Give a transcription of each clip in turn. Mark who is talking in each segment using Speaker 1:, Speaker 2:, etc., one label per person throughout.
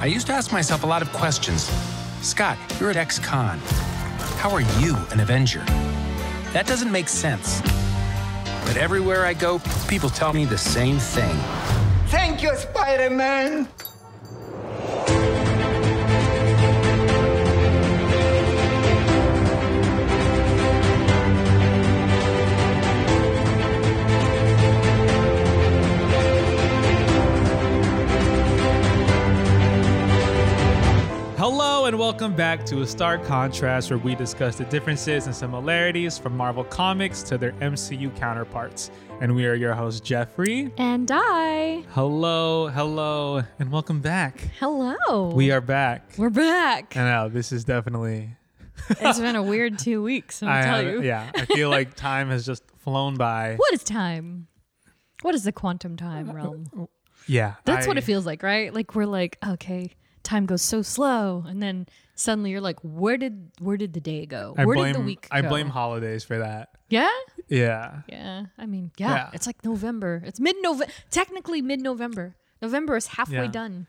Speaker 1: I used to ask myself a lot of questions. Scott, you're at ex con. How are you an Avenger? That doesn't make sense. But everywhere I go, people tell me the same thing.
Speaker 2: Thank you, Spider Man!
Speaker 3: Hello and welcome back to A Stark Contrast, where we discuss the differences and similarities from Marvel Comics to their MCU counterparts. And we are your host, Jeffrey.
Speaker 4: And I.
Speaker 3: Hello, hello, and welcome back.
Speaker 4: Hello.
Speaker 3: We are back.
Speaker 4: We're back.
Speaker 3: I know, this is definitely.
Speaker 4: it's been a weird two weeks, I'll
Speaker 3: I
Speaker 4: tell
Speaker 3: have-
Speaker 4: you.
Speaker 3: Yeah, I feel like time has just flown by.
Speaker 4: What is time? What is the quantum
Speaker 3: Uh,
Speaker 4: time realm?
Speaker 3: Yeah.
Speaker 4: That's
Speaker 3: I-
Speaker 4: what it feels like, right? Like we're like, okay, time goes so slow, and then suddenly you're like, where did where did the day go?
Speaker 3: I
Speaker 4: where
Speaker 3: blame,
Speaker 4: did the week
Speaker 3: I
Speaker 4: go?
Speaker 3: blame holidays for that.
Speaker 4: Yeah?
Speaker 3: Yeah.
Speaker 4: Yeah. I mean, yeah.
Speaker 3: Yeah.
Speaker 4: It's like November. It's mid November technically mid November. November is halfway
Speaker 3: Yeah.
Speaker 4: done.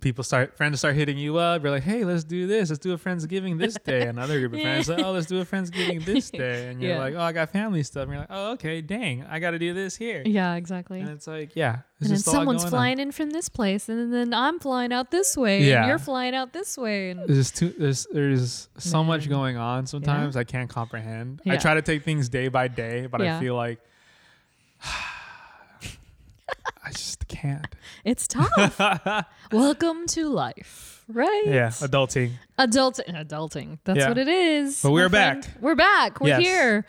Speaker 3: People start, friends start hitting you up. You're like, hey, let's do this. Let's do a Friendsgiving this day. Another group of friends, like, oh, let's do a Friendsgiving this day. And you're
Speaker 4: Yeah.
Speaker 3: like, oh, I got family stuff. And you're like, oh, okay, dang, I got to do this here.
Speaker 4: Yeah, exactly.
Speaker 3: And it's like, yeah. it's
Speaker 4: and then
Speaker 3: just a lot
Speaker 4: someone's
Speaker 3: going on.
Speaker 4: flying in from this place, and then I'm flying out this way,
Speaker 3: Yeah.
Speaker 4: and you're flying out this way, and
Speaker 3: There's too there's there's so much going on sometimes I can't comprehend. I
Speaker 4: Yeah.
Speaker 3: try to take things day by day, but I
Speaker 4: Yeah.
Speaker 3: feel like I just can't.
Speaker 4: it's tough. Welcome to life, right?
Speaker 3: Yeah, adulting.
Speaker 4: Adult, adulting. That's
Speaker 3: Yeah.
Speaker 4: what it is.
Speaker 3: But we're
Speaker 4: my friend.
Speaker 3: back.
Speaker 4: We're back. We're
Speaker 3: Yes.
Speaker 4: here.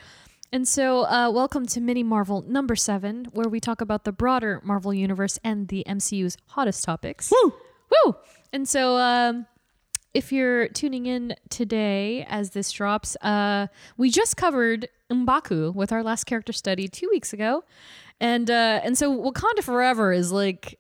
Speaker 4: And so, uh, welcome to Mini Marvel number seven, where we talk about the broader Marvel universe and the MCU's hottest topics.
Speaker 3: Woo!
Speaker 4: Woo! And so, um, if you're tuning in today as this drops, uh, we just covered Mbaku with our last character study two weeks ago, and uh, and so Wakanda Forever is like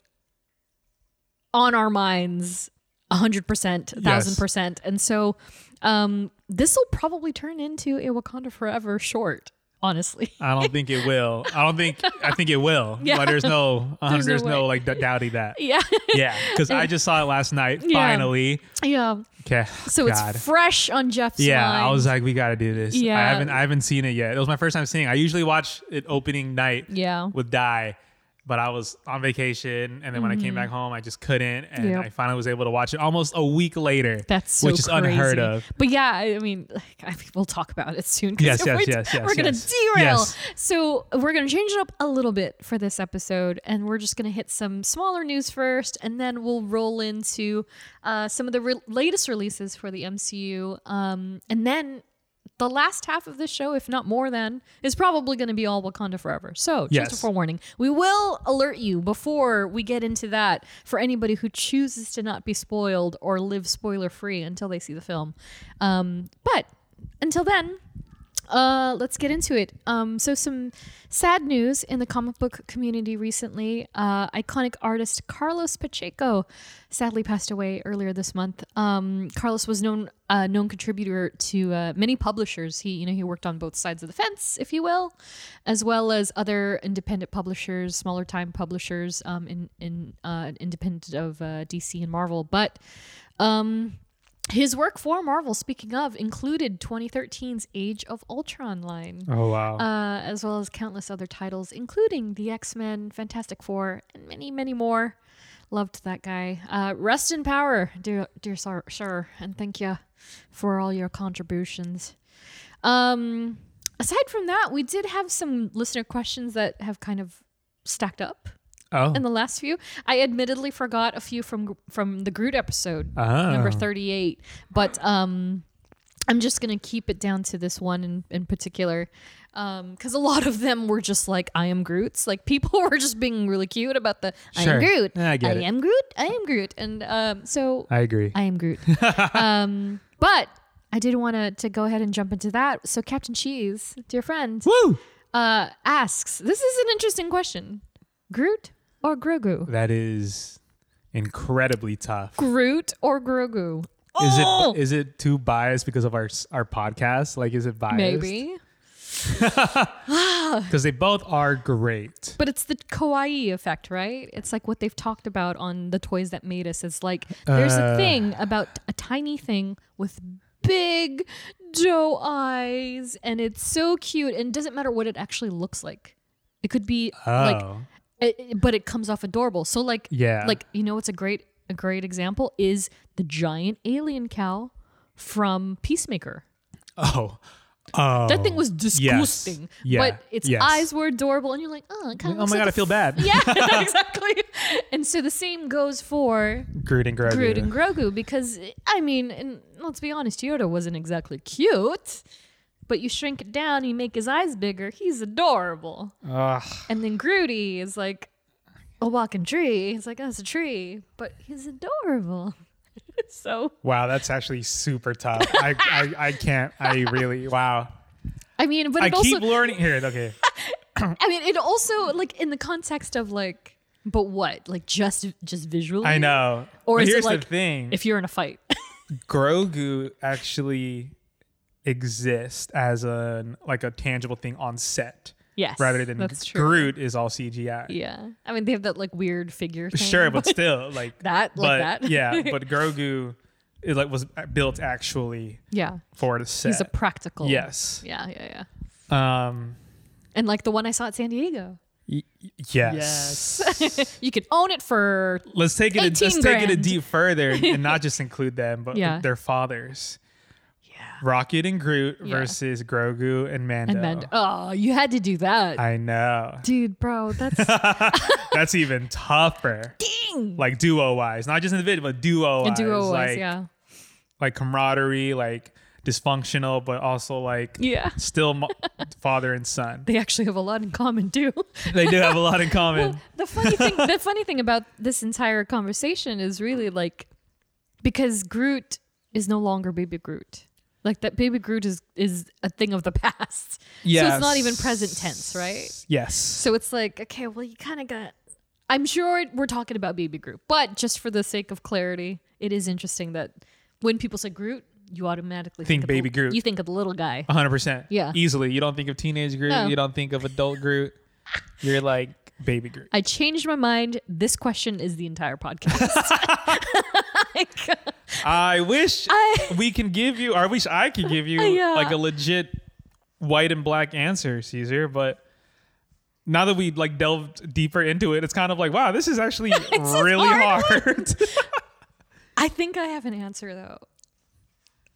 Speaker 4: on our minds, hundred percent, thousand percent, and so um, this will probably turn into a Wakanda Forever short. Honestly,
Speaker 3: I don't think it will. I don't think I think it will.
Speaker 4: Yeah.
Speaker 3: But there's no uh, there's,
Speaker 4: There's no
Speaker 3: no,
Speaker 4: way.
Speaker 3: like d- doubting that.
Speaker 4: yeah,
Speaker 3: Yeah, because I just saw it last night.
Speaker 4: Yeah.
Speaker 3: Finally,
Speaker 4: yeah.
Speaker 3: okay.
Speaker 4: So
Speaker 3: God.
Speaker 4: it's fresh on Jeff's
Speaker 3: Yeah,
Speaker 4: mind.
Speaker 3: I was like, we gotta do this. I
Speaker 4: Yeah.
Speaker 3: haven't I haven't seen it yet. It was my first time seeing. it. I usually watch it opening night.
Speaker 4: Yeah.
Speaker 3: With Die, but I was on vacation, and then when I came back home, I just couldn't, and
Speaker 4: Mm-hmm. Yep.
Speaker 3: I finally was able to watch it almost a week later.
Speaker 4: That's so
Speaker 3: which is unheard
Speaker 4: crazy.
Speaker 3: of.
Speaker 4: But yeah, I I mean, like, I think we'll talk about it soon. 'cause
Speaker 3: Yes,
Speaker 4: if
Speaker 3: yes,
Speaker 4: we-
Speaker 3: yes, yes,
Speaker 4: We're gonna
Speaker 3: yes.
Speaker 4: derail.
Speaker 3: Yes.
Speaker 4: So we're gonna change it up a little bit for this episode, and we're just gonna hit some smaller news first, and then we'll roll into uh, some of the re- latest releases for the MCU, um, and then. The last half of this show, if not more than, is probably going to be all Wakanda forever. So, just
Speaker 3: Yes.
Speaker 4: a forewarning, we will alert you before we get into that for anybody who chooses to not be spoiled or live spoiler free until they see the film. Um, but until then, uh, let's get into it. Um, so, some sad news in the comic book community recently. Uh, iconic artist Carlos Pacheco sadly passed away earlier this month. Um, Carlos was known a known contributor to uh, many publishers. He, you know, he worked on both sides of the fence, if you will, as well as other independent publishers, smaller time publishers, um, in in uh, independent of uh, DC and Marvel. But his work for Marvel, speaking of, included 2013's Age of Ultron line,
Speaker 3: Oh wow.
Speaker 4: uh, as well as countless other titles, including the X Men, Fantastic Four, and many, many more. Loved that guy. Uh, rest in power, dear, dear sir, sir, and thank you for all your contributions. Um, aside from that, we did have some listener questions that have kind of stacked up
Speaker 3: oh.
Speaker 4: in Uh, the last few. I admittedly forgot a few from from the Groot episode,
Speaker 3: Ah.
Speaker 4: number thirty eight. But um, I'm just gonna keep it down to this one in, in particular, because a lot of them were just like I am Groot's. Like people were just being really cute about the I
Speaker 3: Sure.
Speaker 4: am Groot,
Speaker 3: Yeah, I get it.
Speaker 4: am Groot, I am Groot, and um, so
Speaker 3: I agree.
Speaker 4: I am Groot. um, but I did want to go ahead and jump into that. So Captain Cheese, dear friend,
Speaker 3: Woo.
Speaker 4: uh, asks. This is an interesting question. Groot or Grogu?
Speaker 3: That is incredibly tough.
Speaker 4: Groot or Grogu?
Speaker 3: Is it is it too biased because of our s- our podcast? Like, is it biased?
Speaker 4: Maybe.
Speaker 3: because they both are great.
Speaker 4: But it's the kawaii effect, right? It's like what they've talked about on the toys that made us. It's like there's
Speaker 3: Uh.
Speaker 4: a thing about a tiny thing with big doe eyes, and it's so cute, and it doesn't matter what it actually looks like. It could be like,
Speaker 3: Oh.
Speaker 4: it, it- but it comes off adorable. So like,
Speaker 3: Yeah.
Speaker 4: like you know, it's a great a great example is the giant alien cow from Peacemaker.
Speaker 3: Oh,
Speaker 4: That thing was disgusting,
Speaker 3: Yeah.
Speaker 4: but its
Speaker 3: Yes.
Speaker 4: eyes were adorable, and you're like, oh, it kind of
Speaker 3: oh my god, I feel bad.
Speaker 4: yeah, exactly. And so the same goes for
Speaker 3: Groot and Grogu.
Speaker 4: Groot and Grogu because I mean, and let's be honest, Yoda wasn't exactly cute. But you shrink it down, you make his eyes bigger. He's adorable.
Speaker 3: Ugh.
Speaker 4: And then Grooty is like a walking tree. He's like, oh, it's a tree, but he's adorable. so
Speaker 3: Wow, that's actually super tough. I, I I can't. I really. Wow.
Speaker 4: I mean, but
Speaker 3: I
Speaker 4: it also
Speaker 3: keep learning here. Okay.
Speaker 4: I mean, it also like in the context of like, but what? Like just just visually.
Speaker 3: I know.
Speaker 4: Or
Speaker 3: But
Speaker 4: is it
Speaker 3: here's
Speaker 4: like
Speaker 3: the thing.
Speaker 4: If you're in a fight,
Speaker 3: Grogu actually exists as an like a tangible thing on set
Speaker 4: yes.
Speaker 3: rather than
Speaker 4: that's true.
Speaker 3: Groot is all CGI.
Speaker 4: Yeah. I mean, they have that like weird figure thing.
Speaker 3: Sure, but still like
Speaker 4: That,
Speaker 3: but,
Speaker 4: like that.
Speaker 3: yeah, but Grogu is like was built actually
Speaker 4: yeah.
Speaker 3: for the set.
Speaker 4: He's a practical.
Speaker 3: yes.
Speaker 4: Yeah, yeah, yeah.
Speaker 3: Um.
Speaker 4: And like the one I saw at San Diego.
Speaker 3: Yes.
Speaker 4: You can own it for
Speaker 3: let's take it. A, let's
Speaker 4: 18
Speaker 3: take it a
Speaker 4: grand.
Speaker 3: deep further and, and not just include them, but
Speaker 4: Yeah.
Speaker 3: their fathers. Yeah. Rocket and Groot
Speaker 4: Yeah.
Speaker 3: versus Grogu and Mando.
Speaker 4: and then oh, you had to do that.
Speaker 3: I know.
Speaker 4: Dude, bro, that's
Speaker 3: That's even tougher.
Speaker 4: dang.
Speaker 3: Like duo wise, not just individual, but duo
Speaker 4: A
Speaker 3: wise.
Speaker 4: duo was,
Speaker 3: like,
Speaker 4: yeah.
Speaker 3: Like camaraderie, like dysfunctional, but also like
Speaker 4: Yeah.
Speaker 3: still mo- father and son.
Speaker 4: They actually have a lot in common too.
Speaker 3: They do have a lot in common.
Speaker 4: the funny thing the funny thing about this entire conversation is really like because Groot is no longer baby Groot. Like that baby Groot is is a thing of the past. So it's not even present tense, right?
Speaker 3: Yes.
Speaker 4: So it's like, okay, well, you kind of got. I'm sure we're talking about baby Groot, but just for the sake of clarity, it is interesting that when people say Groot, you automatically
Speaker 3: Think
Speaker 4: of
Speaker 3: baby
Speaker 4: the,
Speaker 3: Groot. Uh-huh.
Speaker 4: You think of the little guy.
Speaker 3: 100%.
Speaker 4: Yeah.
Speaker 3: Easily. You don't think of teenage Groot.
Speaker 4: No.
Speaker 3: You don't think of adult Groot. You're like baby Groot.
Speaker 4: I changed my mind. This question is the entire podcast. Like,
Speaker 3: I wish
Speaker 4: I-
Speaker 3: we can give you, or I wish I could give you
Speaker 4: Yeah.
Speaker 3: like a legit white and black answer, Caesar. But now that we like delved deeper into it, it's kind of like, wow, this is actually really
Speaker 4: hard.
Speaker 3: hard.
Speaker 4: I think I have an answer though,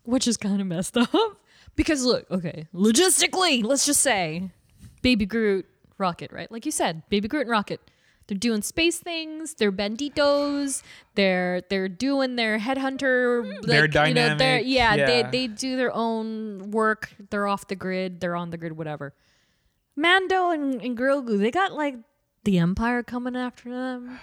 Speaker 4: which is kind of messed up. Because look, okay, logistically, let's just say Baby Groot, Rocket, right? Like you said, Baby Groot and Rocket. They're doing space things. They're banditos. They're they're doing their headhunter.
Speaker 3: They're
Speaker 4: Like, You know, they're,
Speaker 3: dynamic,
Speaker 4: yeah,
Speaker 3: yeah.
Speaker 4: They, they do their own work. They're off the grid. They're on the grid. Whatever. Mando and, and Grogu, they got like the Empire coming after them.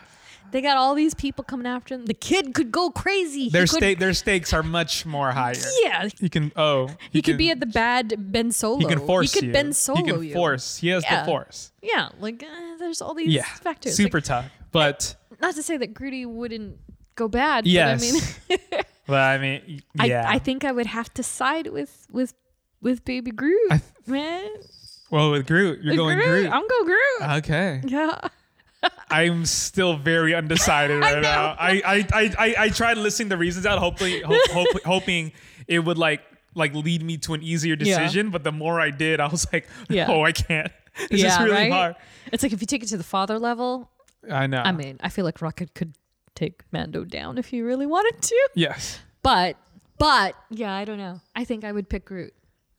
Speaker 4: They got all these people coming after them. The kid could go crazy. He
Speaker 3: their
Speaker 4: could-
Speaker 3: stake, their stakes are much more higher.
Speaker 4: Yeah.
Speaker 3: He can. Oh, he,
Speaker 4: He could be at the bad Ben Solo.
Speaker 3: He can force
Speaker 4: He could
Speaker 3: you.
Speaker 4: Ben Solo
Speaker 3: He can
Speaker 4: you.
Speaker 3: force. He has
Speaker 4: Yeah.
Speaker 3: the force.
Speaker 4: Yeah, like uh, there's all these
Speaker 3: Yeah.
Speaker 4: factors.
Speaker 3: Super
Speaker 4: Like,
Speaker 3: tough. But
Speaker 4: not to say that Groody wouldn't go bad.
Speaker 3: yes.
Speaker 4: But
Speaker 3: But I mean,
Speaker 4: I mean,
Speaker 3: yeah.
Speaker 4: I, I think I would have to side with with with Baby Groot, man.
Speaker 3: Well, with Groot, you're going Groot. Uh,
Speaker 4: I'm go Groot.
Speaker 3: okay.
Speaker 4: yeah.
Speaker 3: I'm still very undecided right
Speaker 4: know.
Speaker 3: now. I, I, I, I, I tried listing the reasons out, hopefully, ho- hope, hoping it would like like lead me to an easier
Speaker 4: Yeah.
Speaker 3: decision. But the more I did, I was like,
Speaker 4: Yeah.
Speaker 3: oh, I can't. This
Speaker 4: yeah,
Speaker 3: is really
Speaker 4: right?
Speaker 3: hard.
Speaker 4: It's like if you take it to the father level,
Speaker 3: I know.
Speaker 4: I mean, I feel like Rocket could take Mando down if he really wanted to.
Speaker 3: yes.
Speaker 4: But but yeah, I don't know. I think I would pick Groot.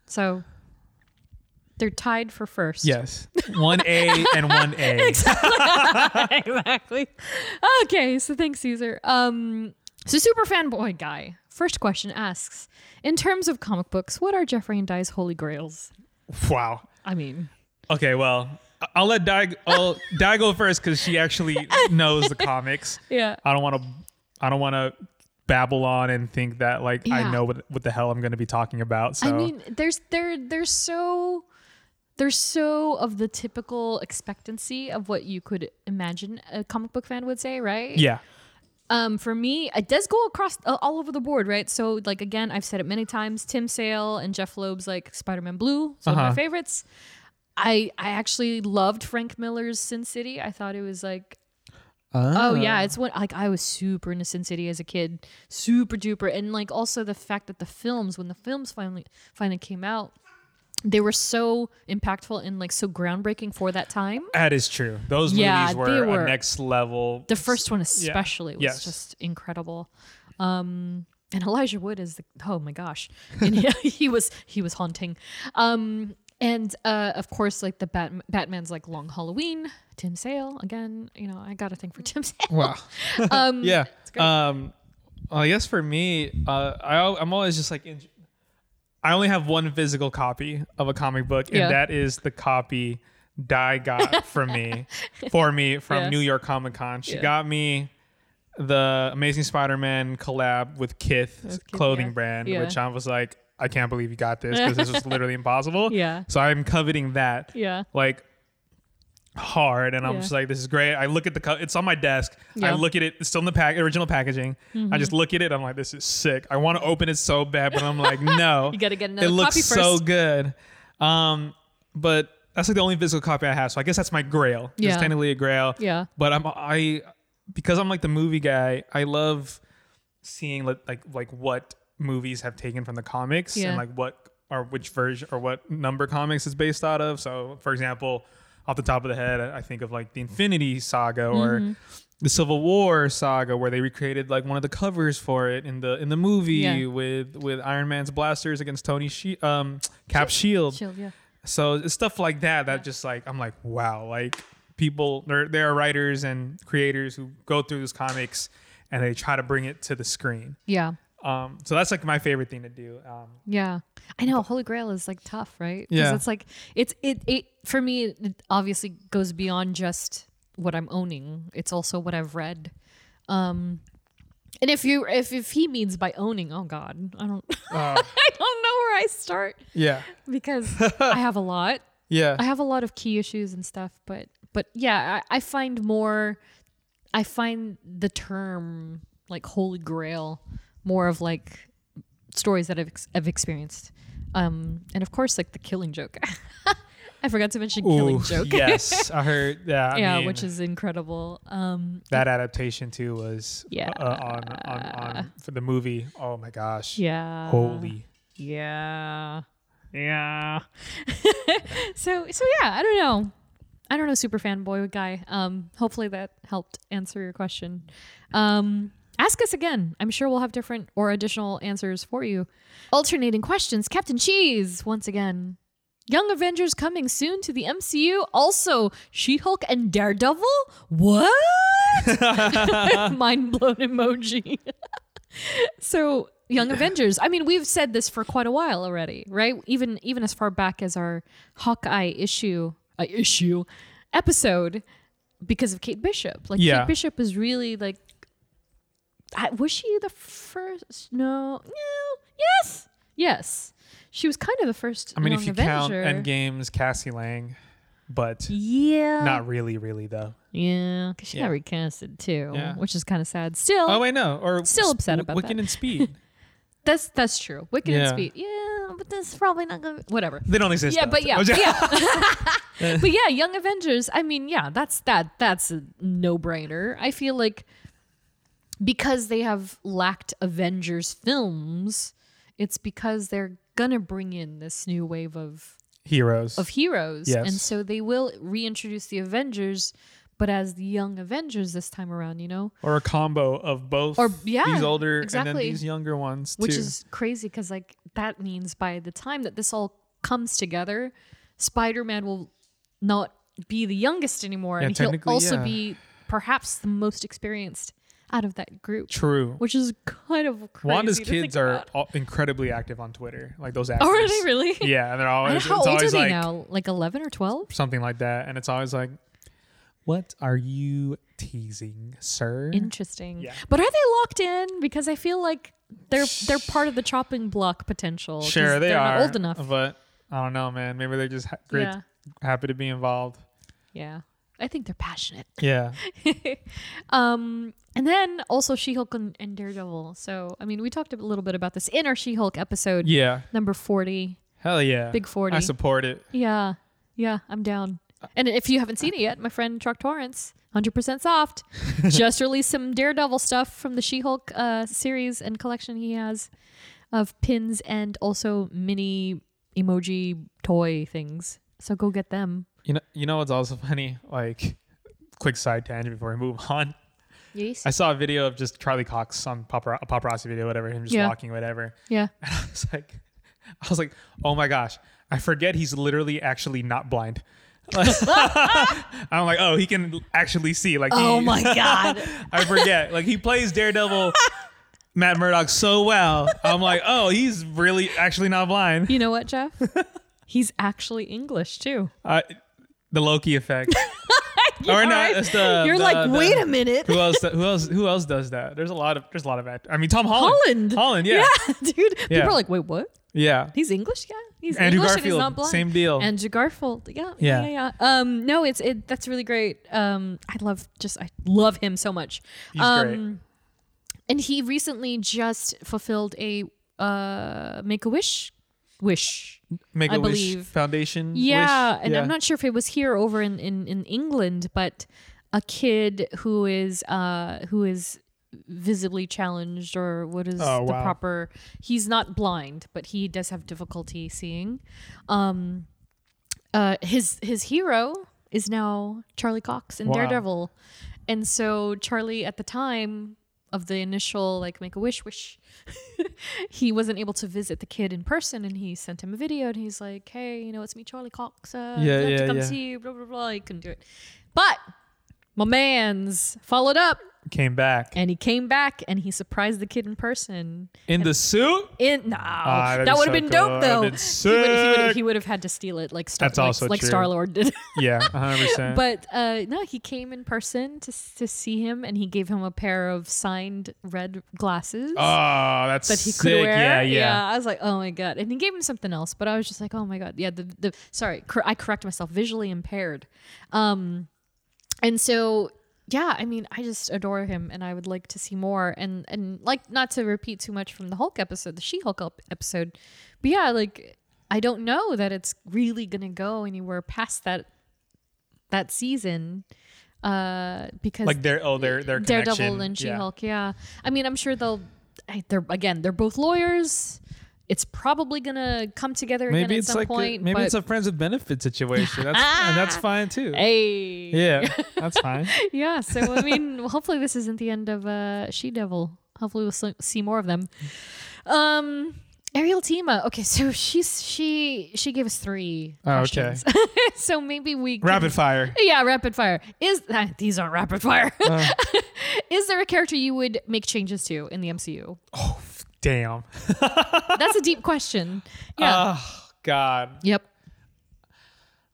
Speaker 4: So they're tied for first.
Speaker 3: Yes. One A and one A.
Speaker 4: exactly. Okay, so thanks, Caesar. Um, so super fanboy guy. First question asks: In terms of comic books, what are Jeffrey and Di's holy grails?
Speaker 3: Wow.
Speaker 4: I mean,
Speaker 3: Okay. Well, I- I'll let Di, I'll, Di go first because she actually knows the comics.
Speaker 4: yeah,
Speaker 3: I don't want to. I don't want to babble on and think that like I
Speaker 4: Yeah.
Speaker 3: know what what the hell I'm going to be talking about. So
Speaker 4: I mean, there's they're they're so they're so of the typical expectancy of what you could imagine a comic book fan would say, right?
Speaker 3: yeah.
Speaker 4: Um, for me, it does go across uh, all over the board, right? So, like again, I've said it many times. Tim Sale and Jeff Loeb's like Spider-Man Blue, it's one of
Speaker 3: Uh-huh.
Speaker 4: my favorites. I I actually loved Frank Miller's Sin City. I thought it was like Oh yeah, it's what like I was super into Sin City as a kid, super duper, and like also the fact that the films, when the films finally finally came out, they were so impactful and like so groundbreaking for that time.
Speaker 3: That is true. Those
Speaker 4: Yeah,
Speaker 3: movies
Speaker 4: they
Speaker 3: were,
Speaker 4: were-
Speaker 3: a next level.
Speaker 4: The first one especially was
Speaker 3: Yes.
Speaker 4: just incredible. Um, and Elijah Wood is the oh my gosh, and he, he was he was haunting. Um, and uh, of course, like the Bat- Batman's like Long Halloween, Tim Sale again. You know, I got a thing for Tim Sale.
Speaker 3: Wow.
Speaker 4: Mm,
Speaker 3: um, yeah. Um, well, I guess for me, uh, I, al- I'm always just like, in- I only have one physical copy of a comic book, and
Speaker 4: Yeah.
Speaker 3: that is the copy Di got from me, for me from
Speaker 4: Yeah.
Speaker 3: New York Comic Con. She
Speaker 4: Yeah.
Speaker 3: got me the Amazing Spider-Man collab with Kith
Speaker 4: Kith,
Speaker 3: clothing
Speaker 4: yeah.
Speaker 3: brand,
Speaker 4: Yeah.
Speaker 3: which I was like, I can't believe you got this because this was literally impossible.
Speaker 4: Yeah.
Speaker 3: So I'm coveting that.
Speaker 4: Yeah.
Speaker 3: Like hard and I'm
Speaker 4: Yeah.
Speaker 3: just like this is great. I look at the co- it's on my desk. I
Speaker 4: Yeah. Mm-hmm.
Speaker 3: look at it it's still in the pack original packaging. I just look at it I'm like this is sick. I want to open it so bad but I'm like no.
Speaker 4: You gotta get another
Speaker 3: It looks
Speaker 4: copy
Speaker 3: so
Speaker 4: first.
Speaker 3: good. Um but that's like the only physical copy I have. So I guess that's my grail.
Speaker 4: Yeah.
Speaker 3: It's technically a grail.
Speaker 4: Yeah.
Speaker 3: But I'm I because I'm like the movie guy, I love seeing like like, like what movies have taken from the comics
Speaker 4: Yeah.
Speaker 3: and like what or which version or what number comics is based out of. So, for example, off the top of the head, I I think of like the Infinity Saga or the Civil War saga, where they recreated like one of the covers for it in the in the movie
Speaker 4: Yeah.
Speaker 3: with with Iron Man's blasters against Tony she- um Cap Shield.
Speaker 4: Chill, yeah.
Speaker 3: So it's stuff like that that just like I'm like wow, like people there there are writers and creators who go through these comics and they try to bring it to the screen.
Speaker 4: Yeah.
Speaker 3: Um, so that's like my favorite thing to do. Um,
Speaker 4: Yeah. I know Holy Grail is like tough, right? 'Cause
Speaker 3: Yeah.
Speaker 4: It's like it's it it for me it obviously goes beyond just what I'm owning. It's also what I've read. Um and if you if if he means by owning, oh god, I don't I don't know where I start
Speaker 3: yeah,
Speaker 4: because I have a lot.
Speaker 3: yeah,
Speaker 4: I have a lot of key issues and stuff, but but yeah, I, I find more I find the term like holy grail more of like stories that I've, ex- I've experienced. Um and of course like the killing joke. I forgot to mention killing joke.
Speaker 3: yes, I heard. Yeah, I
Speaker 4: yeah,
Speaker 3: mean,
Speaker 4: which is incredible. Um
Speaker 3: that adaptation too was
Speaker 4: Yeah.
Speaker 3: uh, on, on on for the movie. Oh my gosh,
Speaker 4: yeah.
Speaker 3: holy.
Speaker 4: Yeah. Yeah. so so yeah, I don't know. I don't know super fanboy guy. Um hopefully that helped answer your question. Um ask us again. I'm sure we'll have different or additional answers for you. Alternating questions. Captain Cheese once again. Young Avengers coming soon to the MCU. Also, She-Hulk and Daredevil? What? Mind blown emoji. So Young Avengers. I mean, we've said this for quite a while already, right? Even even as far back as our Hawkeye issue uh, issue episode, because of Kate Bishop. Like
Speaker 3: Yeah.
Speaker 4: Kate Bishop is really like, I, was she the first? No, no, yes, yes. She was kind of the first.
Speaker 3: I mean,
Speaker 4: Young
Speaker 3: if you
Speaker 4: Avenger.
Speaker 3: count Endgame's Cassie Lang, but
Speaker 4: yeah,
Speaker 3: not really, really though.
Speaker 4: yeah, because she
Speaker 3: Yeah.
Speaker 4: got recasted too,
Speaker 3: Yeah.
Speaker 4: which is kind of sad. Still,
Speaker 3: Oh wait, no, or
Speaker 4: Still
Speaker 3: Sp-
Speaker 4: upset about
Speaker 3: Wicked
Speaker 4: that.
Speaker 3: and Speed.
Speaker 4: that's that's true. Wicked and
Speaker 3: Yeah.
Speaker 4: Speed. Yeah, but that's probably not gonna. Whatever.
Speaker 3: they don't exist.
Speaker 4: Yeah,
Speaker 3: though.
Speaker 4: but yeah,
Speaker 3: I'm just-
Speaker 4: yeah. but yeah, Young Avengers. I mean, yeah, that's that. That's a no-brainer. I feel like because they have lacked Avengers films, it's because they're gonna bring in this new wave of
Speaker 3: heroes.
Speaker 4: of heroes,
Speaker 3: Yes.
Speaker 4: and so they will reintroduce the Avengers, but as the Young Avengers this time around, you know,
Speaker 3: or a combo of both
Speaker 4: Or- yeah,
Speaker 3: these older and
Speaker 4: exactly.
Speaker 3: then these younger ones
Speaker 4: which
Speaker 3: too.
Speaker 4: is crazy because like that means by the time that this all comes together spider-man will not be the youngest anymore
Speaker 3: Yeah,
Speaker 4: and he'll
Speaker 3: technically,
Speaker 4: also
Speaker 3: yeah.
Speaker 4: be perhaps the most experienced out of that group
Speaker 3: true.
Speaker 4: which is kind of crazy
Speaker 3: Wanda's
Speaker 4: to think
Speaker 3: kids are
Speaker 4: about.
Speaker 3: all incredibly active on Twitter, like those actors.
Speaker 4: oh are they really
Speaker 3: Yeah, and they're
Speaker 4: I
Speaker 3: always
Speaker 4: don't know, how
Speaker 3: it's
Speaker 4: old are
Speaker 3: always
Speaker 4: they
Speaker 3: like
Speaker 4: now like 11 or 12
Speaker 3: something like that, and it's always like, "What are you teasing, sir?"
Speaker 4: interesting
Speaker 3: Yeah.
Speaker 4: but are they locked in because i feel like they're they're part of the chopping block potential 'cause
Speaker 3: sure, they
Speaker 4: they're
Speaker 3: are
Speaker 4: not old enough
Speaker 3: but I don't know, man. Maybe they're just ha- great,
Speaker 4: Yeah.
Speaker 3: happy to be involved.
Speaker 4: yeah I think they're passionate.
Speaker 3: Yeah.
Speaker 4: Um, and then also She Hulk and, and Daredevil. So I mean, we talked a little bit about this in our She Hulk episode,
Speaker 3: Yeah.
Speaker 4: number forty.
Speaker 3: Hell yeah.
Speaker 4: Big 40.
Speaker 3: I support it.
Speaker 4: Yeah, yeah, I'm down. And if you haven't seen it yet, my friend Chuck Torrance, 100% soft, just released some Daredevil stuff from the She Hulk uh, series and collection he has of pins and also mini emoji toy things. So go get them.
Speaker 3: You know, you know what's also funny? Like, quick side tangent before we move on.
Speaker 4: Yes.
Speaker 3: I saw a video of just Charlie Cox, some papar- a paparazzi video, whatever, him just
Speaker 4: Yeah.
Speaker 3: walking, whatever.
Speaker 4: yeah.
Speaker 3: And I was like, I was like, oh my gosh, I forget he's literally actually not blind. I'm like, oh, he can actually see. Like, he-
Speaker 4: Oh my God.
Speaker 3: I forget. Like, he plays Daredevil, Matt Murdock so well. I'm like, oh, he's really actually not blind.
Speaker 4: You know what, Jeff? He's actually English too.
Speaker 3: Uh, the Loki effect. or not? It's the,
Speaker 4: You're
Speaker 3: the-
Speaker 4: like,
Speaker 3: the-
Speaker 4: wait a minute.
Speaker 3: Who else? Who else? Who else does that? There's a lot of. There's a lot of. Act- I mean, Tom Holland.
Speaker 4: Holland.
Speaker 3: Oh, Holland. Yeah.
Speaker 4: dude. People
Speaker 3: Yeah.
Speaker 4: are like, wait, what?
Speaker 3: Yeah.
Speaker 4: He's English, yeah. He's
Speaker 3: Andrew
Speaker 4: English and he's
Speaker 3: Garfield,
Speaker 4: not blind.
Speaker 3: same deal.
Speaker 4: Andrew Garfield, yeah,
Speaker 3: Yeah.
Speaker 4: yeah, yeah. yeah. Um, no, it's it. That's really great. Um, I love just I love him so much.
Speaker 3: He's
Speaker 4: Um,
Speaker 3: great.
Speaker 4: And he recently just fulfilled a uh Make a Wish, wish.
Speaker 3: Make
Speaker 4: I
Speaker 3: a Wish
Speaker 4: believe-
Speaker 3: Foundation.
Speaker 4: Yeah,
Speaker 3: wish.
Speaker 4: and I'm not sure if it was here over in in in England, but a kid who is uh who is visibly challenged or what is
Speaker 3: Oh,
Speaker 4: the
Speaker 3: wow.
Speaker 4: proper he's not blind but he does have difficulty seeing um uh his his hero is now charlie cox in
Speaker 3: Wow.
Speaker 4: daredevil and so charlie at the time of the initial like make a wish wish he wasn't able to visit the kid in person and he sent him a video and he's like, Hey, you know, it's me, Charlie Cox. Uh,
Speaker 3: Yeah,
Speaker 4: I'd love to
Speaker 3: yeah,
Speaker 4: come
Speaker 3: yeah.
Speaker 4: see you, blah, blah, blah. He couldn't do it. But my man's followed up
Speaker 3: Came back
Speaker 4: and he came back and he surprised the kid in person.
Speaker 3: in the suit.
Speaker 4: In no,
Speaker 3: Ah, that'd
Speaker 4: that
Speaker 3: be
Speaker 4: would have
Speaker 3: so
Speaker 4: been
Speaker 3: cool.
Speaker 4: dope though.
Speaker 3: That'd been
Speaker 4: He would- he would
Speaker 3: sick.
Speaker 4: he would have had to steal it like Star,
Speaker 3: That's
Speaker 4: like,
Speaker 3: also
Speaker 4: like
Speaker 3: true.
Speaker 4: Star Lord did.
Speaker 3: Yeah, 100. percent
Speaker 4: But uh, no, he came in person to s- to see him, and he gave him a pair of signed red glasses
Speaker 3: Oh, that's
Speaker 4: that he could
Speaker 3: sick.
Speaker 4: wear.
Speaker 3: Yeah, yeah,
Speaker 4: I was like, oh my god. And he gave him something else, but I was just like, oh my god. Yeah, the the sorry, cor- I correct myself. Visually impaired. Um, and so yeah, I mean, I just adore him, and I would like to see more. And and like not to repeat too much from the Hulk episode, the She Hulk episode, but yeah, like I don't know that it's really gonna go anywhere past that that season. Uh, because
Speaker 3: Like their oh their their
Speaker 4: Daredevil
Speaker 3: connection.
Speaker 4: and She
Speaker 3: Yeah.
Speaker 4: Hulk. Yeah. I mean, I'm sure they'll. I- They're again, they're both lawyers. It's probably gonna come together again
Speaker 3: Maybe
Speaker 4: at
Speaker 3: it's
Speaker 4: some
Speaker 3: like a-
Speaker 4: point.
Speaker 3: maybe
Speaker 4: but
Speaker 3: it's a friends with benefit situation. That's and that's fine too.
Speaker 4: hey, yeah.
Speaker 3: Yeah, that's fine.
Speaker 4: So I mean, well, hopefully this isn't the end of uh, She Devil. Hopefully we'll s- see more of them. Um, Ariel Tima. Okay, so she's she she gave us three.
Speaker 3: Oh, okay.
Speaker 4: questions. so maybe we can-
Speaker 3: Rapid fire.
Speaker 4: Yeah, rapid fire. Is these aren't rapid fire?
Speaker 3: Uh.
Speaker 4: Is there a character you would make changes to in the MCU?
Speaker 3: Damn.
Speaker 4: That's a deep question. Yeah.
Speaker 3: Oh God.
Speaker 4: yep.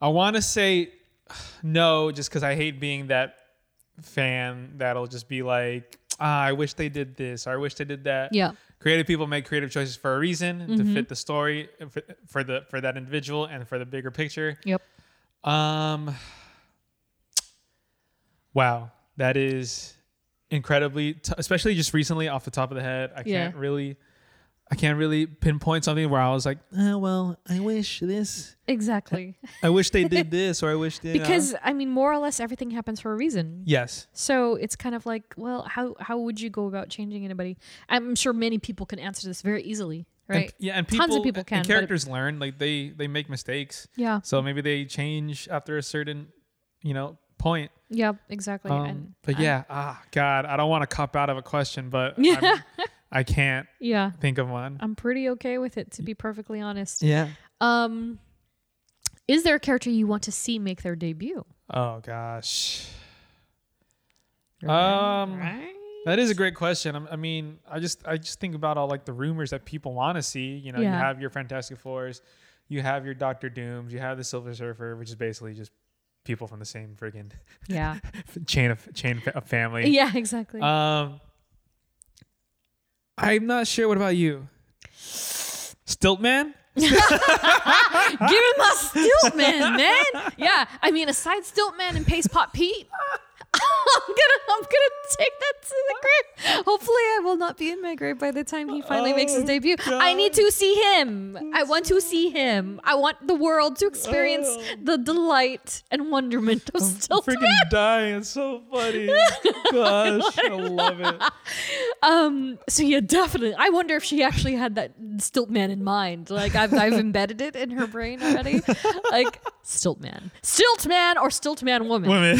Speaker 3: I want to say no, just because I hate being that fan that'll just be like, ah, I wish they did this, or I wish they did that.
Speaker 4: Yeah. Mm-hmm.
Speaker 3: Creative people make creative choices for a reason to fit the story uh, for- for the for that individual and for the bigger picture.
Speaker 4: Yep.
Speaker 3: Um. Wow, that is incredibly, t- especially just recently off the top of the head. I
Speaker 4: Yeah.
Speaker 3: can't really, I can't really pinpoint something where I was like, oh, well, I wish this.
Speaker 4: Exactly.
Speaker 3: I wish they did this, or I wish they
Speaker 4: Because I mean, more or less, everything happens for a reason.
Speaker 3: Yes.
Speaker 4: So it's kind of like, well, how how would you go about changing anybody? I'm sure many people can answer this very easily, right?
Speaker 3: And, yeah, and people,
Speaker 4: Tons of people can.
Speaker 3: and
Speaker 4: but-
Speaker 3: characters learn. Like they they make mistakes.
Speaker 4: Yeah.
Speaker 3: So maybe they change after a certain, you know, point.
Speaker 4: yeah. Exactly.
Speaker 3: Um,
Speaker 4: and
Speaker 3: but yeah, ah, God, I don't want to cop out of a question, but I'm- I can't
Speaker 4: yeah.
Speaker 3: think of one.
Speaker 4: I'm pretty okay with it, to be perfectly honest.
Speaker 3: Yeah.
Speaker 4: Um, is there a character you want to see make their debut?
Speaker 3: Oh gosh. Um, that is a great question. I'm- I mean, I just I just think about all like the rumors that people want to see. You know, you
Speaker 4: Yeah.
Speaker 3: have your Fantastic Fours, you have your Doctor Dooms, you have the Silver Surfer, which is basically just people from the same friggin'
Speaker 4: Yeah.
Speaker 3: chain of chain fa- of family.
Speaker 4: yeah. Exactly.
Speaker 3: Um, I'm not sure. What about you? Stiltman?
Speaker 4: Give me my Stiltman, man. Yeah, I mean, aside Stiltman and Paste Pot Pete, I'm gonna, I'm gonna take that to the grave. Hopefully, I will not be in my grave by the time he finally makes his debut. I need to see him. I want to see him. I want the world to experience the delight and wonderment of
Speaker 3: I'm
Speaker 4: Stiltman.
Speaker 3: freaking dying. It's so funny. Gosh, I love it.
Speaker 4: So yeah, definitely. I wonder if she actually had that Stiltman in mind. Like I've, I've embedded it in her brain already. Like Stiltman, Stiltman, or Stiltman woman.
Speaker 3: Women.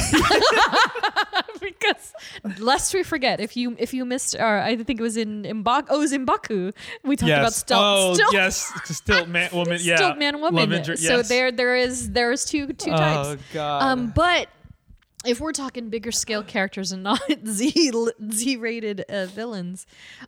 Speaker 4: because lest we forget, if you if you missed, or I think it was in Mbaku. Oh, it was in Baku. We talked about
Speaker 3: yes.
Speaker 4: Stilt.
Speaker 3: oh,
Speaker 4: Stilt-
Speaker 3: yes. Stilt man, woman. Yeah.
Speaker 4: Stilt man woman.
Speaker 3: Love injury.
Speaker 4: So
Speaker 3: yes.
Speaker 4: there there is there is two two
Speaker 3: Oh,
Speaker 4: types.
Speaker 3: God.
Speaker 4: Um, but if we're talking bigger scale characters and not Z Z rated uh, villains,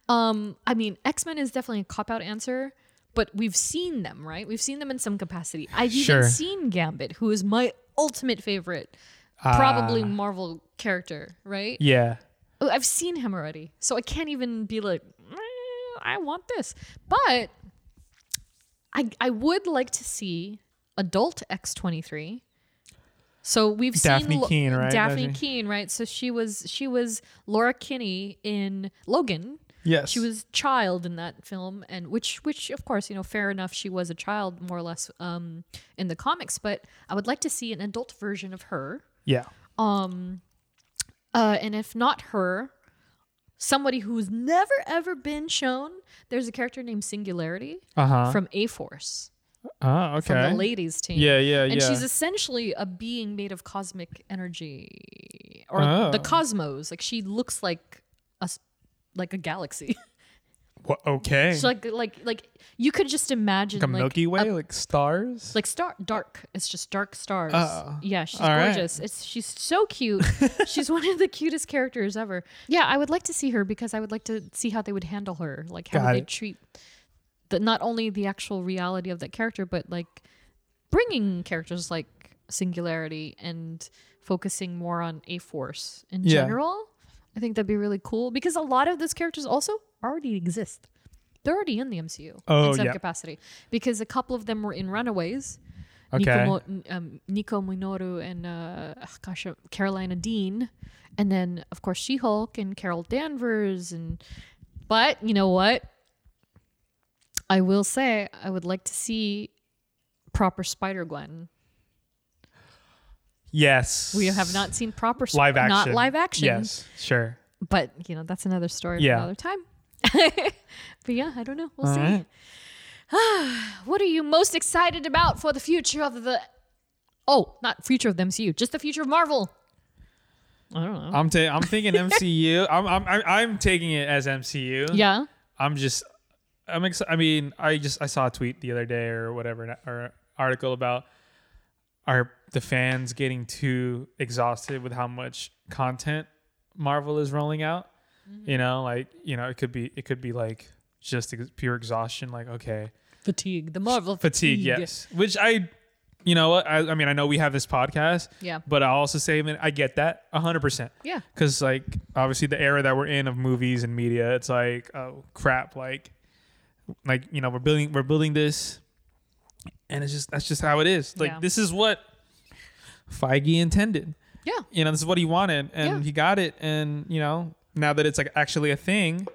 Speaker 4: um, I mean X Men is definitely a cop out answer. But we've seen them, right? We've seen them in some capacity. I've
Speaker 3: Sure.
Speaker 4: even seen Gambit, who is my ultimate favorite,
Speaker 3: Ah.
Speaker 4: probably Marvel character, right?
Speaker 3: Yeah.
Speaker 4: Oh, I've seen him already, so I can't even be like, "Eh, I want this. But I I would like to see adult X twenty three. So we've
Speaker 3: Daphne
Speaker 4: seen Lo-
Speaker 3: Keane, right?
Speaker 4: Daphne
Speaker 3: Daphne-
Speaker 4: Keane, right? So she was she was Laura Kinney in Logan.
Speaker 3: Yes.
Speaker 4: She was child in that film, and which which of course you know fair enough. She was a child more or less um, in the comics, but I would like to see an adult version of her.
Speaker 3: Yeah.
Speaker 4: Uh, and if not her, somebody who's never ever been shown, there's a character named Singularity
Speaker 3: Uh-huh.
Speaker 4: from A Force,
Speaker 3: Oh, okay.
Speaker 4: from the ladies' team.
Speaker 3: Yeah, yeah,
Speaker 4: And
Speaker 3: yeah.
Speaker 4: she's essentially a being made of cosmic energy or
Speaker 3: Oh.
Speaker 4: the cosmos. Like she looks like a s- like a galaxy.
Speaker 3: Wha- okay.
Speaker 4: so like like like you could just imagine
Speaker 3: like a
Speaker 4: like
Speaker 3: Milky
Speaker 4: a-
Speaker 3: Way, like stars.
Speaker 4: like star dark. It's just dark stars.
Speaker 3: Oh.
Speaker 4: yeah, she's
Speaker 3: All right.
Speaker 4: gorgeous. It's she's so cute. she's one of the cutest characters ever. Yeah, I would like to see her because I would like to see how they would handle her. Like how
Speaker 3: Got
Speaker 4: would they
Speaker 3: it.
Speaker 4: treat the not only the actual reality of that character, but like bringing characters like Singularity and focusing more on a force in
Speaker 3: Yeah.
Speaker 4: general. I think that'd be really cool because a lot of those characters also already exist they're already in the MCU
Speaker 3: Oh,
Speaker 4: in some
Speaker 3: yeah.
Speaker 4: capacity because a couple of them were in Runaways.
Speaker 3: Okay.
Speaker 4: Nico, Mo- n- um, Nico Minoru and uh, ah, gosh, uh, Carolina Dean, and then of course She Hulk and Carol Danvers. And but you know what? I will say I would like to see proper Spider Gwen.
Speaker 3: yes.
Speaker 4: We have not seen proper Sp-
Speaker 3: live action.
Speaker 4: not live action.
Speaker 3: Yes. Sure.
Speaker 4: but you know that's another story
Speaker 3: Yeah.
Speaker 4: for another time but yeah i don't know we'll see
Speaker 3: right.
Speaker 4: what are you most excited about for the future of the oh not future of the mcu just the future of marvel i don't know
Speaker 3: I'm ta- I'm thinking MCU. I'm, I'm I'm I'm taking it as MCU.
Speaker 4: yeah
Speaker 3: I'm just I'm ex- I mean, I just I saw a tweet the other day or whatever or an article about are the fans getting too exhausted with how much content Marvel is rolling out?
Speaker 4: Mm-hmm.
Speaker 3: You know, like, you know, it could be it could be like just ex- pure exhaustion like okay,
Speaker 4: fatigue the marvel
Speaker 3: fatigue,
Speaker 4: fatigue,
Speaker 3: yes. Which I you know what? I, I mean, I know we have this podcast,
Speaker 4: Yeah.
Speaker 3: But I also say, man, I get that hundred percent,
Speaker 4: Yeah.
Speaker 3: Because like, obviously, the era that we're in of movies and media, it's like, oh crap, like, like you know, we're building, we're building this, and it's just that's just how it is. Like,
Speaker 4: Yeah.
Speaker 3: this is what Feige intended.
Speaker 4: yeah
Speaker 3: You know, this is what he wanted, and
Speaker 4: Yeah.
Speaker 3: he got it. And you know, now that it's like actually a thing,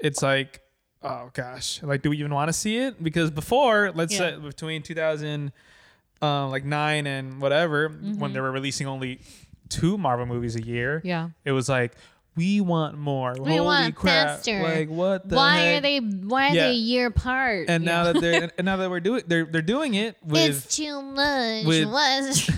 Speaker 3: it's like, oh gosh, like, do we even want to see it? Because before, let's
Speaker 4: Yeah.
Speaker 3: say between 2000, uh, like nine and whatever, when they were releasing only two Marvel movies a year,
Speaker 4: Mm-hmm. Yeah.
Speaker 3: it was like we want more. Holy
Speaker 4: want
Speaker 3: crap!
Speaker 4: faster.
Speaker 3: Like, what? The
Speaker 4: why
Speaker 3: heck?
Speaker 4: are they why are
Speaker 3: Yeah.
Speaker 4: they a year apart
Speaker 3: And
Speaker 4: Yeah.
Speaker 3: now that they're and now that we're doing they're they're doing it with
Speaker 4: it's too much
Speaker 3: with-
Speaker 4: What's-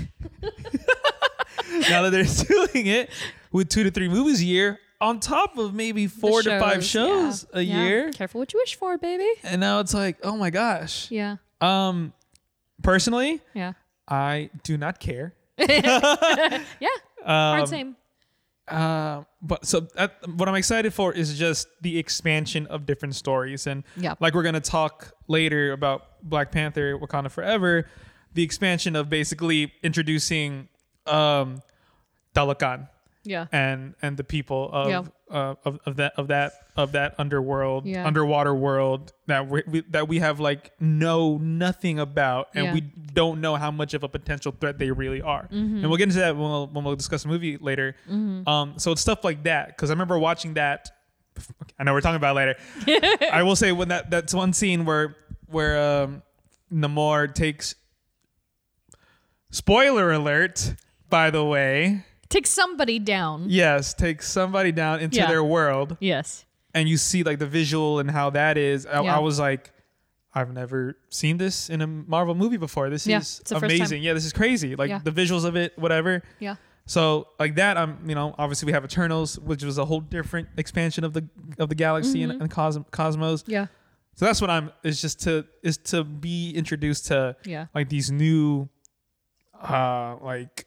Speaker 3: now that they're doing it with two to three movies a year on top of maybe four to five shows
Speaker 4: yeah.
Speaker 3: a
Speaker 4: Yeah.
Speaker 3: year
Speaker 4: careful what you wish for baby
Speaker 3: and now it's like oh my gosh
Speaker 4: yeah
Speaker 3: um personally
Speaker 4: yeah
Speaker 3: i do not care
Speaker 4: yeah
Speaker 3: Um,
Speaker 4: hard same
Speaker 3: uh, but so uh, what i'm excited for is just the expansion of different stories and
Speaker 4: Yeah.
Speaker 3: like we're gonna talk later about black panther wakanda forever the expansion of basically introducing um Dalakan
Speaker 4: Yeah.
Speaker 3: and and the people of
Speaker 4: Yeah.
Speaker 3: uh, of, of that of that of that underworld
Speaker 4: Yeah.
Speaker 3: underwater world that we, we that we have like know nothing about and
Speaker 4: Yeah.
Speaker 3: we don't know how much of a potential threat they really are
Speaker 4: Mm-hmm.
Speaker 3: and we'll get into that when we'll, when we'll discuss the movie later um so it's stuff like that because I remember watching that I know we're talking about it later I will say when that that's one scene where where um Namor takes spoiler alert by the way
Speaker 4: Take somebody down.
Speaker 3: Yes, take somebody down into
Speaker 4: Yeah.
Speaker 3: their world,
Speaker 4: Yes.
Speaker 3: and you see like the visual and how that is. I,
Speaker 4: Yeah.
Speaker 3: I was like, I've never seen this in a Marvel movie before. This
Speaker 4: Yeah,
Speaker 3: is
Speaker 4: it's the first time.
Speaker 3: amazing. Yeah, this is crazy. Like
Speaker 4: Yeah.
Speaker 3: the visuals of it, whatever.
Speaker 4: Yeah.
Speaker 3: So like that, I'm you know obviously we have Eternals, which was a whole different expansion of the of the galaxy
Speaker 4: Mm-hmm.
Speaker 3: and, and cosm- cosmos.
Speaker 4: Yeah.
Speaker 3: So that's what I'm is just to is to be introduced to
Speaker 4: Yeah.
Speaker 3: like these new uh like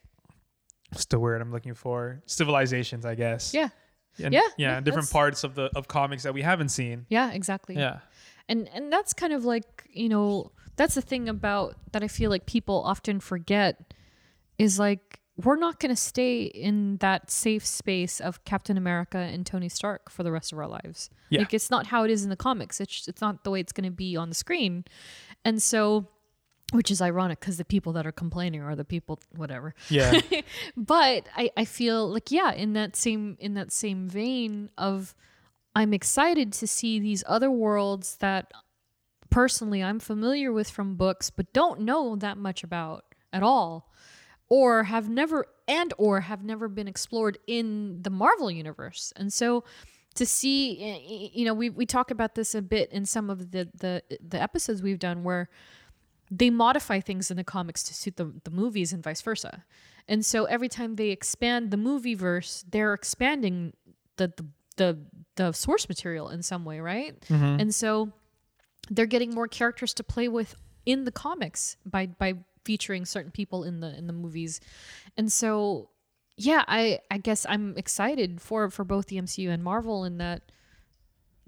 Speaker 3: what's the word I'm looking for civilizations I guess
Speaker 4: Yeah.
Speaker 3: and,
Speaker 4: Yeah,
Speaker 3: yeah,
Speaker 4: no,
Speaker 3: and different
Speaker 4: that's-
Speaker 3: parts of the of comics that we haven't seen.
Speaker 4: Yeah, exactly.
Speaker 3: Yeah,
Speaker 4: and and that's kind of like you know that's the thing about that i feel like people often forget is like we're not going to stay in that safe space of captain america and tony stark for the rest of our lives
Speaker 3: Yeah.
Speaker 4: like it's not how it is in the comics it's it's not the way it's going to be on the screen and so which is ironic because the people that are complaining are the people whatever
Speaker 3: yeah,
Speaker 4: but I, I feel like yeah in that same in that same vein of i'm excited to see these other worlds that personally i'm familiar with from books but don't know that much about at all or have never and or have never been explored in the marvel universe and so to see y- y- you know we, we talk about this a bit in some of the the, the episodes we've done where they modify things in the comics to suit the, the movies and vice versa. And so every time they expand the movie verse, they're expanding the the the, the source material in some way, right? And so they're getting more characters to play with in the comics by by featuring certain people in the in the movies. And so yeah, I I guess I'm excited for for both the MCU and Marvel in that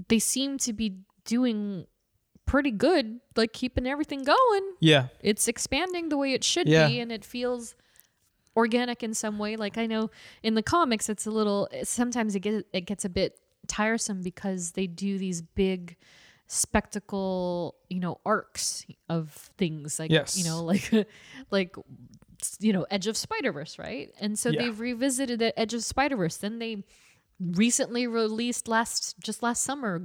Speaker 4: they seem to be doing pretty good, like keeping everything going.
Speaker 3: yeah,
Speaker 4: It's expanding the way it should
Speaker 3: Yeah.
Speaker 4: be, and it feels organic in some way. Like I know in the comics, it's a little. Sometimes it gets it gets a bit tiresome because they do these big spectacle, you know, arcs of things. Like
Speaker 3: Yes.
Speaker 4: you know, like like you know, Edge of Spider Verse, right? And so
Speaker 3: Yeah.
Speaker 4: they've revisited the Edge of Spider Verse. Then they recently released last just last summer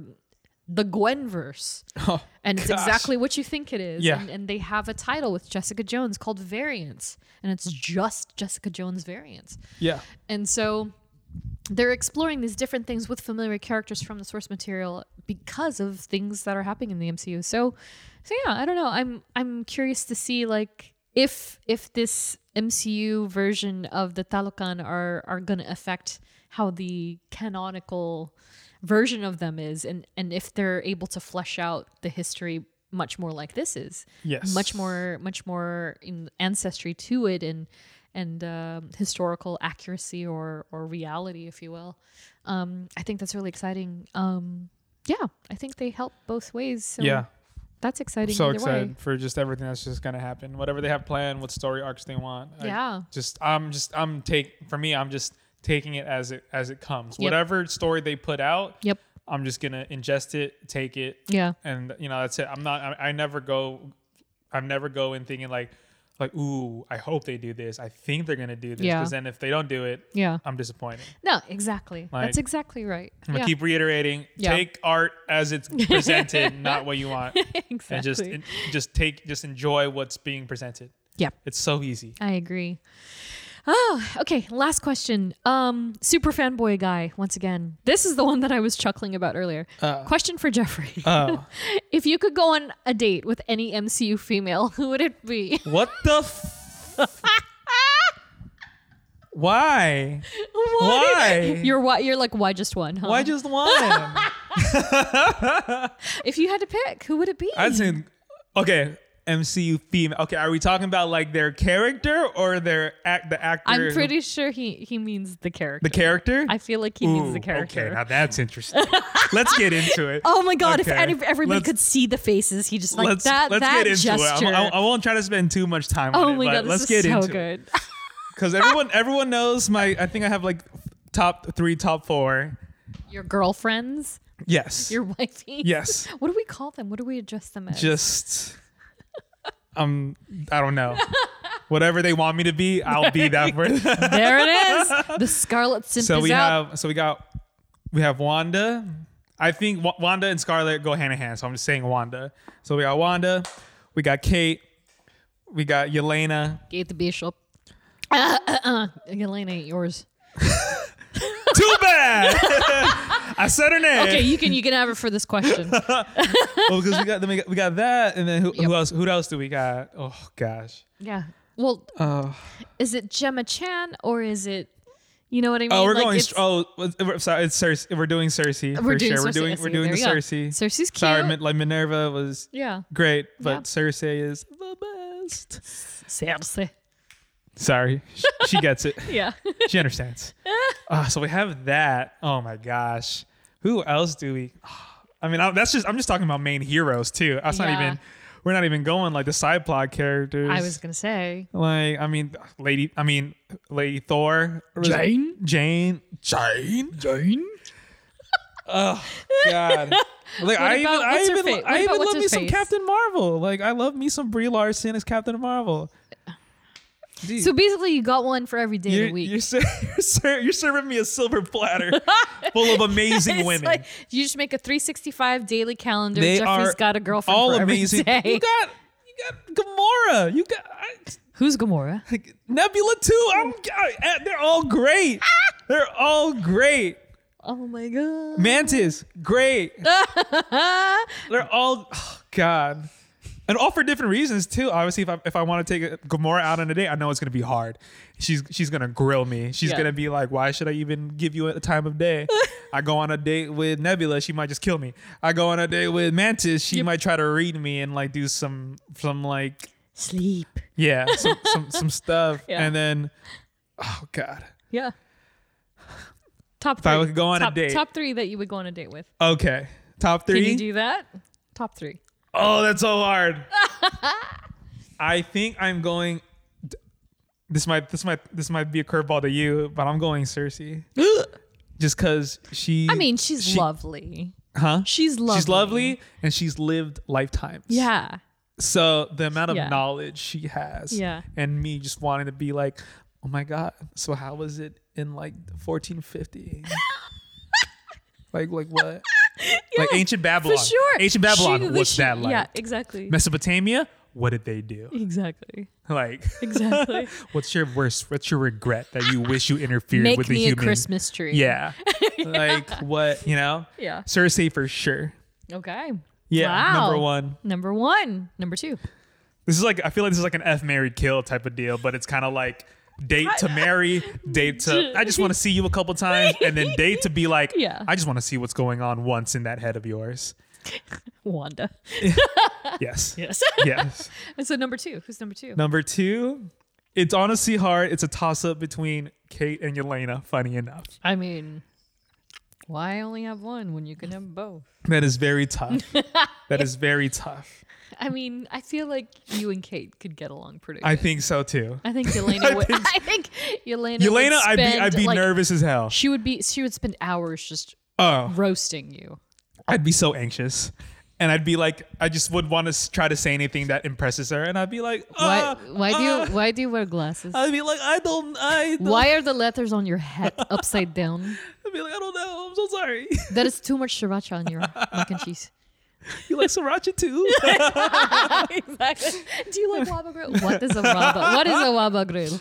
Speaker 4: the Gwenverse.
Speaker 3: Oh,
Speaker 4: and it's
Speaker 3: gosh.
Speaker 4: exactly what you think it is.
Speaker 3: Yeah.
Speaker 4: And, and they have a title with Jessica Jones called Variants. And it's just Jessica Jones Variants.
Speaker 3: yeah,
Speaker 4: And so they're exploring these different things with familiar characters from the source material because of things that are happening in the MCU. So so yeah, I don't know. I'm I'm curious to see like if if this MCU version of the Talokan are are going to affect how the canonical version of them is and and if they're able to flesh out the history much more like this is
Speaker 3: Yes.
Speaker 4: much more much more in ancestry to it and and um, historical accuracy or or reality if you will um i think that's really exciting um yeah i think they help both ways so
Speaker 3: yeah.
Speaker 4: that's exciting
Speaker 3: So
Speaker 4: either
Speaker 3: excited
Speaker 4: way
Speaker 3: for just everything that's just gonna happen. Whatever they have planned, what story arcs they want. I
Speaker 4: Yeah.
Speaker 3: just I'm just I'm take for me I'm just taking it as it as it comes.
Speaker 4: Yep.
Speaker 3: Whatever story they put out,
Speaker 4: yep
Speaker 3: I'm just gonna ingest it, take it,
Speaker 4: yeah
Speaker 3: and you know that's it. I'm not. I, I never go. I never go in thinking like, like, ooh, I hope they do this. I think they're gonna do this.
Speaker 4: Yeah.
Speaker 3: Because then if they don't do it,
Speaker 4: yeah
Speaker 3: I'm disappointed.
Speaker 4: no exactly
Speaker 3: Like-
Speaker 4: that's exactly right
Speaker 3: I'm
Speaker 4: yeah.
Speaker 3: gonna keep reiterating.
Speaker 4: Yeah.
Speaker 3: Take art as it's presented, not what you want,
Speaker 4: exactly
Speaker 3: and just and just take just enjoy what's being presented.
Speaker 4: yeah
Speaker 3: It's so easy.
Speaker 4: I agree. Oh, okay. Last question. Um, super fanboy guy, once again. This is the one that I was chuckling about earlier.
Speaker 3: Uh.
Speaker 4: question for Jeffrey.
Speaker 3: Oh.
Speaker 4: if you could go on a date with any MCU female, who would it be?
Speaker 3: What the? F- Why? Why?
Speaker 4: You're why you're like, why just one, huh?
Speaker 3: Why just one?
Speaker 4: if you had to pick, who would it be?
Speaker 3: I'd say, okay, MCU female. Okay, are we talking about like their character or their act? The actor.
Speaker 4: I'm pretty sure he he means the character.
Speaker 3: The character.
Speaker 4: I feel like he means the
Speaker 3: Ooh,
Speaker 4: character.
Speaker 3: Okay, now that's interesting. let's get into it.
Speaker 4: Oh my god! If
Speaker 3: Okay,
Speaker 4: any, everybody
Speaker 3: let's-
Speaker 4: could see the faces, he just like
Speaker 3: let's
Speaker 4: that.
Speaker 3: let's
Speaker 4: that
Speaker 3: get into
Speaker 4: gesture.
Speaker 3: it. I'm- I, I won't try to spend too much time. on
Speaker 4: oh
Speaker 3: it,
Speaker 4: my
Speaker 3: but
Speaker 4: god! This
Speaker 3: let's
Speaker 4: is
Speaker 3: get
Speaker 4: so
Speaker 3: into it
Speaker 4: good.
Speaker 3: because everyone everyone knows my. I think I have like top three, top four.
Speaker 4: Your girlfriends,
Speaker 3: Yes.
Speaker 4: your wifey.
Speaker 3: yes.
Speaker 4: What do we call them? What do we address them as?
Speaker 3: Just um I don't know. Whatever they want me to be, I'll be that for them.
Speaker 4: there it is. The Scarlet Simp
Speaker 3: So
Speaker 4: is
Speaker 3: we
Speaker 4: out.
Speaker 3: have so we got we have Wanda. I think Wa- Wanda and Scarlet go hand in hand, so I'm just saying Wanda. So we got Wanda, we got Kate, we got Yelena.
Speaker 4: Gate the Bishop. Uh, uh, uh. Elena ain't yours.
Speaker 3: Too bad. I said her name.
Speaker 4: Okay, you can you can have her for this question.
Speaker 3: well, because we got, then we got we got that, and then who,
Speaker 4: Yep.
Speaker 3: who else? Who else do we got? Oh gosh.
Speaker 4: yeah. Well,
Speaker 3: Uh,
Speaker 4: is it Gemma Chan or is it? You know what I mean?
Speaker 3: Oh, we're
Speaker 4: Like,
Speaker 3: going.
Speaker 4: it's-
Speaker 3: Str- oh, was- we're- sorry. It's Cersei. We're doing Cersei.
Speaker 4: We're
Speaker 3: for
Speaker 4: doing
Speaker 3: sure. We're
Speaker 4: Cersei.
Speaker 3: doing.
Speaker 4: I
Speaker 3: We're
Speaker 4: see.
Speaker 3: doing the
Speaker 4: There you go.
Speaker 3: Cersei.
Speaker 4: Cersei's
Speaker 3: Sorry,
Speaker 4: cute.
Speaker 3: Min- like Minerva was
Speaker 4: yeah.
Speaker 3: great, but
Speaker 4: Yeah.
Speaker 3: Cersei is the best.
Speaker 4: Cersei.
Speaker 3: Sorry, she, she gets it.
Speaker 4: Yeah.
Speaker 3: She understands. Uh, so we have that. Oh my gosh, who else do we? I mean, I, that's just. I'm just talking about main heroes too. That's not
Speaker 4: Yeah.
Speaker 3: even. We're not even going like the side plot characters.
Speaker 4: I was gonna say.
Speaker 3: Like, I mean, Lady, I mean, Lady Thor, Jane, Jane, Jane, Jane. Oh God! Like I even,
Speaker 4: about-
Speaker 3: I
Speaker 4: what's her
Speaker 3: even,
Speaker 4: fa- what
Speaker 3: I
Speaker 4: about
Speaker 3: even
Speaker 4: what's
Speaker 3: love
Speaker 4: her
Speaker 3: me some
Speaker 4: face?
Speaker 3: Captain Marvel. Like I love me some Brie Larson as Captain Marvel. Dude,
Speaker 4: So basically, you got one for every day of
Speaker 3: you're,
Speaker 4: the week.
Speaker 3: you're, ser- you're, ser- you're serving me a silver platter full of amazing
Speaker 4: It's
Speaker 3: women.
Speaker 4: like, you just make a 365 daily calendar.
Speaker 3: they are
Speaker 4: Jeffrey's got a girlfriend.
Speaker 3: All
Speaker 4: for every
Speaker 3: amazing.
Speaker 4: day.
Speaker 3: You got you got Gamora. You got. I,
Speaker 4: Who's Gamora?
Speaker 3: Like, Nebula too. I'm. I, they're all great. They're all great.
Speaker 4: Oh my god.
Speaker 3: Mantis, great. they're all. Oh God. And all for different reasons too. Obviously, if I, if I want to take Gamora out on a date, I know it's gonna be hard. She's she's gonna grill me. She's
Speaker 4: Yeah.
Speaker 3: gonna be like, "Why should I even give you a time of day?" I go on a date with Nebula, she might just kill me. I go on a date with Mantis, she might try to read me and like do some some like
Speaker 4: Sleep.
Speaker 3: yeah, some some, some stuff,
Speaker 4: Yeah.
Speaker 3: and then oh god.
Speaker 4: Yeah. Top three.
Speaker 3: I would go on a
Speaker 4: top,
Speaker 3: date-
Speaker 4: Top three that you would go on a date with.
Speaker 3: Okay, top
Speaker 4: Can
Speaker 3: three.
Speaker 4: you do that? Top three.
Speaker 3: oh, that's so hard. I think I'm going. This might this might this might be a curveball to you, but I'm going Cersei. Just because she.
Speaker 4: I mean, she's
Speaker 3: she-
Speaker 4: lovely.
Speaker 3: Huh?
Speaker 4: She's lovely.
Speaker 3: She's lovely, and she's lived lifetimes.
Speaker 4: Yeah.
Speaker 3: So the amount of
Speaker 4: Yeah.
Speaker 3: knowledge she has,
Speaker 4: Yeah.
Speaker 3: and me just wanting to be like, oh my god, so how was it in like 1450? like like what? Like ancient
Speaker 4: For
Speaker 3: Babylon.
Speaker 4: sure.
Speaker 3: Ancient
Speaker 4: She-
Speaker 3: Babylon. What's
Speaker 4: she-
Speaker 3: that like?
Speaker 4: Yeah, exactly.
Speaker 3: Mesopotamia. What did they do?
Speaker 4: Exactly.
Speaker 3: Like,
Speaker 4: Exactly.
Speaker 3: what's your worst? What's your regret that you wish you interfered
Speaker 4: Make
Speaker 3: with the
Speaker 4: me a
Speaker 3: human?
Speaker 4: Christmas tree.
Speaker 3: Yeah. Like what? You know.
Speaker 4: Yeah.
Speaker 3: Cersei for sure.
Speaker 4: Okay.
Speaker 3: Yeah.
Speaker 4: Wow.
Speaker 3: Number one.
Speaker 4: Number one. Number two.
Speaker 3: This is like I feel like this is like an F married kill type of deal, but it's kind of like date to marry, date to I just want to see you a couple times, and then date to be like,
Speaker 4: Yeah.
Speaker 3: I just want to see what's going on once in that head of yours.
Speaker 4: Wanda.
Speaker 3: Yes.
Speaker 4: Yes.
Speaker 3: yes.
Speaker 4: so number two. Who's number two?
Speaker 3: Number two, it's honestly hard. It's a toss up between Kate and Yelena. Funny enough,
Speaker 4: I mean, why only have one when you can have both?
Speaker 3: that is very tough. that is very tough.
Speaker 4: I mean, I feel like you and Kate could get along pretty.
Speaker 3: I
Speaker 4: good.
Speaker 3: think so too.
Speaker 4: I think Elena would. I think Elena. would
Speaker 3: Yelena, I'd
Speaker 4: spend,
Speaker 3: be I'd be
Speaker 4: like,
Speaker 3: nervous as hell.
Speaker 4: She would be. She would spend hours just
Speaker 3: Oh.
Speaker 4: roasting you.
Speaker 3: I'd be so anxious. And I'd be like, I just would want to s- try to say anything that impresses her. And I'd be like,
Speaker 4: Why?
Speaker 3: uh,
Speaker 4: why do
Speaker 3: uh,
Speaker 4: you? Why do you wear glasses?
Speaker 3: I'd be like, I don't, I don't,
Speaker 4: why are the letters on your hat upside down?
Speaker 3: I'd be like, I don't know. I'm so sorry.
Speaker 4: That is too much sriracha on your mac and cheese.
Speaker 3: you like sriracha too?
Speaker 4: exactly. Do you like waba grill? What is a waba? What is a waba grill?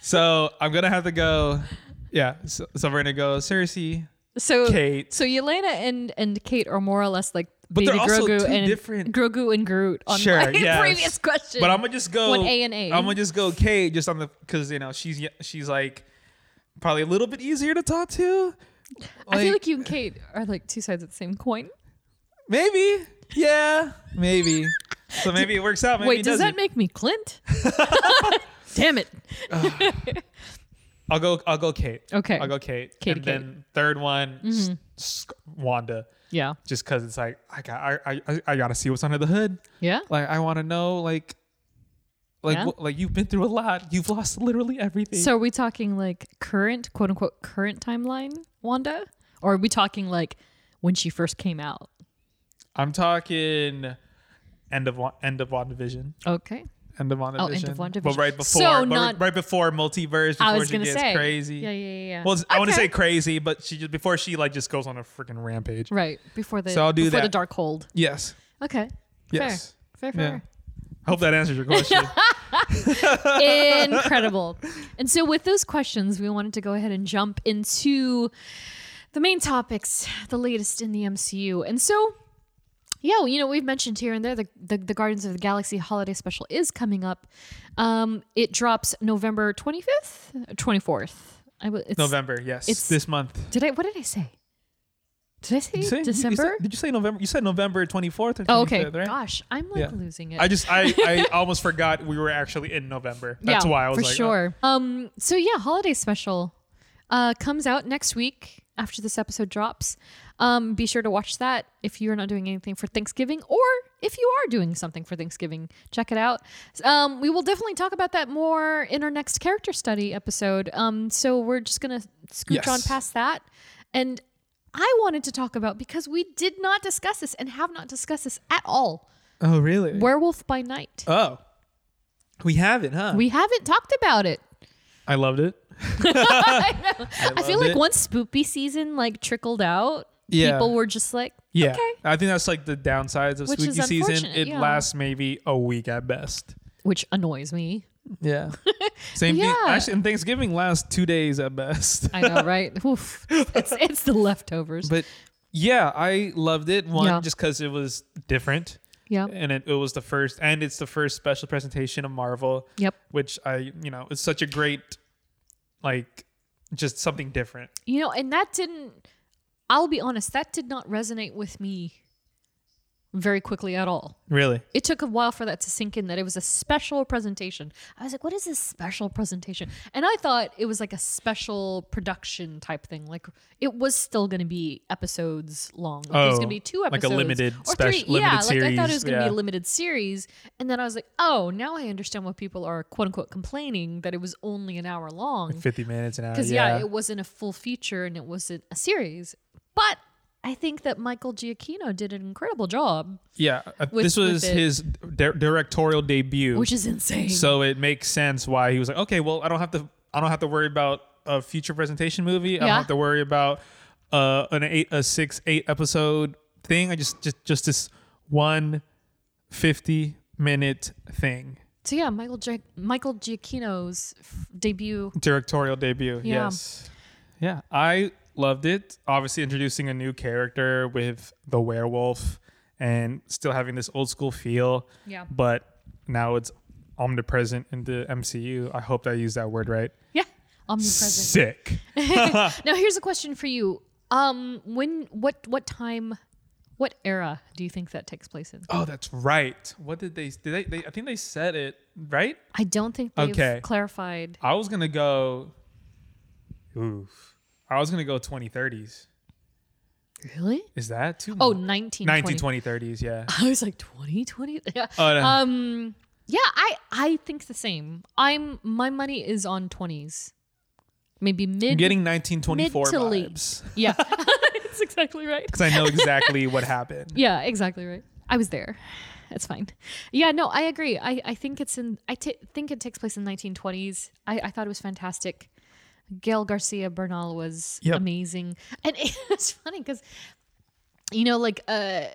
Speaker 3: so I'm going to have to go. Yeah. So, so we're going to go Cersei.
Speaker 4: So
Speaker 3: Kate.
Speaker 4: So Yelena and and Kate are more or less like
Speaker 3: they're
Speaker 4: baby
Speaker 3: also
Speaker 4: Grogu
Speaker 3: two
Speaker 4: and
Speaker 3: different-
Speaker 4: Grogu and Groot on
Speaker 3: Sure,
Speaker 4: my
Speaker 3: yes.
Speaker 4: previous question.
Speaker 3: But I'm going to just go.
Speaker 4: One A and A.
Speaker 3: I'm going to just go Kate just on the, because, you know, she's, y- she's like probably a little bit easier to talk to.
Speaker 4: I feel like you and Kate are like two sides of the same coin.
Speaker 3: Maybe. Yeah. Maybe. So maybe it works out. Maybe
Speaker 4: Wait,
Speaker 3: it
Speaker 4: does
Speaker 3: doesn't.
Speaker 4: that make me Clint? Damn it.
Speaker 3: I'll go. I'll go. Kate.
Speaker 4: Okay.
Speaker 3: I'll go. Kate.
Speaker 4: Kate,
Speaker 3: And
Speaker 4: Kate. Mm-hmm.
Speaker 3: then third one, s- s- Wanda.
Speaker 4: Yeah.
Speaker 3: Just because it's like I got. I, I. I gotta see what's under the hood.
Speaker 4: Yeah.
Speaker 3: Like I want to know. Like. Like,
Speaker 4: Yeah.
Speaker 3: wh- like you've been through a lot. You've lost literally everything.
Speaker 4: So are we talking like current, quote unquote, current timeline, Wanda? Or are we talking like when she first came out?
Speaker 3: I'm talking end of Wa- end of WandaVision.
Speaker 4: Okay.
Speaker 3: End of WandaVision.
Speaker 4: Oh, end of WandaVision.
Speaker 3: But right before,
Speaker 4: So
Speaker 3: but
Speaker 4: not-
Speaker 3: right before multiverse. Before
Speaker 4: I was
Speaker 3: she
Speaker 4: gonna
Speaker 3: gets
Speaker 4: say
Speaker 3: crazy.
Speaker 4: Yeah, yeah, yeah. yeah.
Speaker 3: Well, it's- I want to
Speaker 4: Okay.
Speaker 3: say crazy, but she just before she like just goes on a freaking rampage.
Speaker 4: right before the
Speaker 3: So I'll do
Speaker 4: before the
Speaker 3: that.
Speaker 4: dark hold.
Speaker 3: Yes.
Speaker 4: Okay.
Speaker 3: Yes.
Speaker 4: Fair.
Speaker 3: Yeah.
Speaker 4: Fair.
Speaker 3: I hope that answers your question.
Speaker 4: Fair. Incredible. And so with those questions, we wanted to go ahead and jump into the main topics, the latest in the MCU. And so yeah, well, you know, we've mentioned here and there the, the, the Guardians of the Galaxy holiday special is coming up. Um, it drops November 25th, 24th. I, w- it's,
Speaker 3: November. Yes.
Speaker 4: It's-
Speaker 3: this month.
Speaker 4: Did I, what did I say? Did I say,
Speaker 3: Did you say-
Speaker 4: December?
Speaker 3: you said- did you say November? You said November 24th or 25th,
Speaker 4: oh, okay.
Speaker 3: right?
Speaker 4: Gosh, I'm like
Speaker 3: Yeah.
Speaker 4: losing it.
Speaker 3: I just I, I almost forgot we were actually in November. That's
Speaker 4: yeah,
Speaker 3: why I was
Speaker 4: for
Speaker 3: like, oh.
Speaker 4: sure. Um, so yeah, holiday special uh, comes out next week after this episode drops. Um, be sure to watch that if you're not doing anything for Thanksgiving, or if you are doing something for Thanksgiving, check it out. Um, we will definitely talk about that more in our next character study episode. Um, so we're just gonna scooch
Speaker 3: Yes.
Speaker 4: on past that, and I wanted to talk about because we did not discuss this and have not discussed this at all.
Speaker 3: Oh, really?
Speaker 4: Werewolf by Night.
Speaker 3: Oh, we haven't, huh?
Speaker 4: we haven't talked about it.
Speaker 3: I loved it.
Speaker 4: I feel
Speaker 3: loved
Speaker 4: like
Speaker 3: it.
Speaker 4: once spoopy season like trickled out,
Speaker 3: Yeah.
Speaker 4: people were just like,
Speaker 3: Yeah,
Speaker 4: okay,
Speaker 3: I think that's like the downsides of
Speaker 4: Which
Speaker 3: spooky
Speaker 4: is
Speaker 3: season.
Speaker 4: unfortunate,
Speaker 3: It
Speaker 4: yeah.
Speaker 3: lasts maybe a week at best.
Speaker 4: which annoys me.
Speaker 3: Yeah, same
Speaker 4: Yeah.
Speaker 3: thing. Actually, and Thanksgiving lasts two days at best.
Speaker 4: I know, right? Oof. It's, it's the leftovers.
Speaker 3: But yeah, I loved it. One,
Speaker 4: Yeah.
Speaker 3: just because it was different,
Speaker 4: yeah.
Speaker 3: and it, it was the first, and it's the first special presentation of Marvel.
Speaker 4: Yep.
Speaker 3: Which I, you know, it's such a great, like, just something different.
Speaker 4: You know, and that didn't, I'll be honest, that did not resonate with me very quickly at all.
Speaker 3: Really.
Speaker 4: It took a while for that to sink in that it was a special presentation. I was like, what is this special presentation? And I thought it was like a special production type thing. Like it was still going to be episodes long. Like it was
Speaker 3: Oh,
Speaker 4: going to be two
Speaker 3: like a
Speaker 4: episodes.
Speaker 3: limited
Speaker 4: or
Speaker 3: special-
Speaker 4: three.
Speaker 3: limited
Speaker 4: yeah, like I thought it was
Speaker 3: series,
Speaker 4: going to
Speaker 3: yeah.
Speaker 4: be a limited series. And then I was like, oh, now I understand why people are quote unquote complaining that it was only an hour long.
Speaker 3: 50 minutes an hour.
Speaker 4: Because yeah. it wasn't a full feature and it wasn't a series. But I think that Michael Giacchino did an incredible job,
Speaker 3: Yeah, uh,
Speaker 4: with-
Speaker 3: this was
Speaker 4: with it.
Speaker 3: his di- directorial debut,
Speaker 4: which is insane.
Speaker 3: so it makes sense why he was like, okay, well, I don't have to, I don't have to worry about a future presentation movie. I don't
Speaker 4: Yeah.
Speaker 3: have to worry about uh, an eight, a six, eight episode thing. I just, just, just this one 50 minute thing,
Speaker 4: So yeah, Michael Gia- Michael Giacchino's f- debut.
Speaker 3: directorial debut.
Speaker 4: Yeah.
Speaker 3: Yes, yeah, I loved it. Obviously, introducing a new character with the werewolf and still having this old school feel.
Speaker 4: Yeah.
Speaker 3: but now it's omnipresent in the MCU. I hope that I used that word right.
Speaker 4: Yeah, omnipresent.
Speaker 3: Sick.
Speaker 4: Now here's a question for you. Um, when what what time, what era do you think that takes place in?
Speaker 3: Oh, that's right. What did they? Did they? they I think they said it right.
Speaker 4: I don't think they've
Speaker 3: Okay.
Speaker 4: clarified.
Speaker 3: I was gonna go. Oof. I was gonna go 2030s.
Speaker 4: Really?
Speaker 3: Is that too?
Speaker 4: Oh,
Speaker 3: much? 1920
Speaker 4: 1920.
Speaker 3: 30s. Yeah.
Speaker 4: I was like 2020. Yeah.
Speaker 3: Oh, no.
Speaker 4: Um. Yeah, I I think the same. I'm my money is on 20s, maybe mid.
Speaker 3: I'm getting 1924
Speaker 4: mid to late.
Speaker 3: vibes
Speaker 4: yeah, that's exactly right.
Speaker 3: because I know exactly what happened.
Speaker 4: Yeah, exactly right. I was there. That's fine. Yeah, no, I agree. I, I think it's in. I t- think it takes place in 1920s. I, I thought it was fantastic. Gail Garcia Bernal was
Speaker 3: Yep.
Speaker 4: amazing, and it's funny because you know, like uh,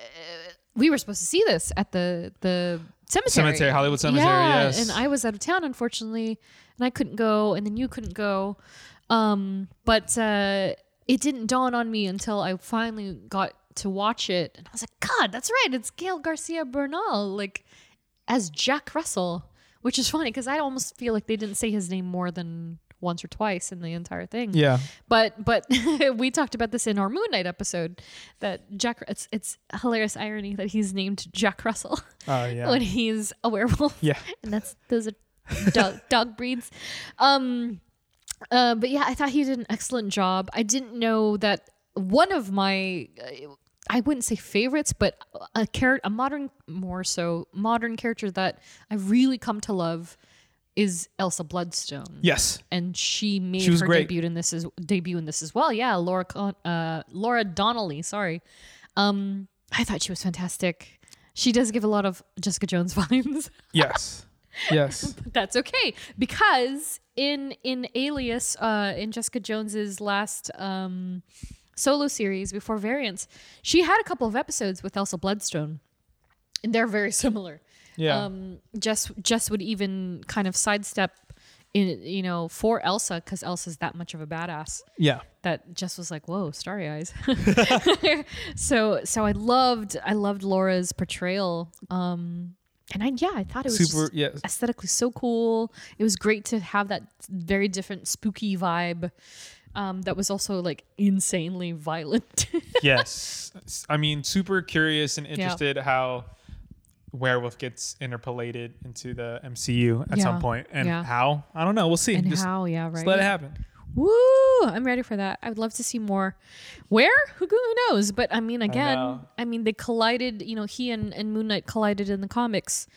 Speaker 4: we were supposed to see this at the the cemetery,
Speaker 3: Cemetery, Hollywood Cemetery,
Speaker 4: Yeah,
Speaker 3: yes.
Speaker 4: and I was out of town unfortunately, and I couldn't go, and then you couldn't go. Um, but uh, it didn't dawn on me until I finally got to watch it, and I was like, God, that's right, it's Gail Garcia Bernal, like as Jack Russell, which is funny because I almost feel like they didn't say his name more than once or twice in the entire thing.
Speaker 3: Yeah.
Speaker 4: But but we talked about this in our Moon Knight episode that Jack it's it's hilarious irony that he's named Jack Russell
Speaker 3: Oh yeah.
Speaker 4: when he's a werewolf.
Speaker 3: Yeah.
Speaker 4: And that's those are dog dog breeds. Um uh, but yeah, I thought he did an excellent job. I didn't know that one of my uh, I wouldn't say favorites, but a character, a modern, more so modern character that I've really come to love is Elsa Bloodstone.
Speaker 3: Yes.
Speaker 4: And she made
Speaker 3: was
Speaker 4: her
Speaker 3: great.
Speaker 4: debut in this as debut in this as well. Yeah, Laura Con- uh, Laura Donnelly. Sorry, um, I thought she was fantastic. She does give a lot of Jessica Jones vibes.
Speaker 3: Yes. Yes.
Speaker 4: That's okay because in in Alias, uh, in Jessica Jones's last um, solo series before Variants, she had a couple of episodes with Elsa Bloodstone, and they're very similar.
Speaker 3: Yeah.
Speaker 4: Um, Jess Jess would even kind of sidestep in you know for Elsa because Elsa's that much of a badass
Speaker 3: yeah.
Speaker 4: that Jess was like, "Whoa, starry eyes." so so I loved I loved Laura's portrayal. Um, and I yeah, I thought it was
Speaker 3: Super-
Speaker 4: just
Speaker 3: yes.
Speaker 4: aesthetically so cool. It was great to have that very different spooky vibe. Um, that was also like insanely violent.
Speaker 3: yes. S- I mean, super curious and interested how Werewolf gets interpolated into the MCU at
Speaker 4: Yeah.
Speaker 3: some point and
Speaker 4: Yeah.
Speaker 3: how. I don't know. We'll see.
Speaker 4: and
Speaker 3: just,
Speaker 4: how, yeah, right.
Speaker 3: just let it happen.
Speaker 4: Woo! I'm ready for that. I would love to see more. Where? Who, who knows? But I mean, again,
Speaker 3: know.
Speaker 4: I, mean, they collided. You know, he and, and Moon Knight collided in the comics.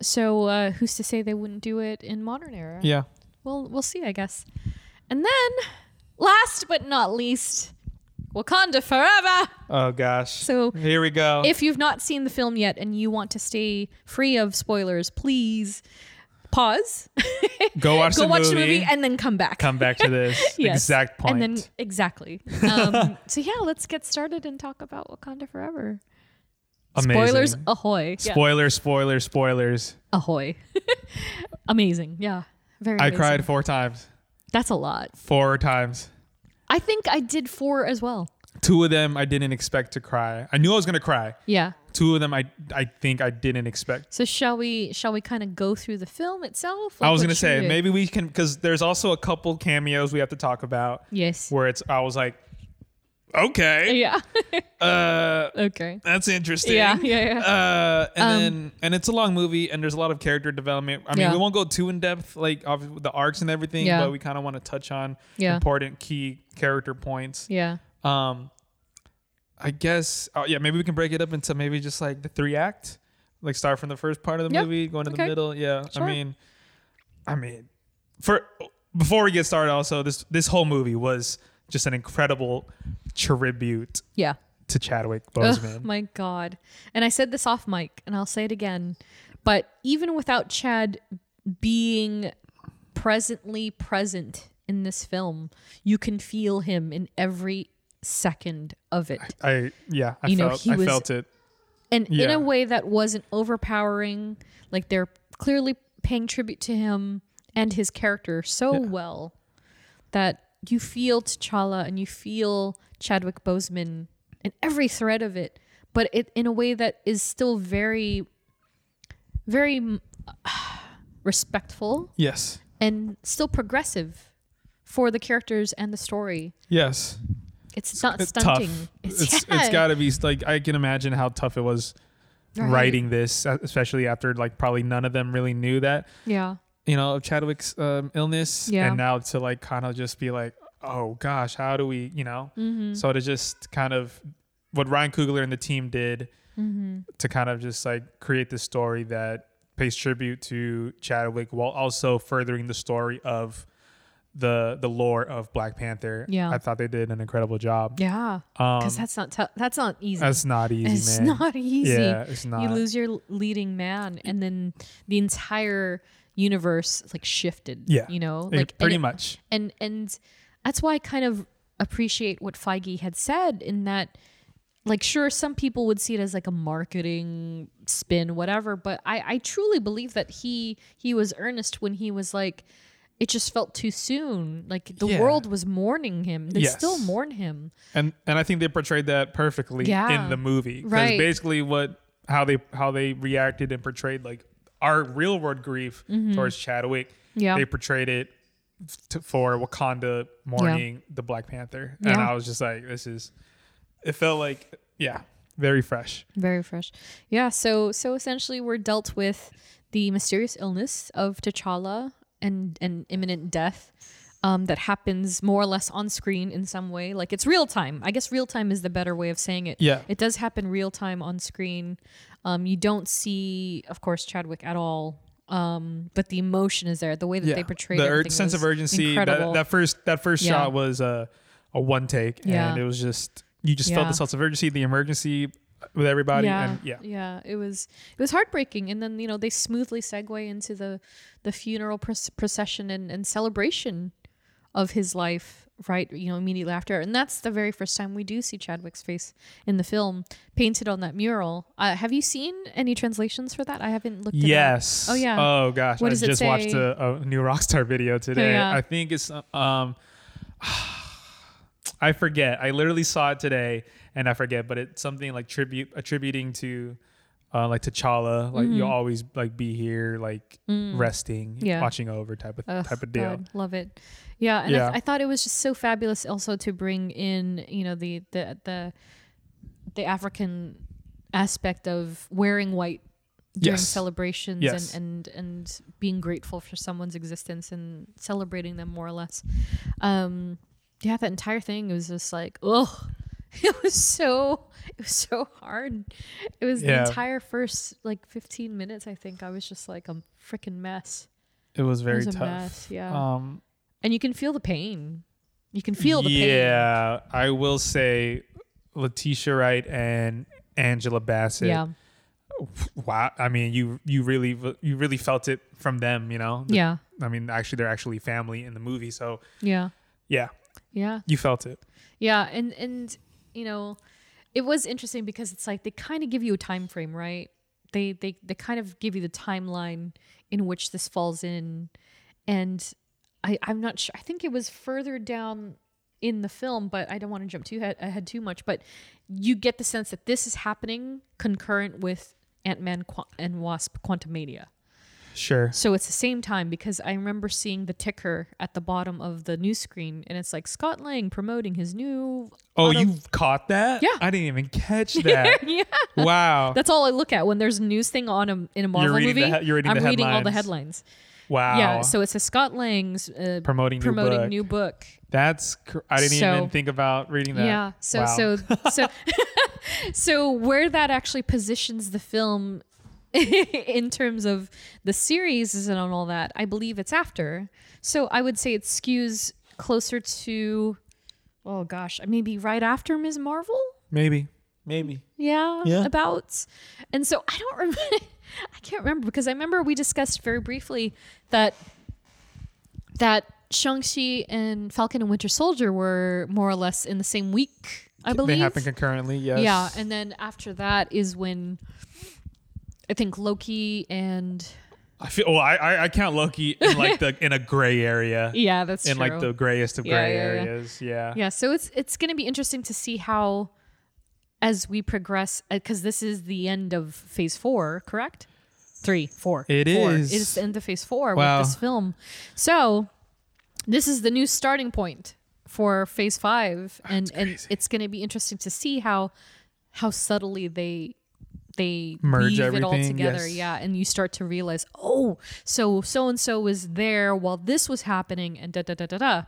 Speaker 4: So uh, who's to say they wouldn't do it in modern era?
Speaker 3: Yeah.
Speaker 4: We'll we'll see, I guess. And then, last but not least, Wakanda forever.
Speaker 3: Oh gosh.
Speaker 4: So,
Speaker 3: here we go.
Speaker 4: If you've not seen the film yet and you want to stay free of spoilers, please pause,
Speaker 3: go watch,
Speaker 4: go
Speaker 3: the,
Speaker 4: watch
Speaker 3: movie,
Speaker 4: the movie, and then come back.
Speaker 3: come back to this
Speaker 4: Yes.
Speaker 3: exact point.
Speaker 4: And then exactly. Um, so yeah, let's get started and talk about Wakanda Forever.
Speaker 3: Amazing.
Speaker 4: Spoilers ahoy! Yeah.
Speaker 3: Spoilers, spoilers, spoilers.
Speaker 4: ahoy! amazing. Yeah, very.
Speaker 3: I
Speaker 4: amazing.
Speaker 3: cried four times.
Speaker 4: That's a lot.
Speaker 3: Four times.
Speaker 4: I think I did four as well.
Speaker 3: Two of them I didn't expect to cry. I knew I was gonna cry.
Speaker 4: Yeah.
Speaker 3: Two of them I I think I didn't expect.
Speaker 4: So shall we? Shall we kind of go through the film itself?
Speaker 3: I
Speaker 4: Like,
Speaker 3: was
Speaker 4: what
Speaker 3: gonna
Speaker 4: should we
Speaker 3: say
Speaker 4: do?
Speaker 3: maybe we can because there's also a couple cameos we have to talk about.
Speaker 4: Yes.
Speaker 3: Where it's I was like, okay,
Speaker 4: Yeah.
Speaker 3: uh,
Speaker 4: okay.
Speaker 3: that's interesting.
Speaker 4: Yeah. Yeah. Yeah.
Speaker 3: Uh, and then and it's a long movie and there's a lot of character development. I mean,
Speaker 4: Yeah.
Speaker 3: we won't go too in depth like of the arcs and everything,
Speaker 4: Yeah.
Speaker 3: but we kind of want to touch on
Speaker 4: Yeah.
Speaker 3: important key character points.
Speaker 4: yeah.
Speaker 3: Um, I guess oh yeah, maybe we can break it up into maybe just like the three act, like start from the first part of the
Speaker 4: Yeah.
Speaker 3: movie, going to
Speaker 4: Okay.
Speaker 3: the middle. Yeah,
Speaker 4: Sure.
Speaker 3: I mean, I mean, for before we get started, also this this whole movie was just an incredible tribute
Speaker 4: Yeah.
Speaker 3: to Chadwick
Speaker 4: Ugh,
Speaker 3: Boseman.
Speaker 4: Oh, my God. And I said this off mic, and I'll say it again. But even without Chad being presently present in this film, you can feel him in every second of it.
Speaker 3: I yeah, I
Speaker 4: You know,
Speaker 3: felt
Speaker 4: he
Speaker 3: I
Speaker 4: was-
Speaker 3: felt it.
Speaker 4: and in
Speaker 3: Yeah.
Speaker 4: a way that wasn't overpowering like they're clearly paying tribute to him and his character so well that you feel T'Challa and you feel Chadwick Boseman in every thread of it but it in a way that is still very very mm, respectful
Speaker 3: Yes,
Speaker 4: and still progressive for the characters and the story
Speaker 3: yes,
Speaker 4: it's not
Speaker 3: it's
Speaker 4: stunting
Speaker 3: tough. It's it's got to be like I can imagine how tough it was
Speaker 4: Right.
Speaker 3: writing this, especially after like probably none of them really knew that.
Speaker 4: yeah
Speaker 3: you know, of Chadwick's um, illness,
Speaker 4: Yeah.
Speaker 3: and now to like kind of just be like, oh gosh, how do we, you know?
Speaker 4: Mm-hmm.
Speaker 3: So to just kind of what Ryan Coogler and the team did
Speaker 4: Mm-hmm.
Speaker 3: to kind of just like create this story that pays tribute to Chadwick while also furthering the story of the the lore of Black Panther.
Speaker 4: Yeah.
Speaker 3: I thought they did an incredible job.
Speaker 4: yeah because that's not tou- that's not easy
Speaker 3: Um, That's not easy,
Speaker 4: It's
Speaker 3: man.
Speaker 4: not easy.
Speaker 3: Yeah, it's not.
Speaker 4: You lose your l- leading man, and then the entire universe like shifted.
Speaker 3: yeah,
Speaker 4: you know,
Speaker 3: It-
Speaker 4: like and
Speaker 3: pretty
Speaker 4: it-
Speaker 3: much.
Speaker 4: And and that's why I kind of appreciate what Feige had said in that, like, sure, some people would see it as like a marketing spin, whatever. But I I truly believe that he he was earnest when he was like. It just felt too soon. Like the
Speaker 3: Yeah.
Speaker 4: world was mourning him. They still
Speaker 3: Yes.
Speaker 4: mourn him.
Speaker 3: and and I think they portrayed that perfectly
Speaker 4: Yeah.
Speaker 3: in the movie because
Speaker 4: Right.
Speaker 3: basically what how they how they reacted and portrayed like our real world grief towards Chadwick.
Speaker 4: Mm-hmm. Yeah.
Speaker 3: they portrayed it to, for Wakanda mourning the Black Panther, and
Speaker 4: Yeah.
Speaker 3: I was just like, this is. It felt like yeah, very fresh.
Speaker 4: Very fresh. Yeah, so so essentially we're dealt with the mysterious illness of T'Challa and and imminent death. um, that happens more or less on screen in some way. Like it's real time. I guess real time is the better way of saying it.
Speaker 3: Yeah.
Speaker 4: It does happen real time on screen. Um, you don't see, of course, Chadwick at all. Um, but the emotion is there. The way that they portrayed
Speaker 3: the ur-
Speaker 4: everything
Speaker 3: sense
Speaker 4: was
Speaker 3: of urgency.
Speaker 4: incredible.
Speaker 3: That, that first that first
Speaker 4: Yeah.
Speaker 3: shot was a a one take,
Speaker 4: Yeah.
Speaker 3: and it was just you just felt
Speaker 4: Yeah.
Speaker 3: the sense of urgency, the emergency with everybody,
Speaker 4: yeah,
Speaker 3: and yeah,
Speaker 4: It was it was heartbreaking, and then you know they smoothly segue into the the funeral pros- procession and, and celebration of his life, right? You know, immediately after, and that's the very first time we do see Chadwick's face in the film painted on that mural. Uh, have you seen any translations for that? I haven't looked. It up.
Speaker 3: Yes.
Speaker 4: Oh yeah.
Speaker 3: Oh gosh.
Speaker 4: What
Speaker 3: I
Speaker 4: does it
Speaker 3: just watched
Speaker 4: say? Oh,
Speaker 3: a, a new Rockstar video today.
Speaker 4: yeah.
Speaker 3: I think it's um I forget. I literally saw it today and I forget, but it's something like tribute attributing to uh, like T'Challa, like you'll always like be here, like resting,
Speaker 4: Mm-hmm. Mm. Yeah.
Speaker 3: watching over type of
Speaker 4: Ugh,
Speaker 3: type of deal.
Speaker 4: God, love it. Yeah, and I,
Speaker 3: Yeah.
Speaker 4: th- I thought it was just so fabulous also to bring in, you know, the the the the African aspect of wearing white during
Speaker 3: Yes.
Speaker 4: celebrations
Speaker 3: Yes.
Speaker 4: and, and and being grateful for someone's existence and celebrating them more or less. Um yeah, that entire thing was just like, oh, it was so it was so hard. It was
Speaker 3: Yeah.
Speaker 4: the entire first like 15 minutes I think I was just like a freaking mess.
Speaker 3: It was very
Speaker 4: was a
Speaker 3: tough.
Speaker 4: mess, yeah.
Speaker 3: Um
Speaker 4: And you can feel the pain. You can feel the pain.
Speaker 3: Yeah. I will say Letitia Wright and Angela Bassett.
Speaker 4: Yeah.
Speaker 3: wow i mean you you really you really felt it from them you know The-
Speaker 4: Yeah.
Speaker 3: i mean actually they're actually family in the movie so
Speaker 4: Yeah.
Speaker 3: yeah
Speaker 4: Yeah.
Speaker 3: you felt it
Speaker 4: Yeah, and and you know, it was interesting because it's like they kind of give you a time frame, right? They they they kind of give you the timeline in which this falls in, and I I'm not sure. I think it was further down in the film, but I don't want to jump too head, ahead too much. But you get the sense that this is happening concurrent with Ant Man Qua- and Wasp: Quantumania.
Speaker 3: sure
Speaker 4: So it's the same time because I remember seeing the ticker at the bottom of the news screen, and it's like Scott Lang promoting his new.
Speaker 3: oh
Speaker 4: auto-
Speaker 3: you caught that
Speaker 4: Yeah.
Speaker 3: i didn't even catch that
Speaker 4: yeah,
Speaker 3: wow
Speaker 4: that's all I look at when there's a news thing on a, in a Marvel
Speaker 3: reading the
Speaker 4: movie.
Speaker 3: he- you're reading
Speaker 4: I'm
Speaker 3: the
Speaker 4: reading all the
Speaker 3: headlines.
Speaker 4: headlines.
Speaker 3: wow
Speaker 4: Yeah, so it's a Scott Lang's uh,
Speaker 3: Promoting new
Speaker 4: promoting
Speaker 3: book.
Speaker 4: new book.
Speaker 3: that's cr- i didn't
Speaker 4: So-
Speaker 3: even think about reading that
Speaker 4: Yeah. So
Speaker 3: Wow.
Speaker 4: so so so where that actually positions the film in terms of the series and all that, I believe it's after. So I would say it skews closer to oh gosh, maybe right after Ms. Marvel?
Speaker 3: maybe maybe
Speaker 4: Yeah, about. And so I don't remember I can't remember because I remember we discussed very briefly that that Shang-Chi and Falcon and Winter Soldier were more or less in the same week, I believe.
Speaker 3: they happen concurrently yes
Speaker 4: Yeah, and then after that is when I think Loki and
Speaker 3: i feel well i i, I count loki in like the in a gray area
Speaker 4: yeah, that's
Speaker 3: in like the grayest of
Speaker 4: Yeah,
Speaker 3: gray
Speaker 4: yeah, yeah.
Speaker 3: areas yeah
Speaker 4: yeah. So it's it's going to be interesting to see how as we progress because this is the end of phase four, correct? Three, four.
Speaker 3: It
Speaker 4: It is.
Speaker 3: is.
Speaker 4: It is the end of phase four
Speaker 3: Wow.
Speaker 4: with this film. So this is the new starting point for phase five, and and it's going to be interesting to see how how subtly they they
Speaker 3: Merge
Speaker 4: weave it all
Speaker 3: everything,
Speaker 4: together.
Speaker 3: yes.
Speaker 4: Yeah, and you start to realize, oh, so so and so was there while this was happening, and da da da da da.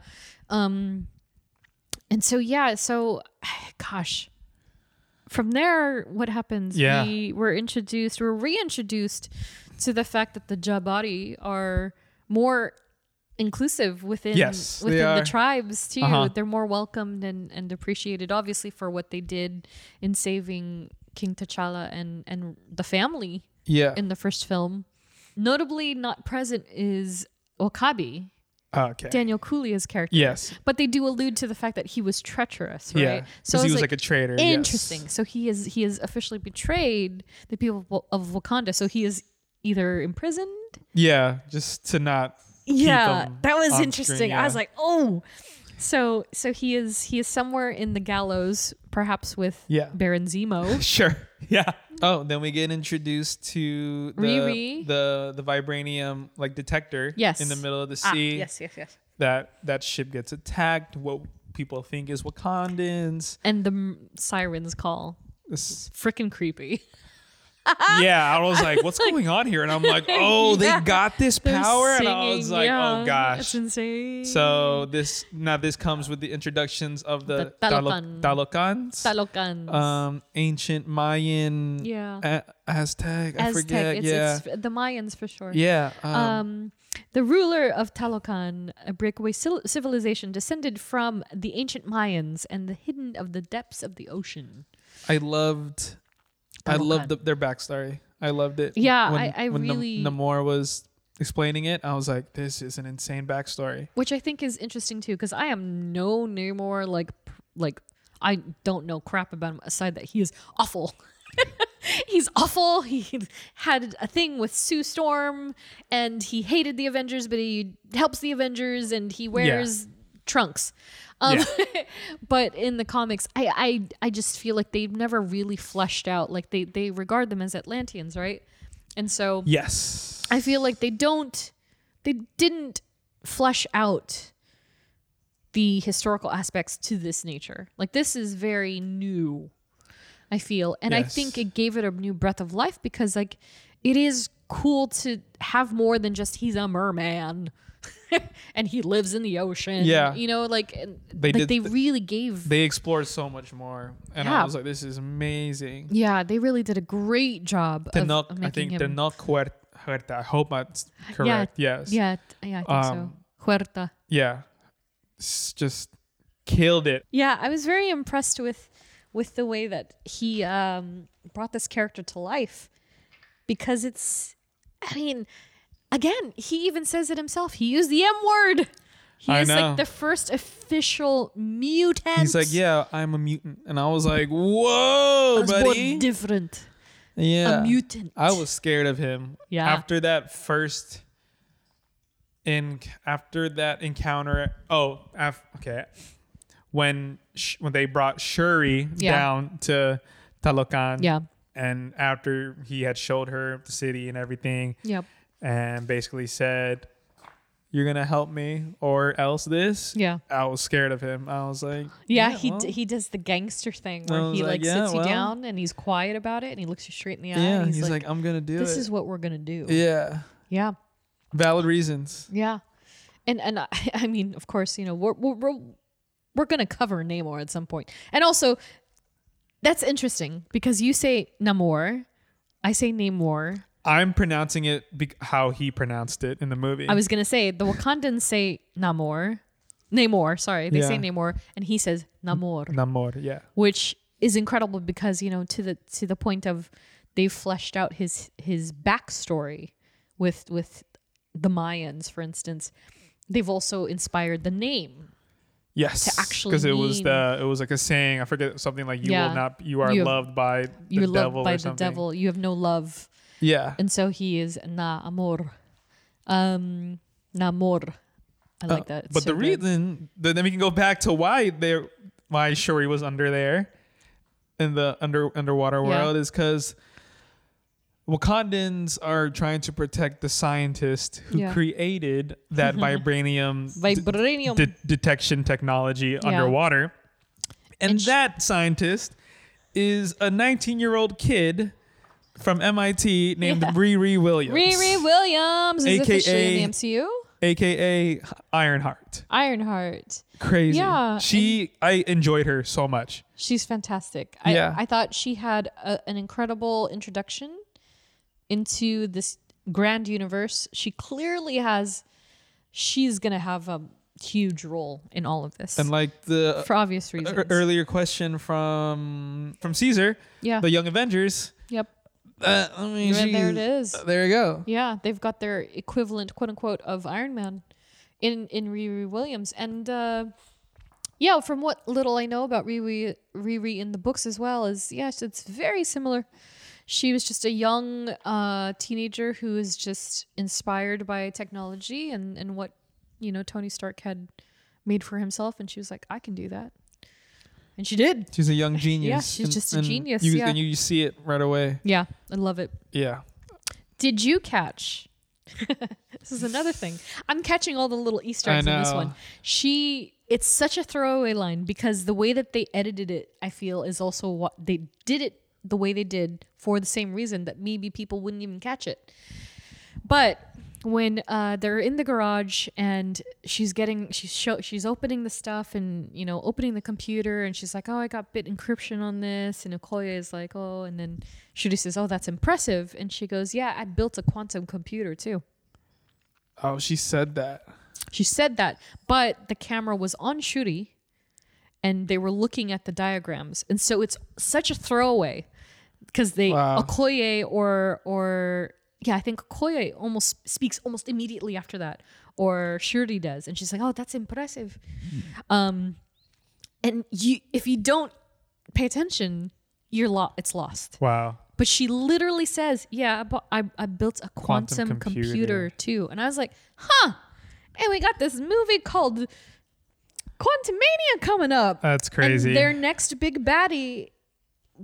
Speaker 4: Um, and so yeah, so gosh, from there, what happens?
Speaker 3: Yeah.
Speaker 4: We were introduced, we're reintroduced to the fact that the Jabari are more inclusive within
Speaker 3: Yes, they
Speaker 4: within
Speaker 3: are.
Speaker 4: the tribes too.
Speaker 3: Uh-huh.
Speaker 4: They're more welcomed and, and appreciated, obviously, for what they did in saving King T'Challa and, and the family
Speaker 3: yeah
Speaker 4: in the first film. Notably not present is Okabe,
Speaker 3: okay
Speaker 4: Daniel Kulia's character.
Speaker 3: yes
Speaker 4: But they do allude to the fact that he was treacherous, right?
Speaker 3: yeah
Speaker 4: So
Speaker 3: because
Speaker 4: I
Speaker 3: he was like, a traitor yes.
Speaker 4: Interesting. So he is he is officially betrayed the people of Wakanda. So he is either imprisoned.
Speaker 3: Yeah, just to not. keep them on screen, yeah.
Speaker 4: oh. So so he is he is somewhere in the gallows, perhaps with
Speaker 3: Yeah.
Speaker 4: Baron Zemo.
Speaker 3: sure, yeah. Oh, then we get introduced to the
Speaker 4: Riri.
Speaker 3: the the vibranium like detector.
Speaker 4: Yes. Ah,
Speaker 3: in the middle of the sea.
Speaker 4: yes, yes.
Speaker 3: that that ship gets attacked. What people think is Wakandans.
Speaker 4: And the m- sirens call.
Speaker 3: This,
Speaker 4: Freaking creepy.
Speaker 3: yeah, I was like, what's going on here? And I'm like, oh,
Speaker 4: Ah. Yeah.
Speaker 3: they got this
Speaker 4: They're
Speaker 3: power. and I
Speaker 4: singing,
Speaker 3: was like,
Speaker 4: yeah.
Speaker 3: oh
Speaker 4: It's
Speaker 3: gosh.
Speaker 4: insane.
Speaker 3: So this now this comes with the introductions of the,
Speaker 4: The
Speaker 3: Talo-
Speaker 4: Talocan.
Speaker 3: Talocans,
Speaker 4: Talocans.
Speaker 3: um, ancient Mayan,
Speaker 4: Yeah.
Speaker 3: A- Aztec. I
Speaker 4: Aztec.
Speaker 3: forget.
Speaker 4: It's,
Speaker 3: yeah,
Speaker 4: it's the Mayans for sure.
Speaker 3: yeah. Um,
Speaker 4: Um, the ruler of Talocan, a breakaway cil- civilization descended from the ancient Mayans and the hidden of the depths of the ocean.
Speaker 3: I loved, I loved the, their backstory. I loved it.
Speaker 4: Yeah,
Speaker 3: when,
Speaker 4: I- I
Speaker 3: when Nam-
Speaker 4: really-
Speaker 3: Namor was explaining it, I was like, this is an insane backstory.
Speaker 4: which I think is interesting too, because I am no Namor like p- like I don't know crap about him aside that he is awful. He's awful. He had a thing with Sue Storm, and he hated the Avengers, but he helps the Avengers, and he wears trunks. Um, but in the comics, I, I I just feel like they've never really fleshed out. Like they they regard them as Atlanteans, right? And so
Speaker 3: Yes.
Speaker 4: I feel like they don't they didn't flesh out the historical aspects to this nature. Like this is very new, I feel. And I
Speaker 3: Yes.
Speaker 4: think it gave it a new breath of life because like it is cool to have more than just he's a merman and he lives in the ocean.
Speaker 3: Yeah.
Speaker 4: You know, like and,
Speaker 3: They
Speaker 4: like,
Speaker 3: did
Speaker 4: they
Speaker 3: th-
Speaker 4: really gave
Speaker 3: They explored so much more, and I
Speaker 4: Yeah.
Speaker 3: was like, this is amazing.
Speaker 4: Yeah, they really did a great job of,
Speaker 3: Tenoch-
Speaker 4: of
Speaker 3: I
Speaker 4: making
Speaker 3: think
Speaker 4: him
Speaker 3: Tenoch Huer- Huerta. I hope that's correct. yes.
Speaker 4: Yeah, yeah, I think
Speaker 3: Um,
Speaker 4: so. Huerta.
Speaker 3: Yeah. S- just killed it.
Speaker 4: Yeah, I was very impressed with with the way that he um, brought this character to life because it's I mean, again, he even says it himself. He used the M word. He
Speaker 3: I
Speaker 4: is
Speaker 3: know.
Speaker 4: like the first official mutant.
Speaker 3: He's like, yeah, I'm a mutant, and I was like, whoa,
Speaker 4: I was
Speaker 3: buddy.
Speaker 4: born different.
Speaker 3: yeah,
Speaker 4: A mutant.
Speaker 3: I was scared of him.
Speaker 4: Yeah.
Speaker 3: After that first, in after that encounter. Oh, af- okay. When sh- when they brought Shuri
Speaker 4: Yeah.
Speaker 3: down to Talocan.
Speaker 4: Yeah.
Speaker 3: And after he had showed her the city and everything,
Speaker 4: Yep.
Speaker 3: and basically said, "You're gonna help me, or else this."
Speaker 4: Yeah.
Speaker 3: I was scared of him. I was like,
Speaker 4: Yeah, he
Speaker 3: well,
Speaker 4: d- he does the gangster thing
Speaker 3: I
Speaker 4: where
Speaker 3: was
Speaker 4: he
Speaker 3: like,
Speaker 4: like,
Speaker 3: yeah,
Speaker 4: sits you
Speaker 3: well.
Speaker 4: down and he's quiet about it and he looks you straight in the eye.
Speaker 3: yeah."
Speaker 4: and
Speaker 3: He's, like, "I'm gonna do
Speaker 4: this
Speaker 3: it."
Speaker 4: is what we're gonna do.
Speaker 3: yeah,
Speaker 4: yeah.
Speaker 3: valid reasons.
Speaker 4: Yeah, and and I, I mean, of course, you know, we're we're we're, we're going to cover Namor at some point, and also that's interesting because you say Namor, I say Namor.
Speaker 3: I'm pronouncing it be- how he pronounced it in the movie.
Speaker 4: I was going to say the Wakandans say Namor, Namor. Sorry, they say
Speaker 3: Yeah.
Speaker 4: Namor, and he says Namor,
Speaker 3: Namor. Yeah,
Speaker 4: which is incredible because you know to the to the point of they fleshed out his his backstory with with the Mayans, for instance. They've also inspired the name
Speaker 3: yes,
Speaker 4: actually
Speaker 3: because it was
Speaker 4: mean-
Speaker 3: the it was like a saying. I forget something like you
Speaker 4: Yeah.
Speaker 3: will not you are
Speaker 4: You have-
Speaker 3: loved by the
Speaker 4: you're
Speaker 3: devil
Speaker 4: loved by
Speaker 3: or
Speaker 4: the
Speaker 3: something.
Speaker 4: devil. You have no love,
Speaker 3: Yeah,
Speaker 4: and so he is na amor, um, namor. I like that. It's
Speaker 3: Uh, but
Speaker 4: so
Speaker 3: the
Speaker 4: good.
Speaker 3: reason then then we can go back to why there why Shuri was under there in the under underwater
Speaker 4: Yeah.
Speaker 3: world is because Wakandans are trying to protect the scientist who
Speaker 4: Yeah. Mm-hmm.
Speaker 3: created that vibranium d-
Speaker 4: vibranium.
Speaker 3: de- detection technology underwater, and,
Speaker 4: And sh-
Speaker 3: that scientist is a 19 year old kid from MIT named
Speaker 4: Yeah.
Speaker 3: Riri Williams,
Speaker 4: Riri Williams is
Speaker 3: AKA
Speaker 4: officially in the MCU.
Speaker 3: aka Ironheart.
Speaker 4: Ironheart.
Speaker 3: crazy.
Speaker 4: Yeah,
Speaker 3: She I enjoyed her so much.
Speaker 4: She's fantastic. I,
Speaker 3: Yeah.
Speaker 4: I thought she had a, an incredible introduction into this grand universe. She clearly has. She's gonna have a huge role in all of this
Speaker 3: And like the
Speaker 4: for obvious
Speaker 3: ear-
Speaker 4: reasons.
Speaker 3: earlier question from from Caesar,
Speaker 4: yeah.
Speaker 3: the Young Avengers.
Speaker 4: yep.
Speaker 3: Uh, I mean,
Speaker 4: Right,
Speaker 3: she's-
Speaker 4: there it is.
Speaker 3: uh, There you go.
Speaker 4: Yeah, they've got their equivalent, quote unquote, of Iron Man in in Riri Williams, and uh, yeah, from what little I know about Riri Riri in the books as well is yeah, it's- it's very similar. She was just a young uh, teenager who is just inspired by technology and and what you know Tony Stark had made for himself, and she was like, I can do that, and she did.
Speaker 3: She's a young genius.
Speaker 4: she's just a genius,
Speaker 3: You,
Speaker 4: yeah.
Speaker 3: And you see it right away.
Speaker 4: Yeah, I love it.
Speaker 3: Yeah.
Speaker 4: Did you catch? this is another thing. I'm catching all the little Easter eggs
Speaker 3: I
Speaker 4: in this
Speaker 3: know.
Speaker 4: one. She, it's such a throwaway line because the way that they edited it, I feel, is also what they did it. the way they did for the same reason that maybe people wouldn't even catch it. But when uh, they're in the garage and she's getting she's show, she's opening the stuff and you know opening the computer and she's like oh I got bit encryption on this and Okoye is like oh and then Shuri says oh that's impressive and she goes yeah I built a quantum computer too.
Speaker 3: Oh, she said that.
Speaker 4: She said that, but the camera was on Shuri and they were looking at the diagrams. And so it's such a throwaway because they
Speaker 3: Wow.
Speaker 4: Okoye or or yeah, I think Okoye almost speaks almost immediately after that or Shuri does and she's like, "Oh, that's impressive." Um and you if you don't pay attention, you're lo- it's lost.
Speaker 3: Wow.
Speaker 4: But she literally says, "Yeah, I, bu- I, I built a quantum,
Speaker 3: Quantum
Speaker 4: computer.
Speaker 3: computer.
Speaker 4: too," and I was like, "Huh?" And we got this movie called Quantum Mania coming up.
Speaker 3: That's
Speaker 4: And
Speaker 3: crazy.
Speaker 4: their next big baddie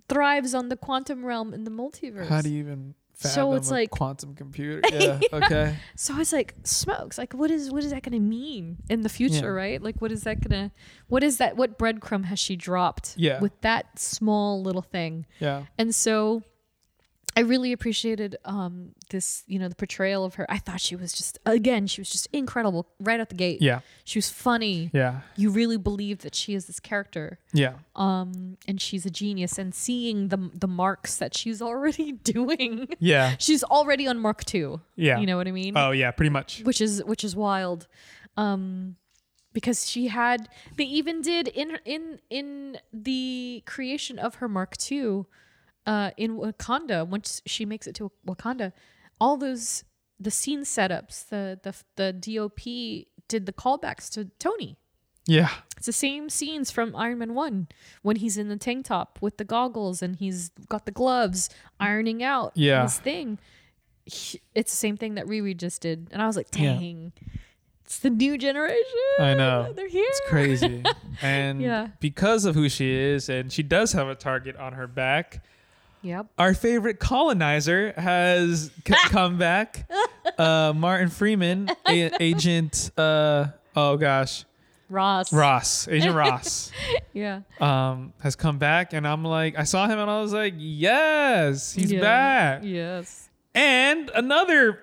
Speaker 4: thrives on the quantum realm in the multiverse.
Speaker 3: How do you even fathom
Speaker 4: So it's
Speaker 3: a
Speaker 4: like-
Speaker 3: quantum computer? Yeah. Okay.
Speaker 4: so I was like, "Smokes! Like, what is what is that going to mean in the future?
Speaker 3: Yeah.
Speaker 4: Right? Like, what is that going to? What is that? What breadcrumb has she dropped?
Speaker 3: Yeah.
Speaker 4: with that small little thing."
Speaker 3: Yeah.
Speaker 4: And so I really appreciated um, this, you know, the portrayal of her. I thought she was just, again, she was just incredible right out the gate.
Speaker 3: Yeah.
Speaker 4: She was funny.
Speaker 3: Yeah.
Speaker 4: You really believe that she is this character
Speaker 3: Yeah.
Speaker 4: um, and she's a genius. And seeing the, the marks that she's already doing,
Speaker 3: Yeah.
Speaker 4: she's already on mark two.
Speaker 3: Yeah.
Speaker 4: You know what I mean?
Speaker 3: Oh yeah, pretty much.
Speaker 4: which is which is wild um because she had they even did in in in the creation of her mark ii uh in wakanda once she makes it to wakanda all those the scene setups the the the dop did the callbacks to tony
Speaker 3: Yeah.
Speaker 4: it's the same scenes from Iron Man 1 when he's in the tank top with the goggles and he's got the gloves ironing out
Speaker 3: Yeah.
Speaker 4: his thing. He- It's the same thing that Riri just did. And I was like, dang, it's the new generation.
Speaker 3: I know.
Speaker 4: They're here.
Speaker 3: It's crazy. and
Speaker 4: Yeah.
Speaker 3: because of who she is and she does have a target on her back,
Speaker 4: Yep.
Speaker 3: our favorite colonizer has c- come back. Uh, Martin Freeman, a- agent uh, oh gosh,
Speaker 4: Ross.
Speaker 3: Ross, Agent Ross.
Speaker 4: Yeah.
Speaker 3: um, has come back, and I'm like, I saw him, and I was like, yes, he's
Speaker 4: yeah.
Speaker 3: back.
Speaker 4: Yes.
Speaker 3: And another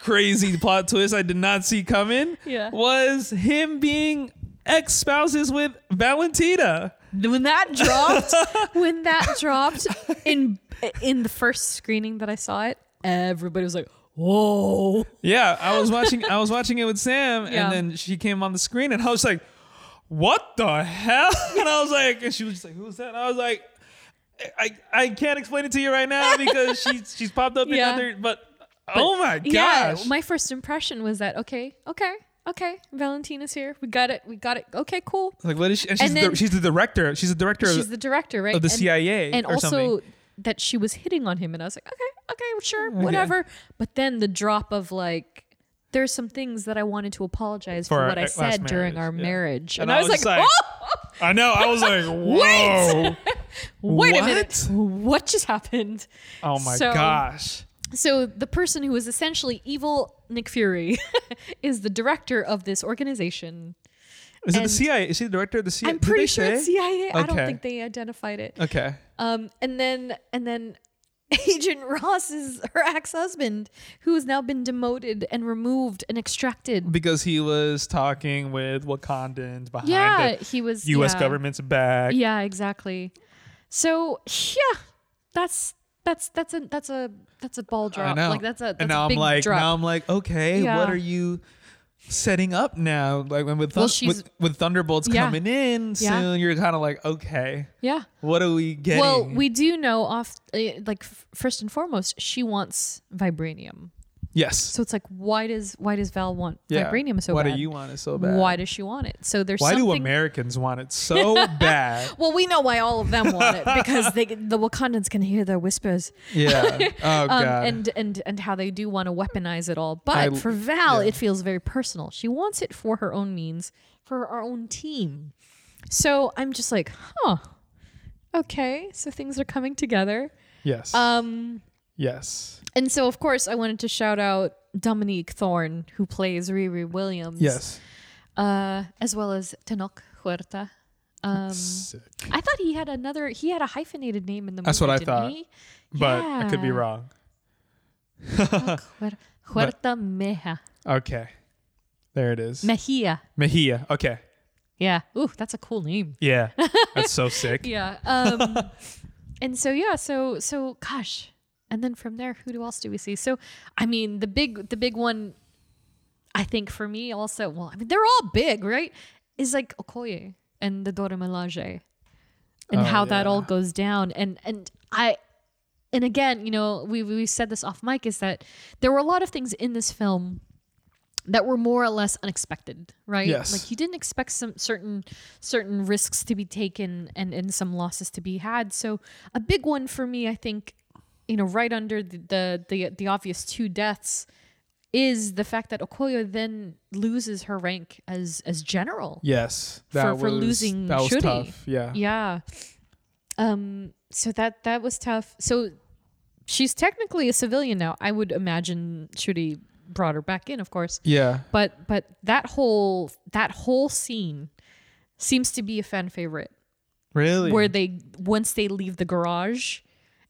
Speaker 3: crazy plot twist I did not see coming
Speaker 4: Yeah.
Speaker 3: was him being ex spouses with Valentina.
Speaker 4: When that dropped, when that dropped in in the first screening that I saw it, everybody was like, whoa.
Speaker 3: Yeah, I was watching. I was watching it with Sam,
Speaker 4: Yeah.
Speaker 3: and then she came on the screen, and I was like, "What the hell?" And I was like, and she was just like, "Who's that?" And I was like, I, I can't explain it to you right now because she's she's popped up in
Speaker 4: Yeah.
Speaker 3: other, but, oh my gosh,
Speaker 4: Yeah, my first impression was that okay, okay, okay. Valentina's here. We got it. We got it. Okay, cool.
Speaker 3: Like what is she? And she's,
Speaker 4: And
Speaker 3: the,
Speaker 4: then-
Speaker 3: she's the director. She's the director.
Speaker 4: She's
Speaker 3: of,
Speaker 4: the director, right?
Speaker 3: of the CIA
Speaker 4: and
Speaker 3: or
Speaker 4: also
Speaker 3: something.
Speaker 4: that she was hitting on him, and I was like, okay, okay, sure, whatever. But then the drop of like. There's some things that I wanted to apologize for,
Speaker 3: For our
Speaker 4: what I
Speaker 3: last
Speaker 4: said during
Speaker 3: marriage,
Speaker 4: our
Speaker 3: yeah.
Speaker 4: marriage, and,
Speaker 3: And
Speaker 4: I,
Speaker 3: I
Speaker 4: was,
Speaker 3: was
Speaker 4: like,
Speaker 3: like,
Speaker 4: "Oh,
Speaker 3: I know. I was like, whoa.
Speaker 4: Wait. wait a
Speaker 3: What?
Speaker 4: minute, what just happened?"
Speaker 3: oh my
Speaker 4: So-
Speaker 3: gosh.
Speaker 4: So the person who is essentially evil Nick Fury is the director of this organization.
Speaker 3: Is it the
Speaker 4: and-
Speaker 3: CIA? Is she the director of the CIA?
Speaker 4: I'm
Speaker 3: Did
Speaker 4: pretty
Speaker 3: they
Speaker 4: sure it's
Speaker 3: say?
Speaker 4: CIA. I don't
Speaker 3: Okay.
Speaker 4: think they identified it.
Speaker 3: Okay.
Speaker 4: Um, and then and then Agent Ross is her ex-husband, who has now been demoted and removed and extracted.
Speaker 3: Because he was talking with Wakandans behind
Speaker 4: Yeah,
Speaker 3: the
Speaker 4: he was
Speaker 3: U.S.
Speaker 4: yeah.
Speaker 3: government's back.
Speaker 4: Yeah, exactly. So yeah, that's that's that's a that's a that's a ball drop.
Speaker 3: I know.
Speaker 4: Like that's a that's
Speaker 3: and
Speaker 4: a
Speaker 3: now
Speaker 4: big
Speaker 3: I'm like,
Speaker 4: drop.
Speaker 3: now I'm like, okay,
Speaker 4: Yeah.
Speaker 3: what are you setting up now? Like when with
Speaker 4: Well,
Speaker 3: thun-
Speaker 4: she's-
Speaker 3: with, with Thunderbolts
Speaker 4: Yeah.
Speaker 3: coming in
Speaker 4: Yeah.
Speaker 3: soon, you're kind of like, okay,
Speaker 4: yeah.
Speaker 3: what are we getting?
Speaker 4: Well, we do know off uh, like f- first and foremost, she wants vibranium.
Speaker 3: yes.
Speaker 4: So it's like, why does why does Val want
Speaker 3: yeah.
Speaker 4: vibranium so
Speaker 3: Why
Speaker 4: bad?
Speaker 3: do you want it so bad?
Speaker 4: Why does she want it? So there's
Speaker 3: Why do
Speaker 4: something-
Speaker 3: Americans want it so bad?
Speaker 4: Well, we know why all of them want it because they the Wakandans can hear their whispers,
Speaker 3: Yeah. Oh
Speaker 4: um,
Speaker 3: god.
Speaker 4: and and and how they do want to weaponize it all. But
Speaker 3: I-
Speaker 4: for Val, it feels very personal. She wants it for her own means, for her own team. So I'm just like, huh, okay. So things are coming together.
Speaker 3: yes.
Speaker 4: Um,
Speaker 3: yes.
Speaker 4: and so of course I wanted to shout out Dominique Thorne, who plays Riri Williams.
Speaker 3: Yes.
Speaker 4: uh, as well as Tanok Huerta Um,
Speaker 3: Sick.
Speaker 4: I thought he had another. He had a hyphenated name in the movie.
Speaker 3: That's what I
Speaker 4: didn't
Speaker 3: thought.
Speaker 4: He?
Speaker 3: But I could be
Speaker 4: Yeah.
Speaker 3: wrong.
Speaker 4: Huer- Huerta Meja.
Speaker 3: Okay. There it is.
Speaker 4: Mejia.
Speaker 3: Mejia. Okay.
Speaker 4: Yeah. Ooh, that's a cool name.
Speaker 3: Yeah. That's so sick.
Speaker 4: Yeah. Um, and so yeah. So so gosh. And then from there, who else do we see? So I mean, the big the big one. I think for me also. Well, I mean, they're all big, right? Is like Okoye and the Dora Milaje, and
Speaker 3: Oh,
Speaker 4: how that all
Speaker 3: yeah.
Speaker 4: goes down. And and I and again, you know, we we said this off mic is that there were a lot of things in this film that were more or less unexpected, right?
Speaker 3: Yes.
Speaker 4: Like you didn't expect some certain certain risks to be taken and and some losses to be had. So a big one for me, I think, you know, right under the the the, the obvious two deaths is the fact that Okoyo then loses her rank as as general
Speaker 3: Yes.
Speaker 4: for, for losing
Speaker 3: that was
Speaker 4: Shuri.
Speaker 3: tough. Yeah.
Speaker 4: Yeah. Um, so that that was tough. So she's technically a civilian now. I would imagine Shuri brought her back in, of course.
Speaker 3: Yeah.
Speaker 4: But but that whole that whole scene seems to be a fan favorite.
Speaker 3: Really?
Speaker 4: Where they once they leave the garage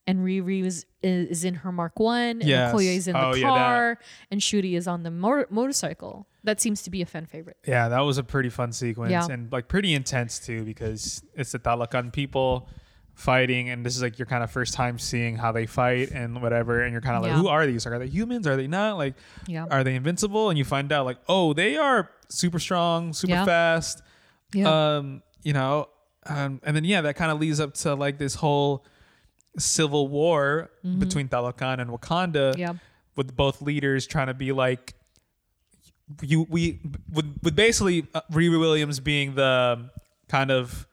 Speaker 4: and Riri is, is in her Mark One,
Speaker 3: Yes.
Speaker 4: and Okoye is in
Speaker 3: Oh,
Speaker 4: the
Speaker 3: yeah, that.
Speaker 4: car, and Shuri is on the motor- motorcycle. That seems to be a fan favorite.
Speaker 3: Yeah, that was a pretty fun sequence
Speaker 4: Yeah.
Speaker 3: and like pretty intense too because it's the Talakan people fighting and this is like your kind of first time seeing how they fight and whatever and you're kind of like
Speaker 4: Yeah.
Speaker 3: who are these like are they humans are they not like
Speaker 4: Yeah.
Speaker 3: are they invincible and you find out like oh they are super strong super
Speaker 4: Yeah.
Speaker 3: fast
Speaker 4: Yeah.
Speaker 3: um you know um, and then yeah that kind of leads up to like this whole civil war
Speaker 4: Mm-hmm.
Speaker 3: between Talokan and Wakanda
Speaker 4: Yeah.
Speaker 3: with both leaders trying to be like you we with with basically uh, Riri Williams being the um, kind of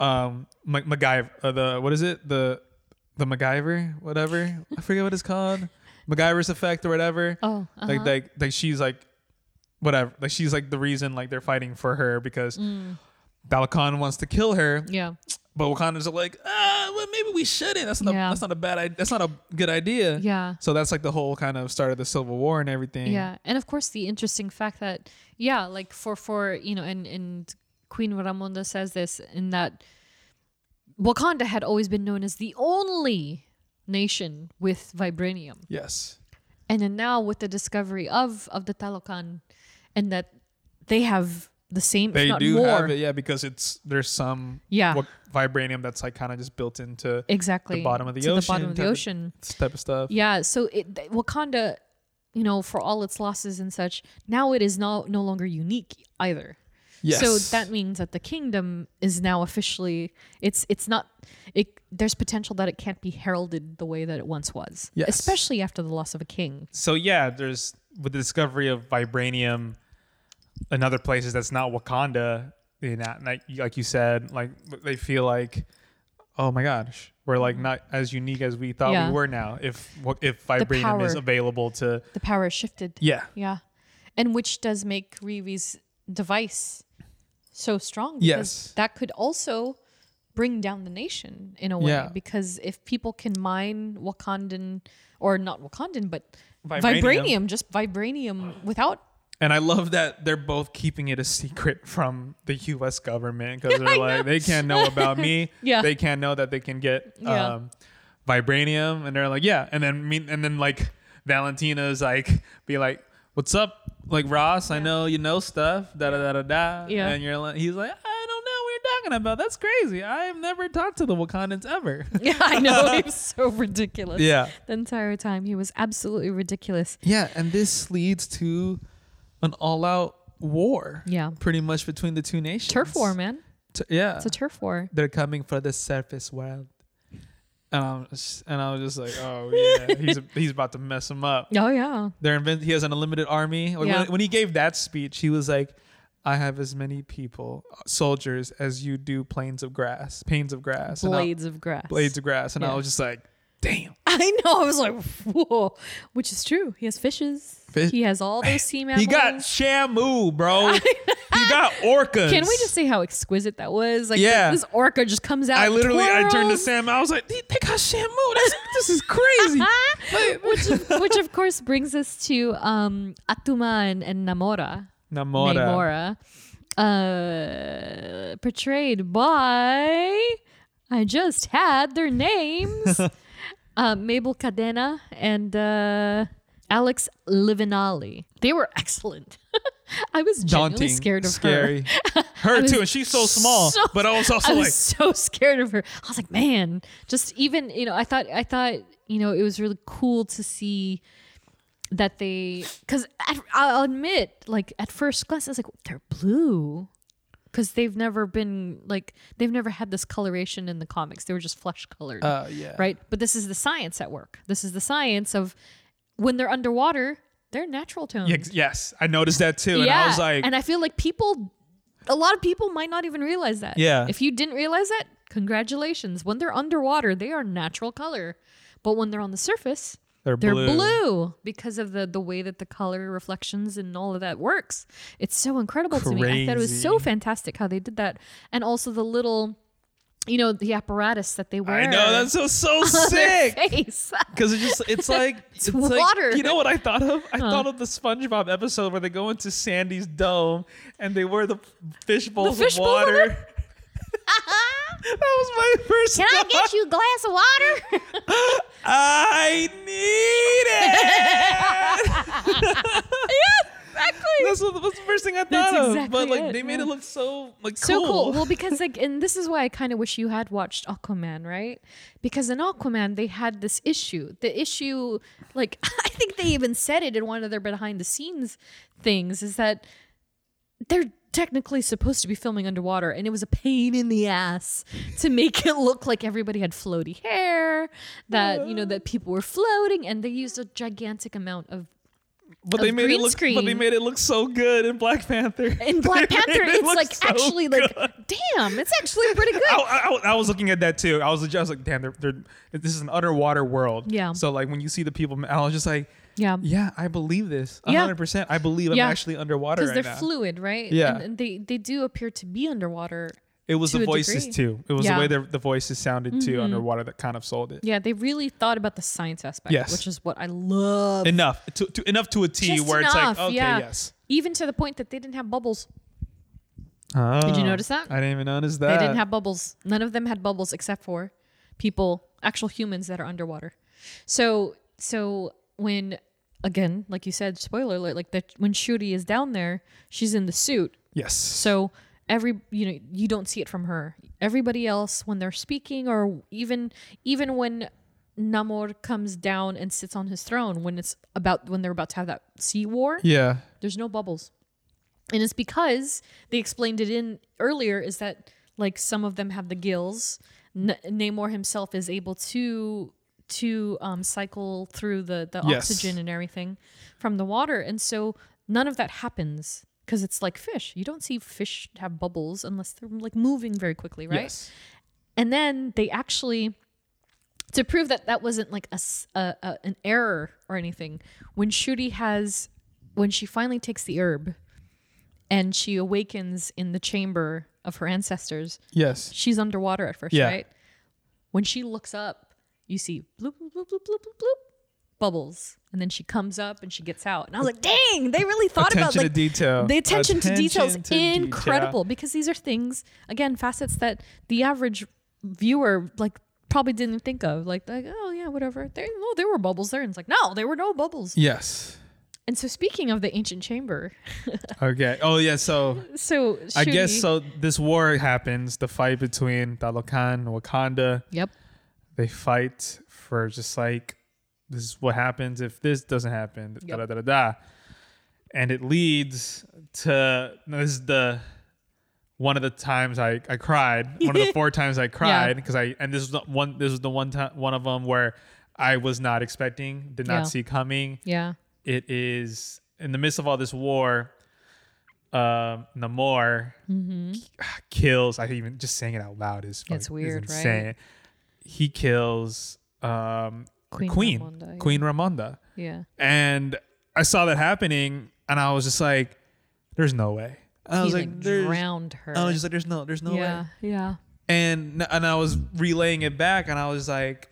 Speaker 3: um Ma- MacGyver uh, the what is it the the MacGyver whatever I forget what it's called MacGyver's effect or whatever
Speaker 4: Oh,
Speaker 3: like like like she's like whatever like she's like the reason like they're fighting for her because
Speaker 4: Mm.
Speaker 3: Dalakan wants to kill her
Speaker 4: yeah.
Speaker 3: but Wakanda's are like, ah, well, maybe we shouldn't. That's not.
Speaker 4: Yeah.
Speaker 3: That's not a bad. idea. That's not a good idea.
Speaker 4: Yeah.
Speaker 3: So that's like the whole kind of start of the Civil War and everything.
Speaker 4: Yeah, and of course the interesting fact that yeah, like for for you know, and and Queen Ramonda says this in that Wakanda had always been known as the only nation with vibranium,
Speaker 3: Yes.
Speaker 4: and then now with the discovery of of the Talokan, and that they have the same,
Speaker 3: They
Speaker 4: if not
Speaker 3: do
Speaker 4: more.
Speaker 3: have it. Yeah, because it's there's some
Speaker 4: Yeah.
Speaker 3: wa- vibranium that's like kind of just built into
Speaker 4: Exactly,
Speaker 3: the bottom of the
Speaker 4: to
Speaker 3: ocean.
Speaker 4: The bottom of the
Speaker 3: type
Speaker 4: ocean.
Speaker 3: type of stuff.
Speaker 4: Yeah, so it, th- Wakanda, you know, for all its losses and such, now it is no no longer unique either.
Speaker 3: Yes.
Speaker 4: So that means that the kingdom is now officially it's it's not it there's potential that it can't be heralded the way that it once was.
Speaker 3: Yes.
Speaker 4: Especially after the loss of a king.
Speaker 3: So yeah, there's with the discovery of vibranium and other places that's not Wakanda. You know, like, like you said, like they feel like, oh my gosh, we're like not as unique as we thought
Speaker 4: Mm-hmm. Yeah.
Speaker 3: we were now. If if vibranium
Speaker 4: power.
Speaker 3: is available to,
Speaker 4: The power has shifted.
Speaker 3: yeah,
Speaker 4: Yeah. And which does make Riri's device so strong. because
Speaker 3: Yes.
Speaker 4: That could also bring down the nation in a way.
Speaker 3: Yeah.
Speaker 4: Because if people can mine Wakandan or not Wakandan, but
Speaker 3: Vibranium.
Speaker 4: vibranium, just vibranium without
Speaker 3: and I love that they're both keeping it a secret from the U.S. government because they're like they can't know about me.
Speaker 4: Yeah.
Speaker 3: they can't know that they can get
Speaker 4: Yeah.
Speaker 3: um, vibranium, and they're like, yeah, and then mean, and then like Valentina's like be like, what's up, like Ross? I know you know stuff, da da da da da.
Speaker 4: Yeah.
Speaker 3: and you're like, he's like, I don't know what you're talking about. That's crazy. I've never talked to the Wakandans ever.
Speaker 4: Yeah, I know. He was so ridiculous.
Speaker 3: Yeah.
Speaker 4: The entire time. He was absolutely ridiculous.
Speaker 3: Yeah, and this leads to an all-out war.
Speaker 4: Yeah.
Speaker 3: pretty much between the two nations.
Speaker 4: Turf war, man.
Speaker 3: T- yeah,
Speaker 4: It's a turf war.
Speaker 3: they're coming for the surface world. And I was, Um, and I was just like, oh yeah, he's he's about to mess him up.
Speaker 4: Oh, yeah.
Speaker 3: They're invent- he has an unlimited army. Like,
Speaker 4: Yeah.
Speaker 3: when, when he gave that speech, he was like, I have as many people, uh, soldiers, as you do planes of grass, panes of grass, And I-
Speaker 4: Blades of grass.
Speaker 3: blades of grass. And I
Speaker 4: Yeah.
Speaker 3: was just like, damn.
Speaker 4: I know. I was like, whoa. Which is true. He has fishes.
Speaker 3: Fish-
Speaker 4: He has all those sea mammals.
Speaker 3: He got Shamu, bro. he got orcas.
Speaker 4: Can we just say how exquisite that was? Like,
Speaker 3: Yeah.
Speaker 4: this orca just comes out.
Speaker 3: I literally, I turned to
Speaker 4: twirls.
Speaker 3: Sam. I was like, they they got Shamu. That's, this is crazy. Like-
Speaker 4: which, of- which of course brings us to um, Atuma and, and Namora.
Speaker 3: Namora.
Speaker 4: Namora. uh, portrayed by I just had their names uh, Mabel Cadena and uh, Alex Livinali. They were excellent. I was genuinely
Speaker 3: Daunting,
Speaker 4: scared of
Speaker 3: scary.
Speaker 4: her.
Speaker 3: Her,
Speaker 4: was
Speaker 3: too, and she's so small,
Speaker 4: so-
Speaker 3: but I was also
Speaker 4: I
Speaker 3: like,
Speaker 4: was so scared of her. I was like, man, just even you know, I thought I thought you know it was really cool to see that they because I'll admit, like at first glance, I was like, they're blue because they've never been like they've never had this coloration in the comics. They were just flesh colored,
Speaker 3: uh, yeah.
Speaker 4: right? But this is the science at work. This is the science of when they're underwater, they're natural tones.
Speaker 3: Yeah, ex- Yes, I noticed that too, and
Speaker 4: yeah.
Speaker 3: I was like,
Speaker 4: and I feel like people, a lot of people might not even realize that.
Speaker 3: Yeah.
Speaker 4: If you didn't realize that, congratulations. When they're underwater, they are natural color, but when they're on the surface,
Speaker 3: they're,
Speaker 4: they're
Speaker 3: blue.
Speaker 4: blue, because of the the way that the color reflections and all of that works. It's so incredible to me. I thought it was so
Speaker 3: Crazy.
Speaker 4: fantastic how they did that, and also the little, you know, the apparatus that they wear.
Speaker 3: I know that's so so
Speaker 4: on their
Speaker 3: sick.
Speaker 4: face.
Speaker 3: Because it just it's like it's,
Speaker 4: water.
Speaker 3: Like, you know what I thought of? I thought of the SpongeBob episode where they go into Sandy's dome and they wear the fish bowls
Speaker 4: fish
Speaker 3: of
Speaker 4: bowls on
Speaker 3: water. that was my first.
Speaker 4: Can I
Speaker 3: thought.
Speaker 4: get you a glass of water?
Speaker 3: I need it. That's what that's the first thing I thought
Speaker 4: That's
Speaker 3: of. But
Speaker 4: exactly
Speaker 3: like
Speaker 4: it,
Speaker 3: they made
Speaker 4: yeah.
Speaker 3: it look so like
Speaker 4: so cool.
Speaker 3: cool.
Speaker 4: Well, because like, and this is why I kind of wish you had watched Aquaman, right? Because in Aquaman they had this issue. The issue, like, I think they even said it in one of their behind the scenes things, is that they're technically supposed to be filming underwater and it was a pain in the ass to make it look like everybody had floaty hair that you know that people were floating and they used a gigantic amount of
Speaker 3: But
Speaker 4: of
Speaker 3: they made it
Speaker 4: green
Speaker 3: look. But they
Speaker 4: screen.
Speaker 3: made it look so good in Black Panther.
Speaker 4: in black
Speaker 3: They made
Speaker 4: panther
Speaker 3: it
Speaker 4: it's
Speaker 3: look
Speaker 4: like
Speaker 3: so
Speaker 4: actually like damn it's actually pretty good
Speaker 3: I, I, I was looking at that too. I was just like, damn, they're, they're, this is an underwater world.
Speaker 4: Yeah.
Speaker 3: So like when you see the people, I was just like,
Speaker 4: yeah
Speaker 3: yeah, I believe this.
Speaker 4: Yeah.
Speaker 3: 100%. I believe
Speaker 4: Yeah.
Speaker 3: I'm actually underwater
Speaker 4: because
Speaker 3: right
Speaker 4: they're
Speaker 3: now.
Speaker 4: fluid, right?
Speaker 3: Yeah.
Speaker 4: and, and they they do appear to be underwater.
Speaker 3: it was
Speaker 4: to
Speaker 3: the
Speaker 4: a
Speaker 3: voices
Speaker 4: degree.
Speaker 3: too. It was
Speaker 4: Yeah. Mm-hmm.
Speaker 3: the way the, the voices sounded too underwater that kind of sold it.
Speaker 4: Yeah, they really thought about the science aspect,
Speaker 3: Yes.
Speaker 4: which is what I love.
Speaker 3: Enough to, to enough to a T
Speaker 4: Just
Speaker 3: where
Speaker 4: enough,
Speaker 3: it's like okay
Speaker 4: yeah.
Speaker 3: yes.
Speaker 4: Even to the point that they didn't have bubbles.
Speaker 3: Did
Speaker 4: you notice that?
Speaker 3: Uh, I didn't even notice that.
Speaker 4: They didn't have bubbles. None of them had bubbles except for people, actual humans that are underwater. So so when again, like you said, spoiler alert, like that when Shuri is down there, she's in the suit
Speaker 3: yes.
Speaker 4: So every you know you don't see it from her. Everybody else when they're speaking or even even when Namor comes down and sits on his throne when it's about when they're about to have that sea war,
Speaker 3: yeah.
Speaker 4: there's no bubbles. And it's because they explained it in earlier is that like some of them have the gills. N- Namor himself is able to to um, cycle through the the
Speaker 3: Yes.
Speaker 4: oxygen and everything from the water, and so none of that happens because it's like fish. You don't see fish have bubbles unless they're like moving very quickly, right?
Speaker 3: Yes.
Speaker 4: And then they actually, to prove that that wasn't like a, s- a- a- an error or anything, when Shuri has, when she finally takes the herb and she awakens in the chamber of her ancestors,
Speaker 3: Yes.
Speaker 4: she's underwater at first,
Speaker 3: Yeah.
Speaker 4: right? When she looks up, you see bloop, bloop, bloop, bloop, bloop, bloop, bloop, bubbles. And then she comes up and she gets out. And I was like, dang, they really thought about
Speaker 3: Attention
Speaker 4: like
Speaker 3: to detail.
Speaker 4: the attention, to detail is
Speaker 3: Attention to
Speaker 4: incredible because these are things, again, facets that the average viewer like probably didn't think of. Like, like oh yeah, whatever. There, oh, there were bubbles there, and it's like, no, there were no bubbles.
Speaker 3: detail. Yes.
Speaker 4: And so, speaking of the ancient chamber,
Speaker 3: Okay. Oh yeah, so
Speaker 4: so
Speaker 3: I guess
Speaker 4: Shuri-
Speaker 3: so. This war happens, the fight between Talokan and Wakanda.
Speaker 4: Yep.
Speaker 3: They fight for just like this is what happens if this doesn't happen. Da, da, da, da, da. And it leads to no, this is the one of the times I, I cried. One of the four times I cried because I and this was the one this was the one time one of them where I was not expecting, did not
Speaker 4: Yeah.
Speaker 3: see coming
Speaker 4: Yeah.
Speaker 3: it is in the midst of all this war. Um, Namor k- kills. I even just saying it out loud is fucking-
Speaker 4: Mm-hmm. It's
Speaker 3: is
Speaker 4: weird, right?
Speaker 3: insane. He kills um,
Speaker 4: Queen
Speaker 3: Queen Queen
Speaker 4: Ramonda,
Speaker 3: Ramonda,
Speaker 4: yeah. Yeah.
Speaker 3: and I saw that happening, and I was just like, "There's no way." I was
Speaker 4: he
Speaker 3: like,
Speaker 4: like,
Speaker 3: "There's."
Speaker 4: drowned her.
Speaker 3: I was just like, "There's no, there's no
Speaker 4: yeah.
Speaker 3: way."
Speaker 4: Yeah.
Speaker 3: And and I was relaying it back, and I was like,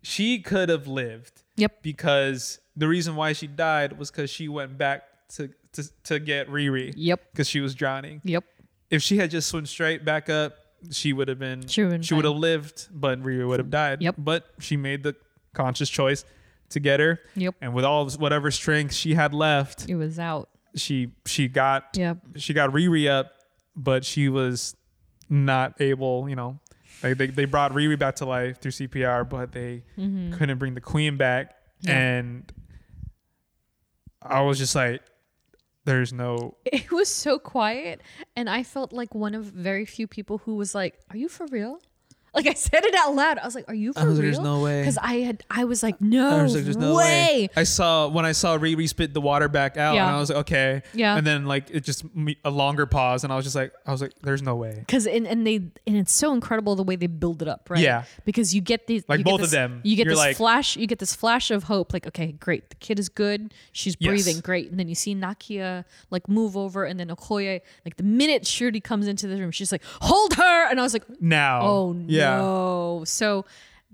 Speaker 3: "She could have lived."
Speaker 4: Yep.
Speaker 3: because the reason why she died was because she went back to to, to get Riri.
Speaker 4: Yep.
Speaker 3: Because she was drowning.
Speaker 4: Yep.
Speaker 3: If she had just swim straight back up, she would have been.
Speaker 4: She would've been
Speaker 3: She would have
Speaker 4: fine.
Speaker 3: lived, but Riri would have died.
Speaker 4: Yep.
Speaker 3: But she made the conscious choice to get her.
Speaker 4: Yep.
Speaker 3: And with all of whatever strength she had left,
Speaker 4: It was out.
Speaker 3: she she got
Speaker 4: Yep.
Speaker 3: she got Riri up, but she was not able, you know. They, they, they brought Riri back to life through CPR, but they
Speaker 4: Mm-hmm.
Speaker 3: couldn't bring the queen back. And I was just like, there's no.
Speaker 4: It was so quiet, and I felt like one of very few people who was like, "Are you for real?" Like I said it out loud. I was like, "Are you for
Speaker 3: was like,
Speaker 4: real?"
Speaker 3: "There's no way."
Speaker 4: Because I had, I was like, "No,
Speaker 3: I was like, there's no way.
Speaker 4: way."
Speaker 3: I saw when I saw Riri spit the water back out,
Speaker 4: Yeah.
Speaker 3: and I was like, okay.
Speaker 4: Yeah.
Speaker 3: And then like it just me- a longer pause, and I was just like, I was like, there's no way.
Speaker 4: because and, and they and it's so incredible the way they build it up right
Speaker 3: Yeah.
Speaker 4: because you get these
Speaker 3: Like
Speaker 4: you get
Speaker 3: both of
Speaker 4: this-
Speaker 3: them.
Speaker 4: you get
Speaker 3: You're
Speaker 4: this
Speaker 3: like-
Speaker 4: flash you get this flash of hope like okay great the kid is good she's
Speaker 3: Yes.
Speaker 4: breathing great and then you see nakia like move over and then okoye like the minute shirley comes into the room she's like hold her and i was like
Speaker 3: Now.
Speaker 4: oh
Speaker 3: Yeah.
Speaker 4: no so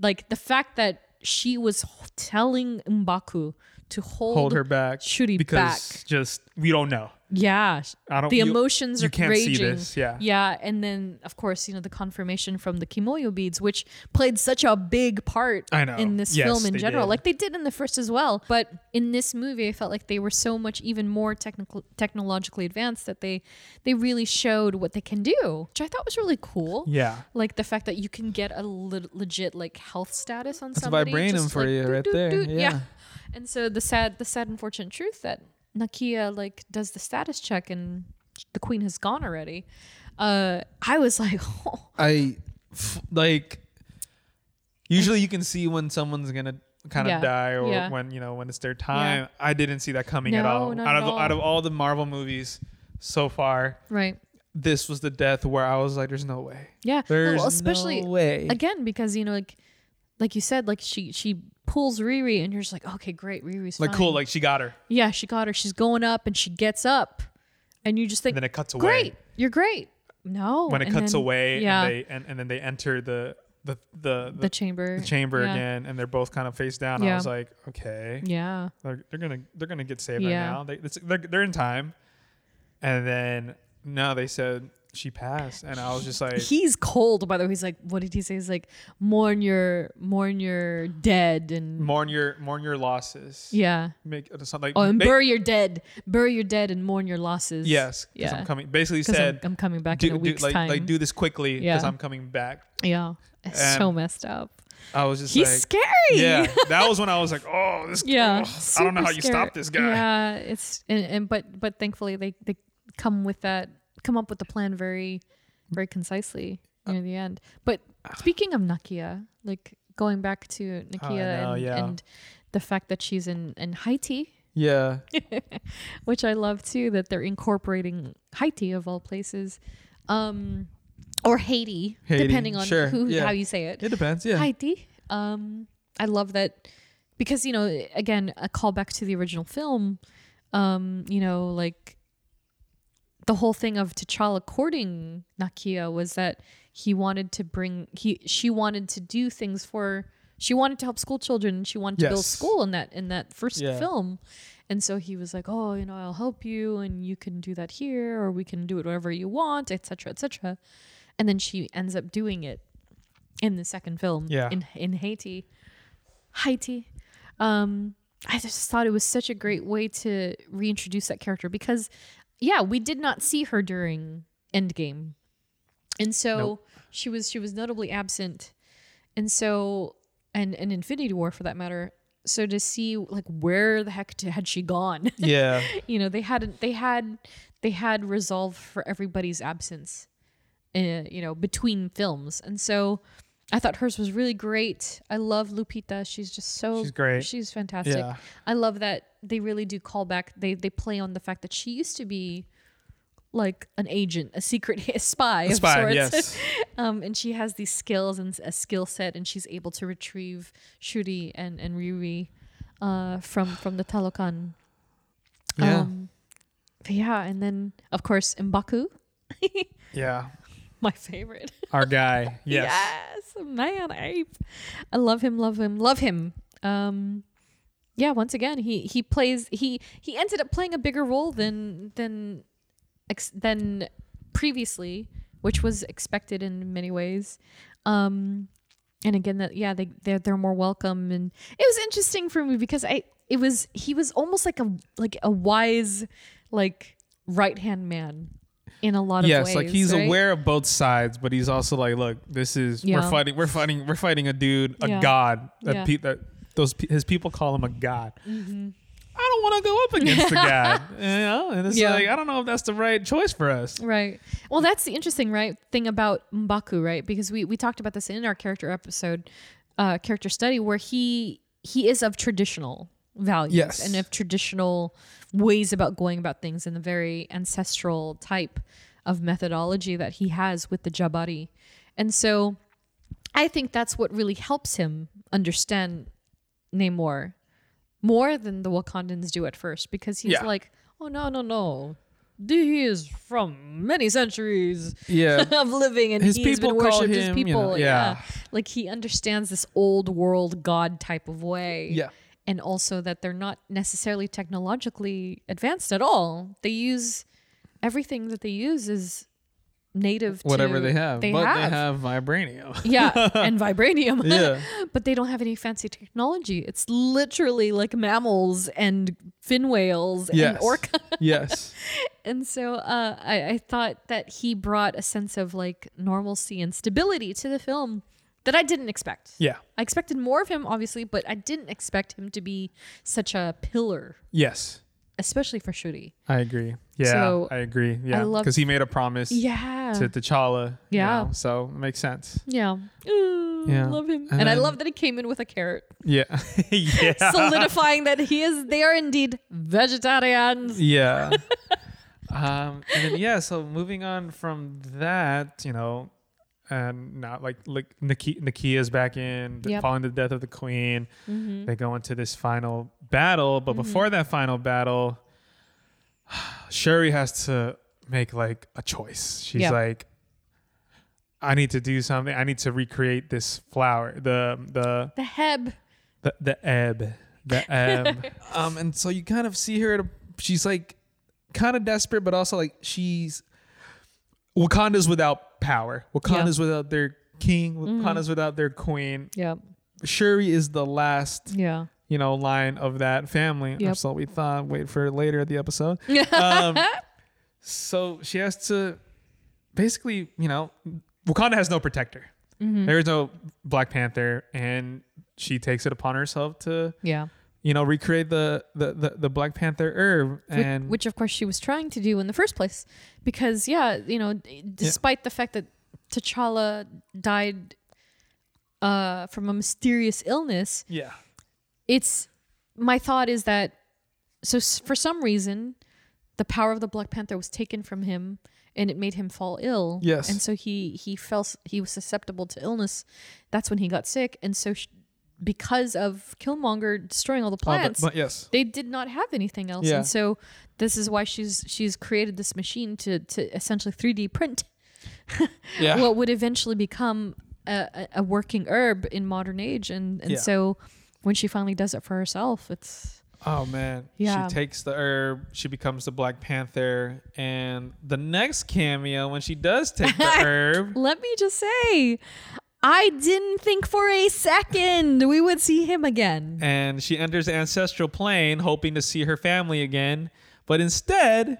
Speaker 4: like the fact that she was h- telling mbaku to hold,
Speaker 3: Hold her back.
Speaker 4: shuri back
Speaker 3: because just we don't know.
Speaker 4: yeah.
Speaker 3: I don't-
Speaker 4: the
Speaker 3: you-
Speaker 4: emotions
Speaker 3: you
Speaker 4: are
Speaker 3: can't see
Speaker 4: raging.
Speaker 3: this, yeah.
Speaker 4: Yeah. And then, of course, you know, the confirmation from the kimoyo beads, which played such a big part
Speaker 3: I know.
Speaker 4: in this
Speaker 3: Yes,
Speaker 4: film in
Speaker 3: they
Speaker 4: general.
Speaker 3: did.
Speaker 4: Like they did in the first as well. But in this movie, I felt like they were so much even more technical, technologically advanced that they, they really showed what they can do, which I thought was really cool.
Speaker 3: Yeah.
Speaker 4: Like the fact that you can get a le- legit like health status on
Speaker 3: That's
Speaker 4: somebody.
Speaker 3: vibranium
Speaker 4: just,
Speaker 3: for
Speaker 4: like,
Speaker 3: you
Speaker 4: doot,
Speaker 3: right
Speaker 4: doot,
Speaker 3: there,
Speaker 4: doot.
Speaker 3: yeah.
Speaker 4: And so the sad, the sad, unfortunate truth that Nakia like does the status check and the queen has gone already. Uh, I was like, oh,
Speaker 3: I f- like usually you can see when someone's gonna kind of
Speaker 4: Yeah,
Speaker 3: die or
Speaker 4: yeah.
Speaker 3: when you know when it's their time. I didn't see that coming at
Speaker 4: No,
Speaker 3: all.
Speaker 4: not
Speaker 3: out
Speaker 4: at
Speaker 3: of the-
Speaker 4: all.
Speaker 3: out of all the Marvel movies so far,
Speaker 4: right.
Speaker 3: this was the death where I was like, "There's no way."
Speaker 4: Yeah, No,
Speaker 3: There's
Speaker 4: well, especially
Speaker 3: no way.
Speaker 4: again because you know, like, like you said, like she she pulls Riri, and you're just like, okay, great, Riri's
Speaker 3: Like
Speaker 4: fine.
Speaker 3: cool, like she got her.
Speaker 4: yeah, she got her, she's going up, and she gets up, and you just think,
Speaker 3: And then it cuts away.
Speaker 4: great, you're great. No,
Speaker 3: When it
Speaker 4: and
Speaker 3: cuts
Speaker 4: then-
Speaker 3: away,
Speaker 4: yeah,
Speaker 3: and, they, and and then they enter the the the
Speaker 4: the chamber,
Speaker 3: the chamber
Speaker 4: yeah.
Speaker 3: again, and they're both kind of face down. I
Speaker 4: Yeah.
Speaker 3: was like, "Okay,
Speaker 4: Yeah,
Speaker 3: They're, they're gonna they're gonna get saved
Speaker 4: Yeah.
Speaker 3: right now. They it's, they're, they're in time. And then no, they said she passed, and I was just like,
Speaker 4: he's cold. By the way, he's like, what did he say? He's like, mourn your, mourn your dead, and
Speaker 3: mourn your mourn your losses.
Speaker 4: yeah,
Speaker 3: Make it sound like
Speaker 4: oh, and
Speaker 3: ba-
Speaker 4: bury your dead, bury your dead, and mourn your losses.
Speaker 3: Yes, because
Speaker 4: yeah,
Speaker 3: I'm coming. Basically
Speaker 4: 'Cause I'm-
Speaker 3: said,
Speaker 4: I'm coming back
Speaker 3: do,
Speaker 4: in a
Speaker 3: do-
Speaker 4: week's
Speaker 3: like,
Speaker 4: time.
Speaker 3: Like do this quickly because
Speaker 4: Yeah.
Speaker 3: I'm coming back.
Speaker 4: yeah, it's so
Speaker 3: And-
Speaker 4: messed up.
Speaker 3: I was just
Speaker 4: He's
Speaker 3: like,
Speaker 4: scary.
Speaker 3: Yeah, that was when I was like, oh, this.
Speaker 4: yeah,
Speaker 3: oh, I don't know
Speaker 4: super
Speaker 3: how you
Speaker 4: scary.
Speaker 3: stop this guy.
Speaker 4: Yeah, it's and, and but but thankfully they they come with that come up with the plan very very concisely
Speaker 3: Uh,
Speaker 4: near the end. But speaking of Nakia, like going back to Nakia
Speaker 3: Oh, know,
Speaker 4: and,
Speaker 3: yeah.
Speaker 4: and the fact that she's in in Haiti,
Speaker 3: Yeah,
Speaker 4: which I love too that they're incorporating Haiti of all places. Um or Haiti,
Speaker 3: Haiti,
Speaker 4: depending on
Speaker 3: sure,
Speaker 4: who
Speaker 3: yeah.
Speaker 4: how you say it.
Speaker 3: it depends. Yeah,
Speaker 4: Heidi. Um, I love that because you know, again, a callback to the original film. Um, you know, like the whole thing of T'Challa courting Nakia was that he wanted to bring he she wanted to do things for she wanted to help school children and she wanted to build
Speaker 3: Yes.
Speaker 4: school in that in that first
Speaker 3: Yeah.
Speaker 4: film. And so he was like, "Oh, you know, I'll help you, and you can do that here, or we can do it whatever you want, etc., etc." And then she ends up doing it in the second film
Speaker 3: Yeah.
Speaker 4: in in Haiti. Haiti. Um I just thought it was such a great way to reintroduce that character because yeah, we did not see her during Endgame. And so she was she was notably absent. And so and and Infinity War for that matter. So to see like where the heck had she gone?
Speaker 3: yeah.
Speaker 4: you know they hadn't they had they had resolve for everybody's absence uh, you know between films and so i thought hers was really great i love lupita she's just so
Speaker 3: She's great.
Speaker 4: she's fantastic
Speaker 3: Yeah.
Speaker 4: i love that they really do call back they they play on the fact that she used to be like an agent a secret a spy of
Speaker 3: Spy,
Speaker 4: sorts
Speaker 3: yes.
Speaker 4: um, and she has these skills and s- a skill set, and she's able to retrieve Shuri and and Riri uh, from from the Talokan.
Speaker 3: Yeah.
Speaker 4: Um, but yeah, and then of course Mbaku,
Speaker 3: Yeah,
Speaker 4: my favorite.
Speaker 3: our guy. Yes.
Speaker 4: yes, man, I I love him, love him, love him. Um, yeah, once again, he he plays he he ended up playing a bigger role than than ex- than previously, which was expected in many ways. Um and again that yeah, they they're, they're more welcome and it was interesting for me because I it was he was almost like a like a wise like right-hand man in a lot of
Speaker 3: yes,
Speaker 4: ways.
Speaker 3: like he's
Speaker 4: right?
Speaker 3: aware of both sides, but he's also like, look, this is
Speaker 4: Yeah.
Speaker 3: we're fighting, we're fighting, we're fighting a dude, a
Speaker 4: Yeah.
Speaker 3: god. That
Speaker 4: Yeah. Mm-hmm.
Speaker 3: pe- that those pe- his people call him a god. I don't want to go up against the god. You know? And it's
Speaker 4: Yeah.
Speaker 3: like I don't know if that's the right choice for us.
Speaker 4: Right. Well, that's the interesting right thing about Mbaku, right? Because we we talked about this in our character episode, uh, character study, where he he is of traditional values
Speaker 3: Yes.
Speaker 4: and of traditional ways about going about things and the very ancestral type of methodology that he has with the Jabari, and so I think that's what really helps him understand Namor more than the Wakandans do at first because he's
Speaker 3: Yeah.
Speaker 4: like, oh no no no, he is from many centuries
Speaker 3: Yeah,
Speaker 4: of living and
Speaker 3: His
Speaker 4: he's been
Speaker 3: people call
Speaker 4: worshipped his
Speaker 3: him, you
Speaker 4: people.
Speaker 3: know, yeah.
Speaker 4: Like he understands this old world god type of way.
Speaker 3: Yeah.
Speaker 4: And also that they're not necessarily technologically advanced at all. They use everything that they use is native
Speaker 3: whatever
Speaker 4: to
Speaker 3: they have,
Speaker 4: They
Speaker 3: but
Speaker 4: have.
Speaker 3: they have vibranium.
Speaker 4: Yeah, and vibranium.
Speaker 3: Yeah.
Speaker 4: but they don't have any fancy technology. It's literally like mammals and fin whales and
Speaker 3: yes,
Speaker 4: orca
Speaker 3: yes,
Speaker 4: and so uh, I, I thought that he brought a sense of like normalcy and stability to the film that I didn't expect.
Speaker 3: yeah,
Speaker 4: I expected more of him, obviously, but I didn't expect him to be such a pillar,
Speaker 3: yes.
Speaker 4: especially for Shuri.
Speaker 3: I agree. Yeah,
Speaker 4: So,
Speaker 3: I agree. Yeah,
Speaker 4: love-
Speaker 3: because he made a promise
Speaker 4: Yeah.
Speaker 3: to T'Challa. you
Speaker 4: Yeah.
Speaker 3: know, so it makes sense.
Speaker 4: yeah. Ooh,
Speaker 3: Yeah.
Speaker 4: Love him. And,
Speaker 3: And
Speaker 4: I
Speaker 3: then-
Speaker 4: love that he came in with a carrot,
Speaker 3: Yeah, yeah.
Speaker 4: solidifying that he is, they are indeed vegetarians.
Speaker 3: Yeah. um, and then yeah, so moving on from that, you know, and now like like Naki- Nakia's back in th-
Speaker 4: Yep. Mm-hmm.
Speaker 3: following the death of the queen. They go into this final battle, but before that final battle, Shuri has to make like a choice. She's
Speaker 4: Yep.
Speaker 3: like I need to do something. I need to recreate this flower, the the
Speaker 4: The Heb.
Speaker 3: the, the ebb the ebb um and so you kind of see her at a, she's like kind of desperate but also like she's wakanda's without power wakanda's without their king
Speaker 4: Mm-hmm.
Speaker 3: wakanda's without their queen
Speaker 4: Yeah.
Speaker 3: shuri is the last
Speaker 4: Yeah.
Speaker 3: you know line of that family
Speaker 4: Yep.
Speaker 3: or so we thought wait for later in the episode um, so she has to basically you know wakanda has no protector
Speaker 4: Mm-hmm.
Speaker 3: There is no black panther and she takes it upon herself to
Speaker 4: Yeah.
Speaker 3: you know, recreate the the the, the Black Panther herb
Speaker 4: Which-
Speaker 3: and
Speaker 4: which of course she was trying to do in the first place because yeah you know d- despite the fact that T'Challa died uh, from a mysterious illness
Speaker 3: yeah,
Speaker 4: it's my thought is that so s- for some reason the power of the Black Panther was taken from him and it made him fall ill
Speaker 3: Yes.
Speaker 4: and so he he fell s- he was susceptible to illness that's when he got sick and so sh- because of Killmonger destroying all the
Speaker 3: Oh, but-
Speaker 4: plants
Speaker 3: but, yes,
Speaker 4: they did not have anything else
Speaker 3: Yeah.
Speaker 4: and so this is why she's she's created this machine to to essentially 3d print
Speaker 3: yeah,
Speaker 4: what would eventually become a, a- a working herb in modern age and and
Speaker 3: Yeah.
Speaker 4: so when she finally does it for herself it's
Speaker 3: oh man,
Speaker 4: Yeah.
Speaker 3: she takes the herb, she becomes the Black Panther, and the next cameo when she does take the herb,
Speaker 4: let me just say i didn't think for a second we would see him again
Speaker 3: and she enters the ancestral plane hoping to see her family again, but instead,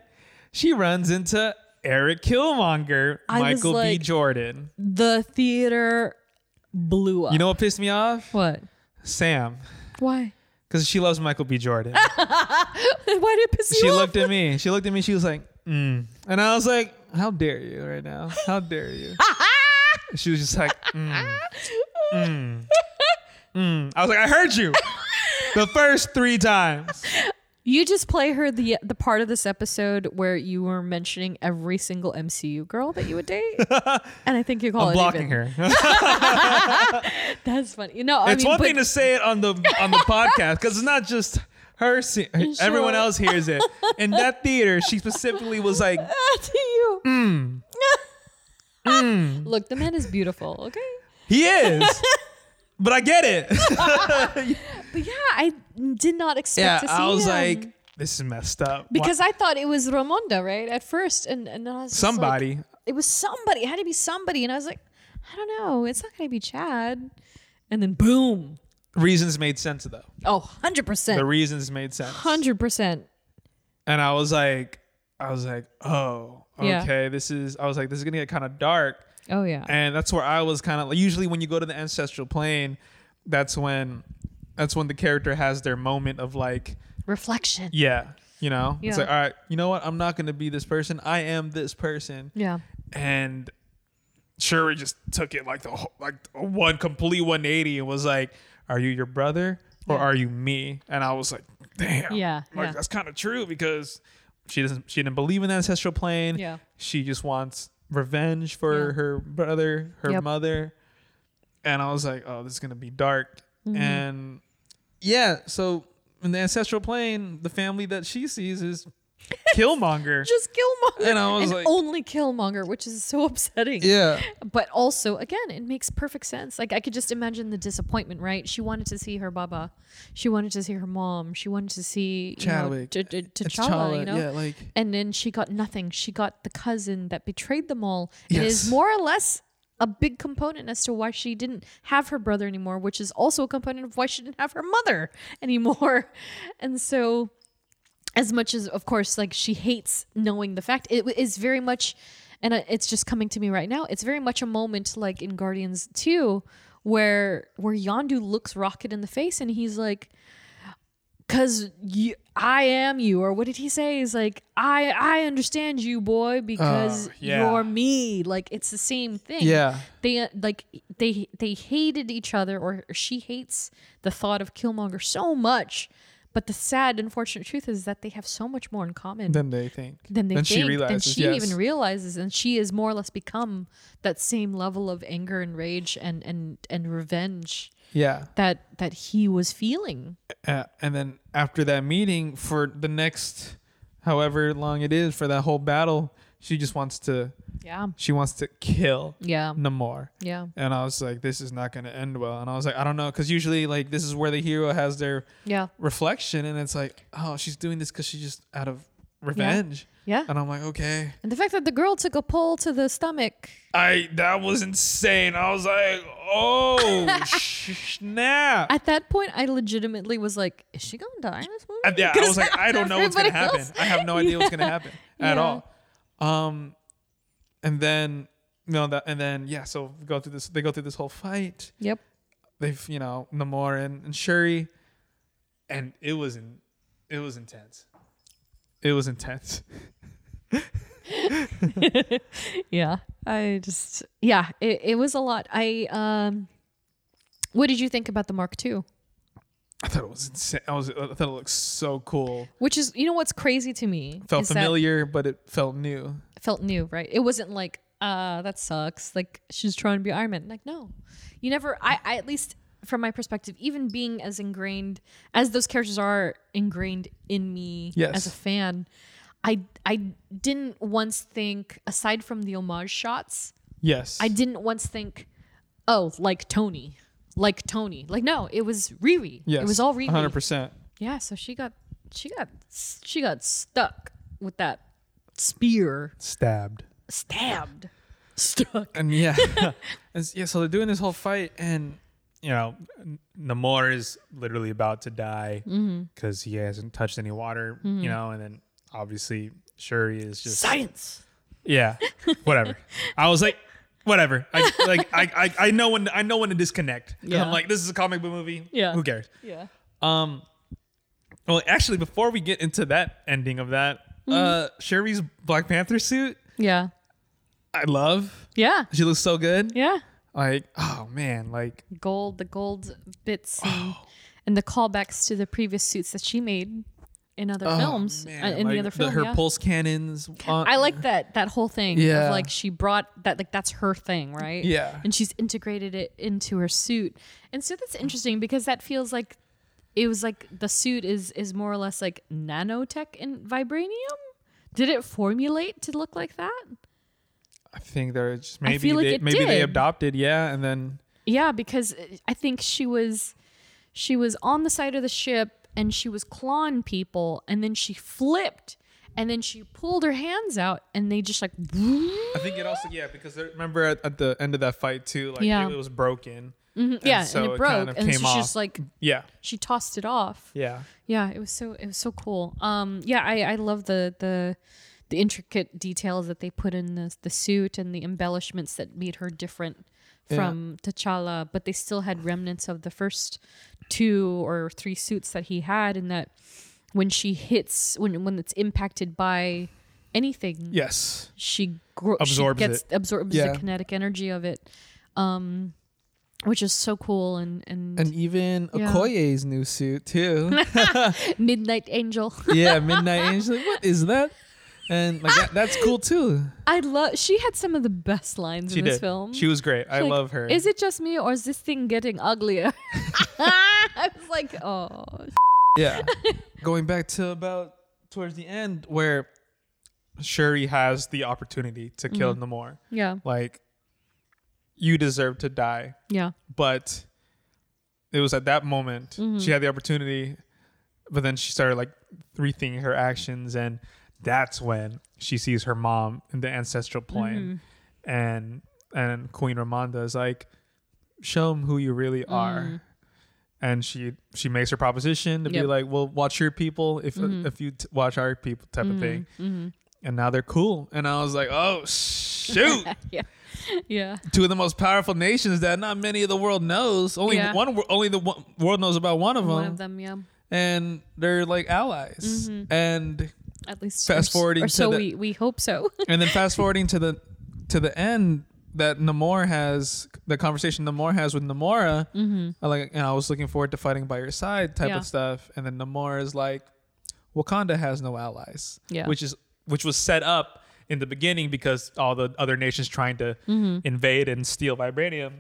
Speaker 3: she runs into Eric Killmonger,
Speaker 4: I was
Speaker 3: Michael B.
Speaker 4: like- uh,
Speaker 3: Jordan.
Speaker 4: the theater blew up
Speaker 3: You know what pissed me off?
Speaker 4: what
Speaker 3: Sam,
Speaker 4: why
Speaker 3: because she loves Michael B. Jordan.
Speaker 4: why did it piss you
Speaker 3: she
Speaker 4: off?
Speaker 3: looked at me. She looked at me. She was like, mm. and I was like, how dare you right now? How dare you? she was just like, mm, mm, mm. I was like, I heard you the first three times.
Speaker 4: You just play her the the part of this episode where you were mentioning every single MCU girl that you would date, and I think you call
Speaker 3: I'm
Speaker 4: it
Speaker 3: blocking
Speaker 4: even.
Speaker 3: her.
Speaker 4: That's funny. No, I
Speaker 3: it's
Speaker 4: mean,
Speaker 3: one
Speaker 4: but
Speaker 3: thing to say it on the on the podcast because it's not just her. Se- Everyone
Speaker 4: Sure.
Speaker 3: else hears it. In that theater, she specifically was like,
Speaker 4: Ah, to you.
Speaker 3: Mm.
Speaker 4: Look, the man is beautiful. Okay,
Speaker 3: he is. But I get it.
Speaker 4: But yeah, I did not
Speaker 3: yeah,
Speaker 4: expect to see
Speaker 3: I was
Speaker 4: him.
Speaker 3: like, this is messed up. Why-
Speaker 4: because I thought it was Ramonda, right? At first, and and I was just like-
Speaker 3: somebody.
Speaker 4: it was somebody. It had to be somebody, and I was like, I don't know. It's not going to be Chad. And then boom!
Speaker 3: reasons made sense though.
Speaker 4: Oh, 100
Speaker 3: The
Speaker 4: percent,
Speaker 3: reasons made sense.
Speaker 4: hundred percent.
Speaker 3: and I was like, I was like, oh,
Speaker 4: Yeah.
Speaker 3: okay, this is. I was like, this is gonna get kind of dark,
Speaker 4: Oh yeah,
Speaker 3: and that's where I was kind of. Usually, when you go to the ancestral plane, that's when, that's when the character has their moment of like,
Speaker 4: reflection.
Speaker 3: yeah, you know, it's
Speaker 4: Yeah.
Speaker 3: like, all right, you know what? I'm not gonna be this person. I am this person,
Speaker 4: Yeah,
Speaker 3: and. Shuri just took it like the whole, like one complete 180 and was like, "Are you your brother or are you me?" And I was like, "Damn,
Speaker 4: Yeah,
Speaker 3: like
Speaker 4: yeah.
Speaker 3: that's kind of true because she doesn't she didn't believe in the ancestral plane.
Speaker 4: Yeah.
Speaker 3: She just wants revenge for
Speaker 4: Yeah.
Speaker 3: her brother, her
Speaker 4: Yep.
Speaker 3: mother. And I was like, oh, this is gonna be dark.
Speaker 4: Mm-hmm.
Speaker 3: And yeah, so in the ancestral plane, the family that she sees is Killmonger.
Speaker 4: just Killmonger,
Speaker 3: And I was
Speaker 4: and
Speaker 3: like-
Speaker 4: only Killmonger, which is so upsetting.
Speaker 3: yeah.
Speaker 4: But also, again, it makes perfect sense. Like I could just imagine the disappointment, right? She wanted to see her Baba, she wanted to see her mom, she wanted to see you know,
Speaker 3: Chadwick.
Speaker 4: T- T- T'Challa,
Speaker 3: T'Challa,
Speaker 4: you know.
Speaker 3: yeah, like-
Speaker 4: and then she got nothing. She got the cousin that betrayed them all. and
Speaker 3: Yes.
Speaker 4: is more or less a big component as to why she didn't have her brother anymore, which is also a component of why she didn't have her mother anymore. And so as much as of course like she hates knowing the fact it w- is very much and I- it's just coming to me right now it's very much a moment like in guardians 2 where where yandu looks rocket in the face and he's like because you i am you or what did he say he's like i i understand you boy because
Speaker 3: Oh, yeah.
Speaker 4: you're me like it's the same thing
Speaker 3: Yeah.
Speaker 4: they uh, like they they hated each other or she hates the thought of killmonger so much but the sad unfortunate truth is that they have so much more in common than,
Speaker 3: Then they think.
Speaker 4: they
Speaker 3: then
Speaker 4: think
Speaker 3: she realizes.
Speaker 4: and she
Speaker 3: yes.
Speaker 4: even realizes and she has more or less become that same level of anger and rage and and and revenge
Speaker 3: yeah.
Speaker 4: that that he was feeling
Speaker 3: Uh, and then after that meeting, for the next however long it is for that whole battle, she just wants to
Speaker 4: yeah
Speaker 3: she wants to kill
Speaker 4: yeah
Speaker 3: Namor.
Speaker 4: yeah
Speaker 3: And I was like, this is not going to end well. And I was like, I don't know, because usually like this is where the hero has their
Speaker 4: yeah
Speaker 3: reflection, and it's like, oh, she's doing this because she's just out of revenge.
Speaker 4: yeah
Speaker 3: And I'm like, okay,
Speaker 4: and the fact that the girl took a pull to the stomach
Speaker 3: I that was insane. I was like, oh sh- snap.
Speaker 4: at that point i legitimately was like is she gonna die in this movie
Speaker 3: And Uh, yeah, I
Speaker 4: 'Cause
Speaker 3: was like, I don't know what's gonna
Speaker 4: everybody
Speaker 3: happen.
Speaker 4: else-
Speaker 3: I have no idea what's gonna happen at
Speaker 4: Yeah.
Speaker 3: all. Um, and then no, that and then yeah, so we go through this. They go through this whole fight.
Speaker 4: yep
Speaker 3: They've you know Namor and, and Shuri, and it was in, it was intense. It was intense.
Speaker 4: yeah i just yeah it, it was a lot i um what did you think about the mark ii
Speaker 3: I thought it was insane. I was I thought it looked so cool.
Speaker 4: which is you know what's crazy to me
Speaker 3: Felt
Speaker 4: is that
Speaker 3: familiar, but it felt new.
Speaker 4: it felt new right it wasn't like uh that sucks like she's trying to be iron man like no you never i, I at least from my perspective even being as ingrained as those characters are ingrained in me
Speaker 3: Yes.
Speaker 4: as a fan i i didn't once think aside from the homage shots
Speaker 3: Yes,
Speaker 4: I didn't once think, oh, like Tony, like Tony. Like no, it was Riri.
Speaker 3: Yes,
Speaker 4: It was all Riri.
Speaker 3: One hundred percent.
Speaker 4: Yeah, so she got she got she got stuck with that spear,
Speaker 3: Stabbed.
Speaker 4: stabbed, stuck.
Speaker 3: and yeah, and, yeah. So they're doing this whole fight, and you know, N- Namor is literally about to die because he hasn't touched any water, you know, and then obviously Shuri is just
Speaker 4: Science.
Speaker 3: yeah, whatever. I was like, whatever. I, like I, I I know when I know when to disconnect. 'Cause
Speaker 4: Yeah.
Speaker 3: I'm like, this is a comic book movie.
Speaker 4: Yeah.
Speaker 3: who cares?
Speaker 4: Yeah.
Speaker 3: Um, well, actually, before we get into that ending of that,
Speaker 4: Mm-hmm.
Speaker 3: uh, Shuri's Black Panther suit,
Speaker 4: Yeah.
Speaker 3: I love.
Speaker 4: Yeah.
Speaker 3: She looks so good.
Speaker 4: Yeah. Uh,
Speaker 3: Like, oh man, like
Speaker 4: Gold, the gold bits and, and the callbacks to the previous suits that she made in other films. uh,
Speaker 3: Oh, man,
Speaker 4: in
Speaker 3: like,
Speaker 4: the other film.
Speaker 3: her
Speaker 4: yeah.
Speaker 3: pulse cannons. uh, on-
Speaker 4: I like that that whole thing.
Speaker 3: Yeah.
Speaker 4: Of like she brought that like that's her thing, right?
Speaker 3: Yeah.
Speaker 4: And she's integrated it into her suit. And so that's interesting because that feels like it was like the suit is is more or less like nanotech and vibranium. Did it formulate to look like that?
Speaker 3: I think they're just maybe
Speaker 4: feel like
Speaker 3: they,
Speaker 4: it
Speaker 3: maybe they
Speaker 4: did. uh,
Speaker 3: adopted, yeah, and then
Speaker 4: Yeah, because I think she was she was on the side of the ship and she was clawing people and then she flipped and then she pulled her hands out and they just like
Speaker 3: I think it also yeah because there, remember at, at the end of that fight too like
Speaker 4: Yeah. Mm-hmm.
Speaker 3: it was broken.
Speaker 4: yeah
Speaker 3: so
Speaker 4: and it
Speaker 3: it
Speaker 4: broke
Speaker 3: kind of
Speaker 4: and so
Speaker 3: came
Speaker 4: she just
Speaker 3: off.
Speaker 4: like
Speaker 3: Yeah,
Speaker 4: she tossed it off
Speaker 3: yeah.
Speaker 4: yeah it was so it was so cool um yeah i i love the the the intricate details that they put in the the suit and the embellishments that made her different from T'Challa but they still had remnants of the first two or three suits that he had and that when she hits when when it's impacted by anything
Speaker 3: Yes.
Speaker 4: she gro-
Speaker 3: Absorbs
Speaker 4: she gets
Speaker 3: it.
Speaker 4: absorbs
Speaker 5: Yeah.
Speaker 4: the kinetic energy of it um which is so cool and and,
Speaker 5: And even
Speaker 4: Yeah.
Speaker 5: Okoye's new suit too.
Speaker 4: midnight angel
Speaker 5: yeah, Midnight Angel. Like, what is that? And like that, that's cool too.
Speaker 4: I love. She had some of the best lines
Speaker 3: She
Speaker 4: in this
Speaker 3: did.
Speaker 4: film.
Speaker 3: She was great. I
Speaker 4: Like,
Speaker 3: love her.
Speaker 4: Is it just me or is this thing getting uglier? I was like, oh,
Speaker 5: Yeah. Going back to about towards the end where
Speaker 3: Shuri has the opportunity to kill
Speaker 4: Mm-hmm.
Speaker 3: Namor.
Speaker 4: yeah,
Speaker 3: Like you deserve to die,
Speaker 4: yeah,
Speaker 3: but it was at that moment she had the opportunity, but then she started like rethinking her actions, and that's when she sees her mom in the ancestral plane, and and Queen Ramonda is like, "Show them who you really are." And she she makes her proposition to be
Speaker 4: Yep.
Speaker 3: like, "Well, watch your people if uh, if you t- watch our people," type of thing. And now they're cool. And I was like, "Oh shoot!"
Speaker 4: yeah,
Speaker 5: two of the most powerful nations that not many of the world knows. Only
Speaker 4: Yeah.
Speaker 5: one, only the one, world knows about one of,
Speaker 4: one
Speaker 5: them,
Speaker 4: of them, Mm-hmm. yeah.
Speaker 5: and they're like allies. And
Speaker 4: At least
Speaker 5: Fast
Speaker 4: or s-
Speaker 5: forwarding
Speaker 4: or
Speaker 5: to
Speaker 4: so
Speaker 5: the-
Speaker 4: we we hope so.
Speaker 5: and then fast forwarding to the to the end that Namor has the conversation Namor has with Namora, I like and I was looking forward to fighting by your side type
Speaker 4: Mm-hmm. Yeah.
Speaker 5: of stuff, and then Namor is like, Wakanda has no allies,
Speaker 4: Yeah.
Speaker 3: which is which was set up in the beginning because all the other nations trying to
Speaker 4: Mm-hmm.
Speaker 3: invade and steal vibranium.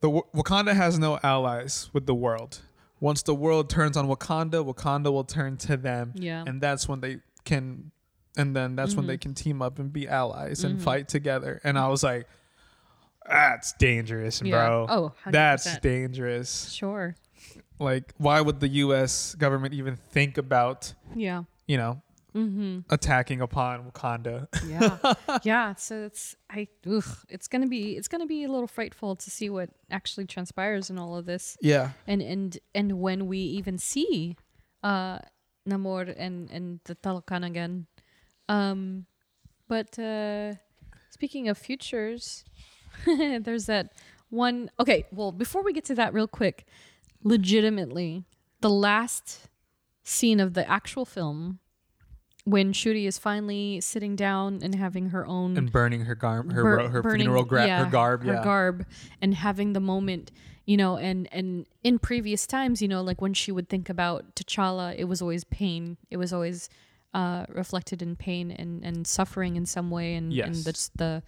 Speaker 5: The w- Wakanda has no allies with the world. Once the world turns on Wakanda, Wakanda will turn to them.
Speaker 4: Yeah.
Speaker 5: And that's when they can and then that's when they
Speaker 4: Mm-hmm.
Speaker 5: can team up and be allies and fight together. And I was like,
Speaker 3: That's dangerous,
Speaker 4: Yeah.
Speaker 3: bro.
Speaker 4: Oh, 100%.
Speaker 3: that's dangerous.
Speaker 4: sure.
Speaker 5: like why would the US government even think about,
Speaker 4: Yeah.
Speaker 5: you know,
Speaker 4: Mm-hmm.
Speaker 5: attacking upon Wakanda?
Speaker 4: Yeah. yeah. So it's I. Oof, it's gonna be it's gonna be a little frightful to see what actually transpires in all of this.
Speaker 5: yeah.
Speaker 4: and and and when we even see uh Namor and and the Talokan again. Um but uh speaking of futures, there's that one okay, well before we get to that real quick, legitimately, the last scene of the actual film when Shuri is finally sitting down and having her own
Speaker 5: And burning her garb her,
Speaker 4: bur-
Speaker 5: ro- her
Speaker 4: burning-
Speaker 5: funeral gra-
Speaker 4: yeah,
Speaker 5: her garb, yeah.
Speaker 4: her garb, and having the moment, you know, and and in previous times, you know, like when she would think about T'Challa, it was always pain. It was always uh, reflected in pain and and suffering in some way, and and
Speaker 3: Yes.
Speaker 4: the just the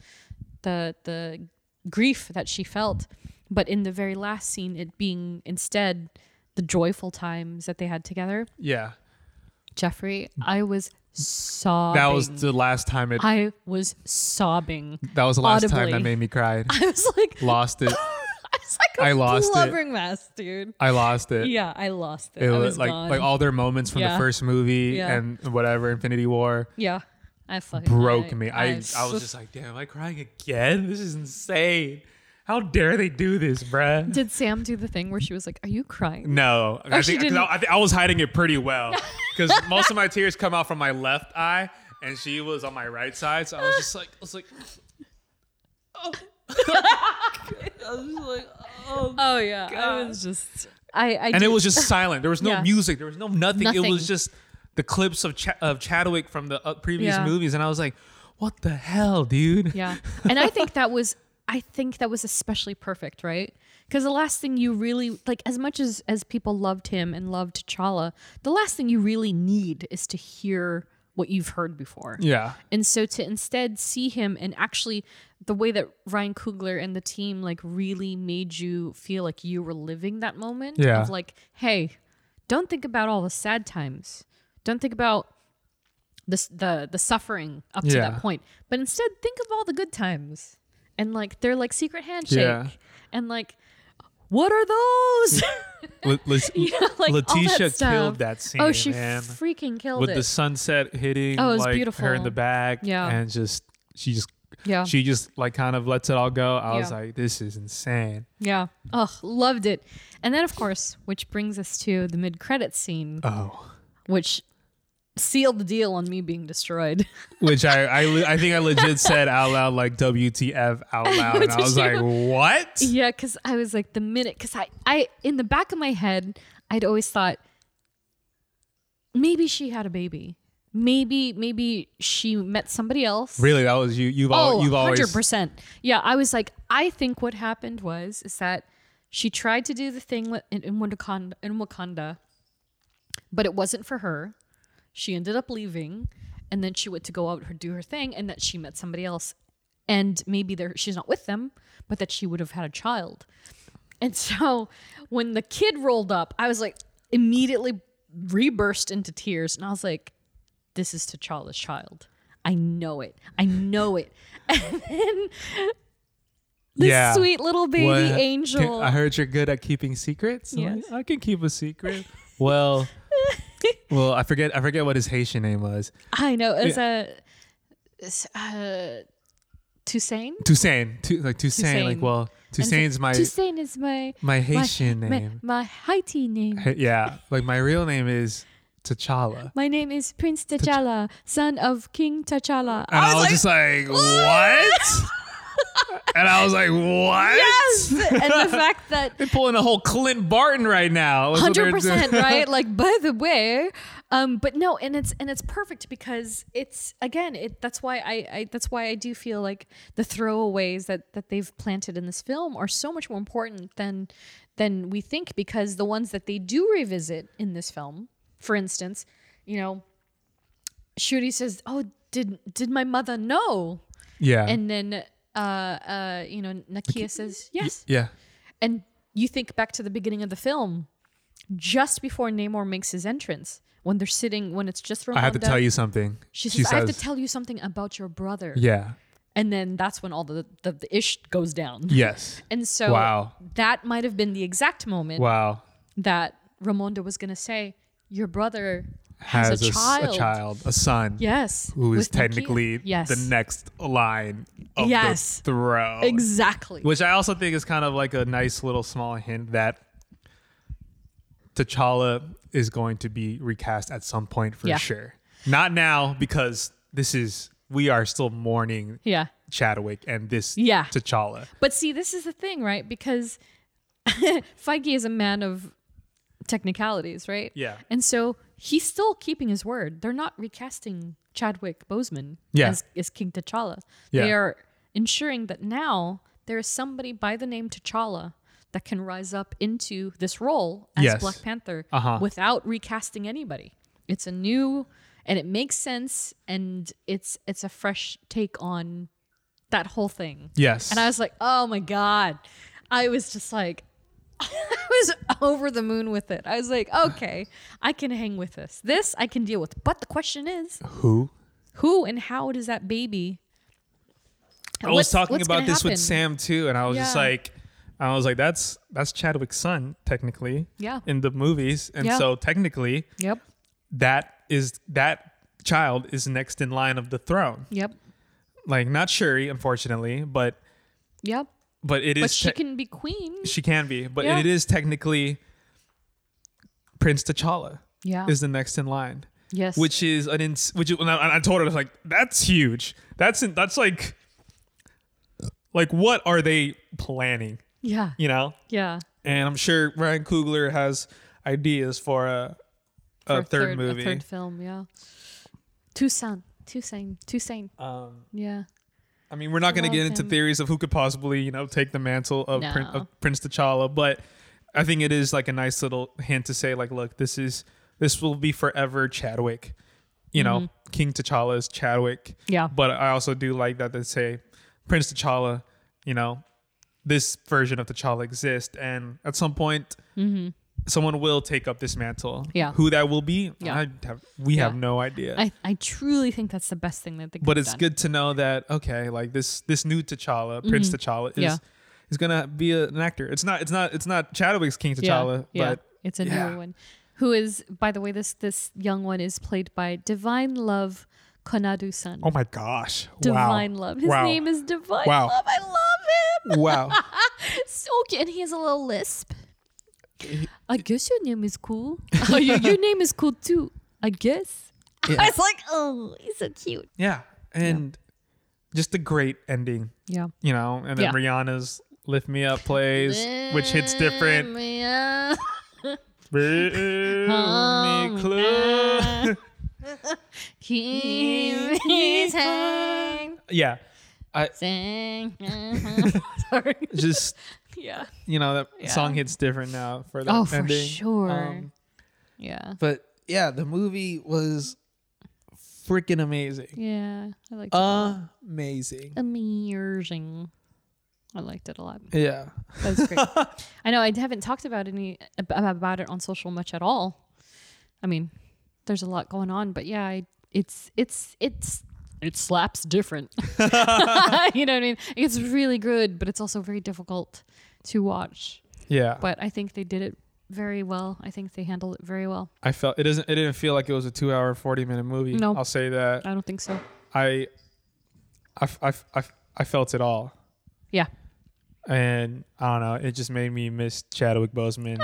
Speaker 4: the the grief that she felt. But in the very last scene, it being instead the joyful times that they had together.
Speaker 3: Yeah.
Speaker 4: Jeffrey, I was sobbing.
Speaker 5: That was the last time it
Speaker 4: I was sobbing.
Speaker 5: that was the last time
Speaker 4: audibly.
Speaker 5: that made me cry.
Speaker 4: I was like,
Speaker 5: lost it.
Speaker 4: I was like a
Speaker 5: I lost it.
Speaker 4: blubbering mess, dude.
Speaker 5: I lost it.
Speaker 4: Yeah, I lost it.
Speaker 5: It
Speaker 4: I
Speaker 5: was,
Speaker 4: was
Speaker 5: like
Speaker 4: gone.
Speaker 5: like all their moments from
Speaker 4: Yeah.
Speaker 5: the first movie
Speaker 4: Yeah.
Speaker 5: and whatever Infinity War
Speaker 4: yeah, I fucking
Speaker 5: broke me. I, I was just like, damn, am I crying again? This is insane. How dare they do this, bruh?
Speaker 4: Did Sam do the thing where she was like, "Are you crying?"
Speaker 3: No, I
Speaker 4: she
Speaker 3: think, 'cause
Speaker 4: didn't-
Speaker 3: I, I think I was hiding it pretty well because most of my tears come out from my left eye, and she was on my right side, so I was just like, I was like,
Speaker 4: Oh yeah, I was just. I, I
Speaker 3: and it was just silent. There was no
Speaker 4: Yeah.
Speaker 3: music. There was no nothing. It
Speaker 4: Nothing.
Speaker 3: was just the clips of Ch- of Chadwick from the uh, previous
Speaker 4: Yeah.
Speaker 3: movies, and I was like, "What the hell, dude?"
Speaker 4: yeah, and I think that was. I think that was especially perfect, right? Because the last thing you really like, as much as as people loved him and loved T'Challa, the last thing you really need is to hear what you've heard before.
Speaker 5: Yeah.
Speaker 4: And so to instead see him and actually the way that Ryan Coogler and the team like really made you feel like you were living that moment
Speaker 5: Yeah.
Speaker 4: of like, hey, don't think about all the sad times. Don't think about the the the suffering up to
Speaker 5: Yeah.
Speaker 4: that point. But instead think of all the good times. And like they're like secret handshake
Speaker 5: Yeah.
Speaker 4: and like what are those?
Speaker 3: La- Lis-
Speaker 4: you know, like all
Speaker 3: Letitia
Speaker 4: that stuff.
Speaker 3: killed that scene.
Speaker 4: Oh, she
Speaker 3: man.
Speaker 4: freaking killed
Speaker 3: with
Speaker 4: it.
Speaker 3: the sunset hitting
Speaker 4: Oh, it was
Speaker 3: like her in
Speaker 4: beautiful.
Speaker 3: the back
Speaker 4: Yeah.
Speaker 3: and just she just
Speaker 4: yeah,
Speaker 3: she just like kind of lets it all go i was
Speaker 4: Yeah.
Speaker 3: like this is insane
Speaker 4: yeah. Ugh, loved it. And then, of course, which brings us to the mid-credit scene,
Speaker 3: oh
Speaker 4: which sealed the deal on me being destroyed.
Speaker 3: which I, I le- i think i legit said out loud like wtf out loud and i
Speaker 4: did
Speaker 3: was like
Speaker 4: you-
Speaker 3: what
Speaker 4: Yeah, because I was like the minute because I, I in the back of my head, I'd always thought maybe she had a baby. Maybe maybe she met somebody else.
Speaker 3: really that was you you've, al-
Speaker 4: Oh,
Speaker 3: you've always
Speaker 4: 100%. Yeah, I was like, I think what happened was is that she tried to do the thing with, in, in Wakanda, in Wakanda, but it wasn't for her. She ended up leaving, and then she went to go out and do her thing, and that she met somebody else, and maybe there she's not with them, but that she would have had a child. And so when the kid rolled up, I was like immediately reburst into tears, and I was like, this is T'Challa's child. I know it. I know it. And then this
Speaker 3: Yeah.
Speaker 4: sweet little baby
Speaker 3: What- can-
Speaker 4: angel.
Speaker 3: i heard you're good at keeping secrets I'm
Speaker 4: Yes.
Speaker 3: like, i can keep a secret well well i forget i forget what his haitian name was
Speaker 4: I know. As a as, uh, Toussaint.
Speaker 3: toussaint Tu- like toussaint,
Speaker 4: Toussaint.
Speaker 3: like well
Speaker 4: And so-
Speaker 3: toussaint's my
Speaker 4: Toussaint is my
Speaker 3: my Haitian
Speaker 4: my,
Speaker 3: name.
Speaker 4: My, Haiti name.
Speaker 3: yeah like my real name is t'challa
Speaker 4: My name is Prince T'Challa, son of King T'Challa.
Speaker 3: And I was, just like, what? and I was like, what?
Speaker 4: yes, and the fact that
Speaker 3: They're pulling a whole Clint Barton right now. That's what they're
Speaker 4: hundred
Speaker 3: doing.
Speaker 4: percent right like by the way um but no and it's and it's perfect because it's again it that's why I, I that's why i do feel like the throwaways that that they've planted in this film are so much more important than than we think because the ones that they do revisit in this film for instance you know shuri says oh did did my mother know
Speaker 3: Yeah.
Speaker 4: and then uh uh you know nakia says yes
Speaker 3: yeah.
Speaker 4: and you think back to the beginning of the film, just before Namor makes his entrance, when they're sitting, when it's just Ramonda,
Speaker 3: I have to tell you something.
Speaker 4: She says, "I have to tell you something about your brother."
Speaker 3: Yeah.
Speaker 4: And then that's when all the the, the ish goes down.
Speaker 3: Yes.
Speaker 4: And so
Speaker 3: Wow.
Speaker 4: that might have been the exact moment
Speaker 3: Wow.
Speaker 4: that Ramonda was going to say, "Your brother has,
Speaker 3: Has,
Speaker 4: a,
Speaker 3: s-
Speaker 4: child."
Speaker 3: a child, a son.
Speaker 4: Yes.
Speaker 3: Who is
Speaker 4: with Nakia.
Speaker 3: technically
Speaker 4: yes.
Speaker 3: the next line of
Speaker 4: Yes.
Speaker 3: the throne.
Speaker 4: Exactly.
Speaker 3: Which I also think is kind of like a nice little small hint that T'Challa is going to be recast at some point for
Speaker 4: Yeah.
Speaker 3: sure. Not now because this is we are still mourning
Speaker 4: yeah.
Speaker 3: Chadwick and this
Speaker 4: Yeah.
Speaker 3: T'Challa.
Speaker 4: But see, this is the thing, right? Because Feige is a man of technicalities, right?
Speaker 3: Yeah.
Speaker 4: And so he's still keeping his word. They're not recasting Chadwick Boseman
Speaker 3: Yeah.
Speaker 4: as, as King T'Challa.
Speaker 3: Yeah.
Speaker 4: They are ensuring that now there is somebody by the name T'Challa that can rise up into this role as
Speaker 3: Yes.
Speaker 4: Black Panther
Speaker 3: Uh-huh.
Speaker 4: without recasting anybody. It's a new and it makes sense and it's it's a fresh take on that whole thing.
Speaker 3: Yes.
Speaker 4: And I was like, oh my God. I was just like, I was over the moon with it. I was like, okay, I can hang with this. This I can deal with. But the question is,
Speaker 3: who?
Speaker 4: who and how does that baby?
Speaker 3: I was talking about this with Sam too, and I was just
Speaker 4: Yeah.
Speaker 3: like I was like, that's that's Chadwick's son, technically.
Speaker 4: Yeah.
Speaker 3: In the movies. And
Speaker 4: Yeah.
Speaker 3: so technically
Speaker 4: Yep.
Speaker 3: that is that child is next in line of the throne.
Speaker 4: Yep.
Speaker 3: Like not Shuri, unfortunately, but
Speaker 4: Yep.
Speaker 3: but it is
Speaker 4: But she
Speaker 3: te-
Speaker 4: can be queen.
Speaker 3: she can be but
Speaker 4: Yeah.
Speaker 3: it is technically prince t'challa
Speaker 4: Yeah.
Speaker 3: is the next in line
Speaker 4: Yes.
Speaker 3: which is an ins- which is, and I, I told her I was like that's huge that's in, that's like like what are they planning
Speaker 4: Yeah.
Speaker 3: you know
Speaker 4: Yeah.
Speaker 3: and i'm sure ryan kugler has ideas for a a
Speaker 4: For
Speaker 3: third, movie
Speaker 4: A third film. Yeah. Tucson. Tucson. Tucson.
Speaker 3: Um,
Speaker 4: yeah.
Speaker 3: i mean we're not going to
Speaker 4: Love
Speaker 3: get into
Speaker 4: him.
Speaker 3: theories of who could possibly you know take the mantle of, Prin-
Speaker 4: No.
Speaker 3: of prince t'challa but i think it is like a nice little hint to say like look this is this will be forever chadwick you know king t'challa is chadwick
Speaker 4: Mm-hmm. Yeah.
Speaker 3: but i also do like that they say prince t'challa you know this version of t'challa exists and at some point someone will take up this mantle
Speaker 4: Mm-hmm. Yeah.
Speaker 3: who that will be
Speaker 4: Yeah.
Speaker 3: I have, we have
Speaker 4: Yeah.
Speaker 3: no idea
Speaker 4: I, I truly think that's the best thing that they could
Speaker 3: but
Speaker 4: have
Speaker 3: it's
Speaker 4: done.
Speaker 3: good to know that okay, like this this new T'Challa, Prince T'Challa is
Speaker 4: Mm-hmm. Yeah.
Speaker 3: is gonna be a- an actor. It's not. It's not. It's not Chadwick's King T'Challa, but
Speaker 4: it's a
Speaker 3: yeah.
Speaker 4: new one. Who is, by the way, this this young one is played by Divine Love Konadu San.
Speaker 6: Oh my gosh!
Speaker 4: Divine
Speaker 6: wow.
Speaker 4: Love. His
Speaker 6: wow.
Speaker 4: name is Divine
Speaker 6: Wow.
Speaker 4: Love. I love him.
Speaker 3: wow,
Speaker 4: So cute, and he has a little lisp. I guess your name is cool. oh, your, your name is cool too. I guess. I was like, oh, he's so cute.
Speaker 3: yeah, and
Speaker 6: just a great ending,
Speaker 4: Yeah.
Speaker 6: you know. And then
Speaker 4: Yeah.
Speaker 6: Rihanna's "Lift Me Up" plays, which hits different.
Speaker 4: Yeah.
Speaker 6: Lift me close.
Speaker 4: He's hang.
Speaker 6: yeah,
Speaker 4: Sing. Sorry.
Speaker 3: just
Speaker 4: Yeah.
Speaker 3: you know that song hits different now for that
Speaker 4: Oh, for
Speaker 3: ending.
Speaker 4: sure.
Speaker 3: Um,
Speaker 4: Yeah.
Speaker 3: but yeah, the movie was freaking amazing.
Speaker 4: Yeah. I liked
Speaker 3: Uh, Amazing.
Speaker 4: it. Amazing. I liked it a lot.
Speaker 3: Yeah.
Speaker 4: That was great. I know I haven't talked about any ab- about it on social much at all. I mean, there's a lot going on, but yeah, I, it's it's it's it slaps different. you know what I mean? It's really good, but it's also very difficult to watch.
Speaker 3: Yeah.
Speaker 4: But I think they did it very well. I think they handled it very well.
Speaker 3: I felt it doesn't. It didn't feel like it was a two-hour, forty-minute movie.
Speaker 4: No.
Speaker 3: I'll say that.
Speaker 4: I don't think so.
Speaker 3: I, I, f- I, f- I, f- I felt it all,
Speaker 4: Yeah.
Speaker 3: and I don't know. It just made me miss Chadwick Boseman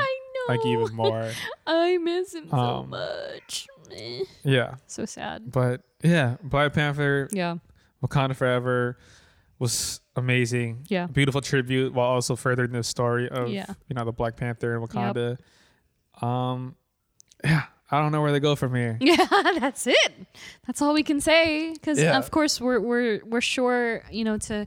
Speaker 3: like
Speaker 4: know.
Speaker 3: even more.
Speaker 4: I miss him so
Speaker 3: Um,
Speaker 4: much. Eh.
Speaker 3: yeah,
Speaker 4: So sad.
Speaker 3: but yeah, Black Panther,
Speaker 4: Yeah.
Speaker 3: Wakanda Forever, was amazing.
Speaker 4: Yeah.
Speaker 3: A beautiful tribute while also furthering the story of
Speaker 4: Yeah.
Speaker 3: you know the Black Panther and Wakanda. Um, yeah, I don't know where they go from here.
Speaker 4: Yeah, that's it. That's all we can say because
Speaker 3: Yeah.
Speaker 4: of course we're we're we're sure you know to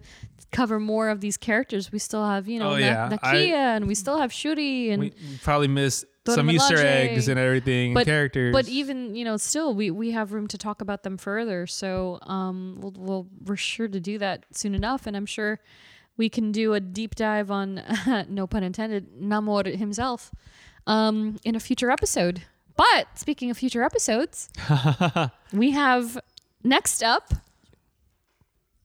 Speaker 4: cover more of these characters. We still have you know
Speaker 3: Oh,
Speaker 4: Na-
Speaker 3: yeah. I-
Speaker 4: Nakia and we still have Shuri and
Speaker 3: We, we probably missed
Speaker 4: Dora
Speaker 3: some Easter
Speaker 4: Milaje.
Speaker 3: eggs and everything,
Speaker 4: but
Speaker 3: characters.
Speaker 4: but even you know still we we have room to talk about them further. So um we'll, we'll we're sure to do that soon enough, and I'm sure we can do a deep dive on no pun intended Namor himself um in a future episode. But speaking of future episodes, we have next up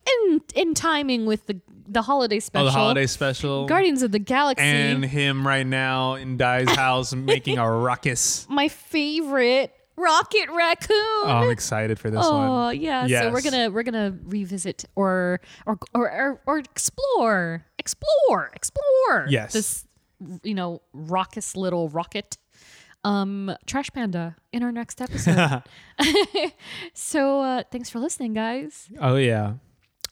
Speaker 4: in in timing with the the holiday
Speaker 3: Oh,
Speaker 4: special.
Speaker 3: the holiday special.
Speaker 4: Guardians of the Galaxy.
Speaker 3: and him right now in Dai's house making a ruckus.
Speaker 4: my favorite Rocket Raccoon.
Speaker 3: Oh, I'm excited for this
Speaker 4: Oh
Speaker 3: one.
Speaker 4: yeah, so we're
Speaker 3: Yes.
Speaker 4: gonna we're gonna revisit or or or or, or explore explore explore
Speaker 3: Yes.
Speaker 4: this you know raucous little rocket um trash panda in our next episode. so uh, thanks for listening, guys.
Speaker 3: Oh yeah.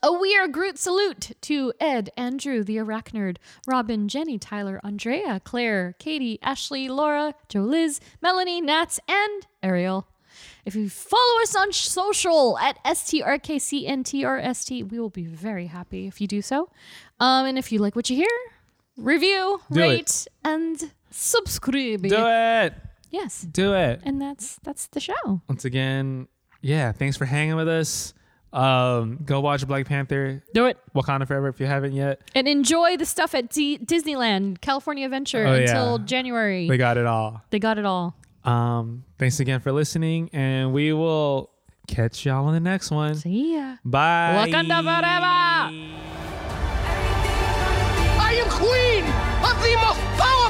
Speaker 4: A We Are Groot salute to Ed, Andrew, the Arachnerd, Robin, Jenny, Tyler, Andrea, Claire, Katie, Ashley, Laura, Joe Liz, Melanie, Nats, and Ariel. If you follow us on sh- social at STRKCNTRST, we will be very happy if you do so. Um, and if you like what you hear, review,
Speaker 3: Do it.
Speaker 4: rate, and subscribe.
Speaker 3: Do it.
Speaker 4: Yes.
Speaker 3: Do it.
Speaker 4: And that's that's the show.
Speaker 3: Once again, yeah, thanks for hanging with us. Um, go watch Black Panther,
Speaker 4: Do it.
Speaker 3: Wakanda Forever if you haven't yet.
Speaker 4: And enjoy the stuff at D- Disneyland, California Adventure
Speaker 3: Oh, yeah.
Speaker 4: until January.
Speaker 3: They got it all.
Speaker 4: They got it all.
Speaker 3: Um, thanks again for listening, and we will catch y'all on the next one.
Speaker 4: See ya.
Speaker 3: Bye.
Speaker 4: Wakanda forever.
Speaker 7: I am queen of the most powerful.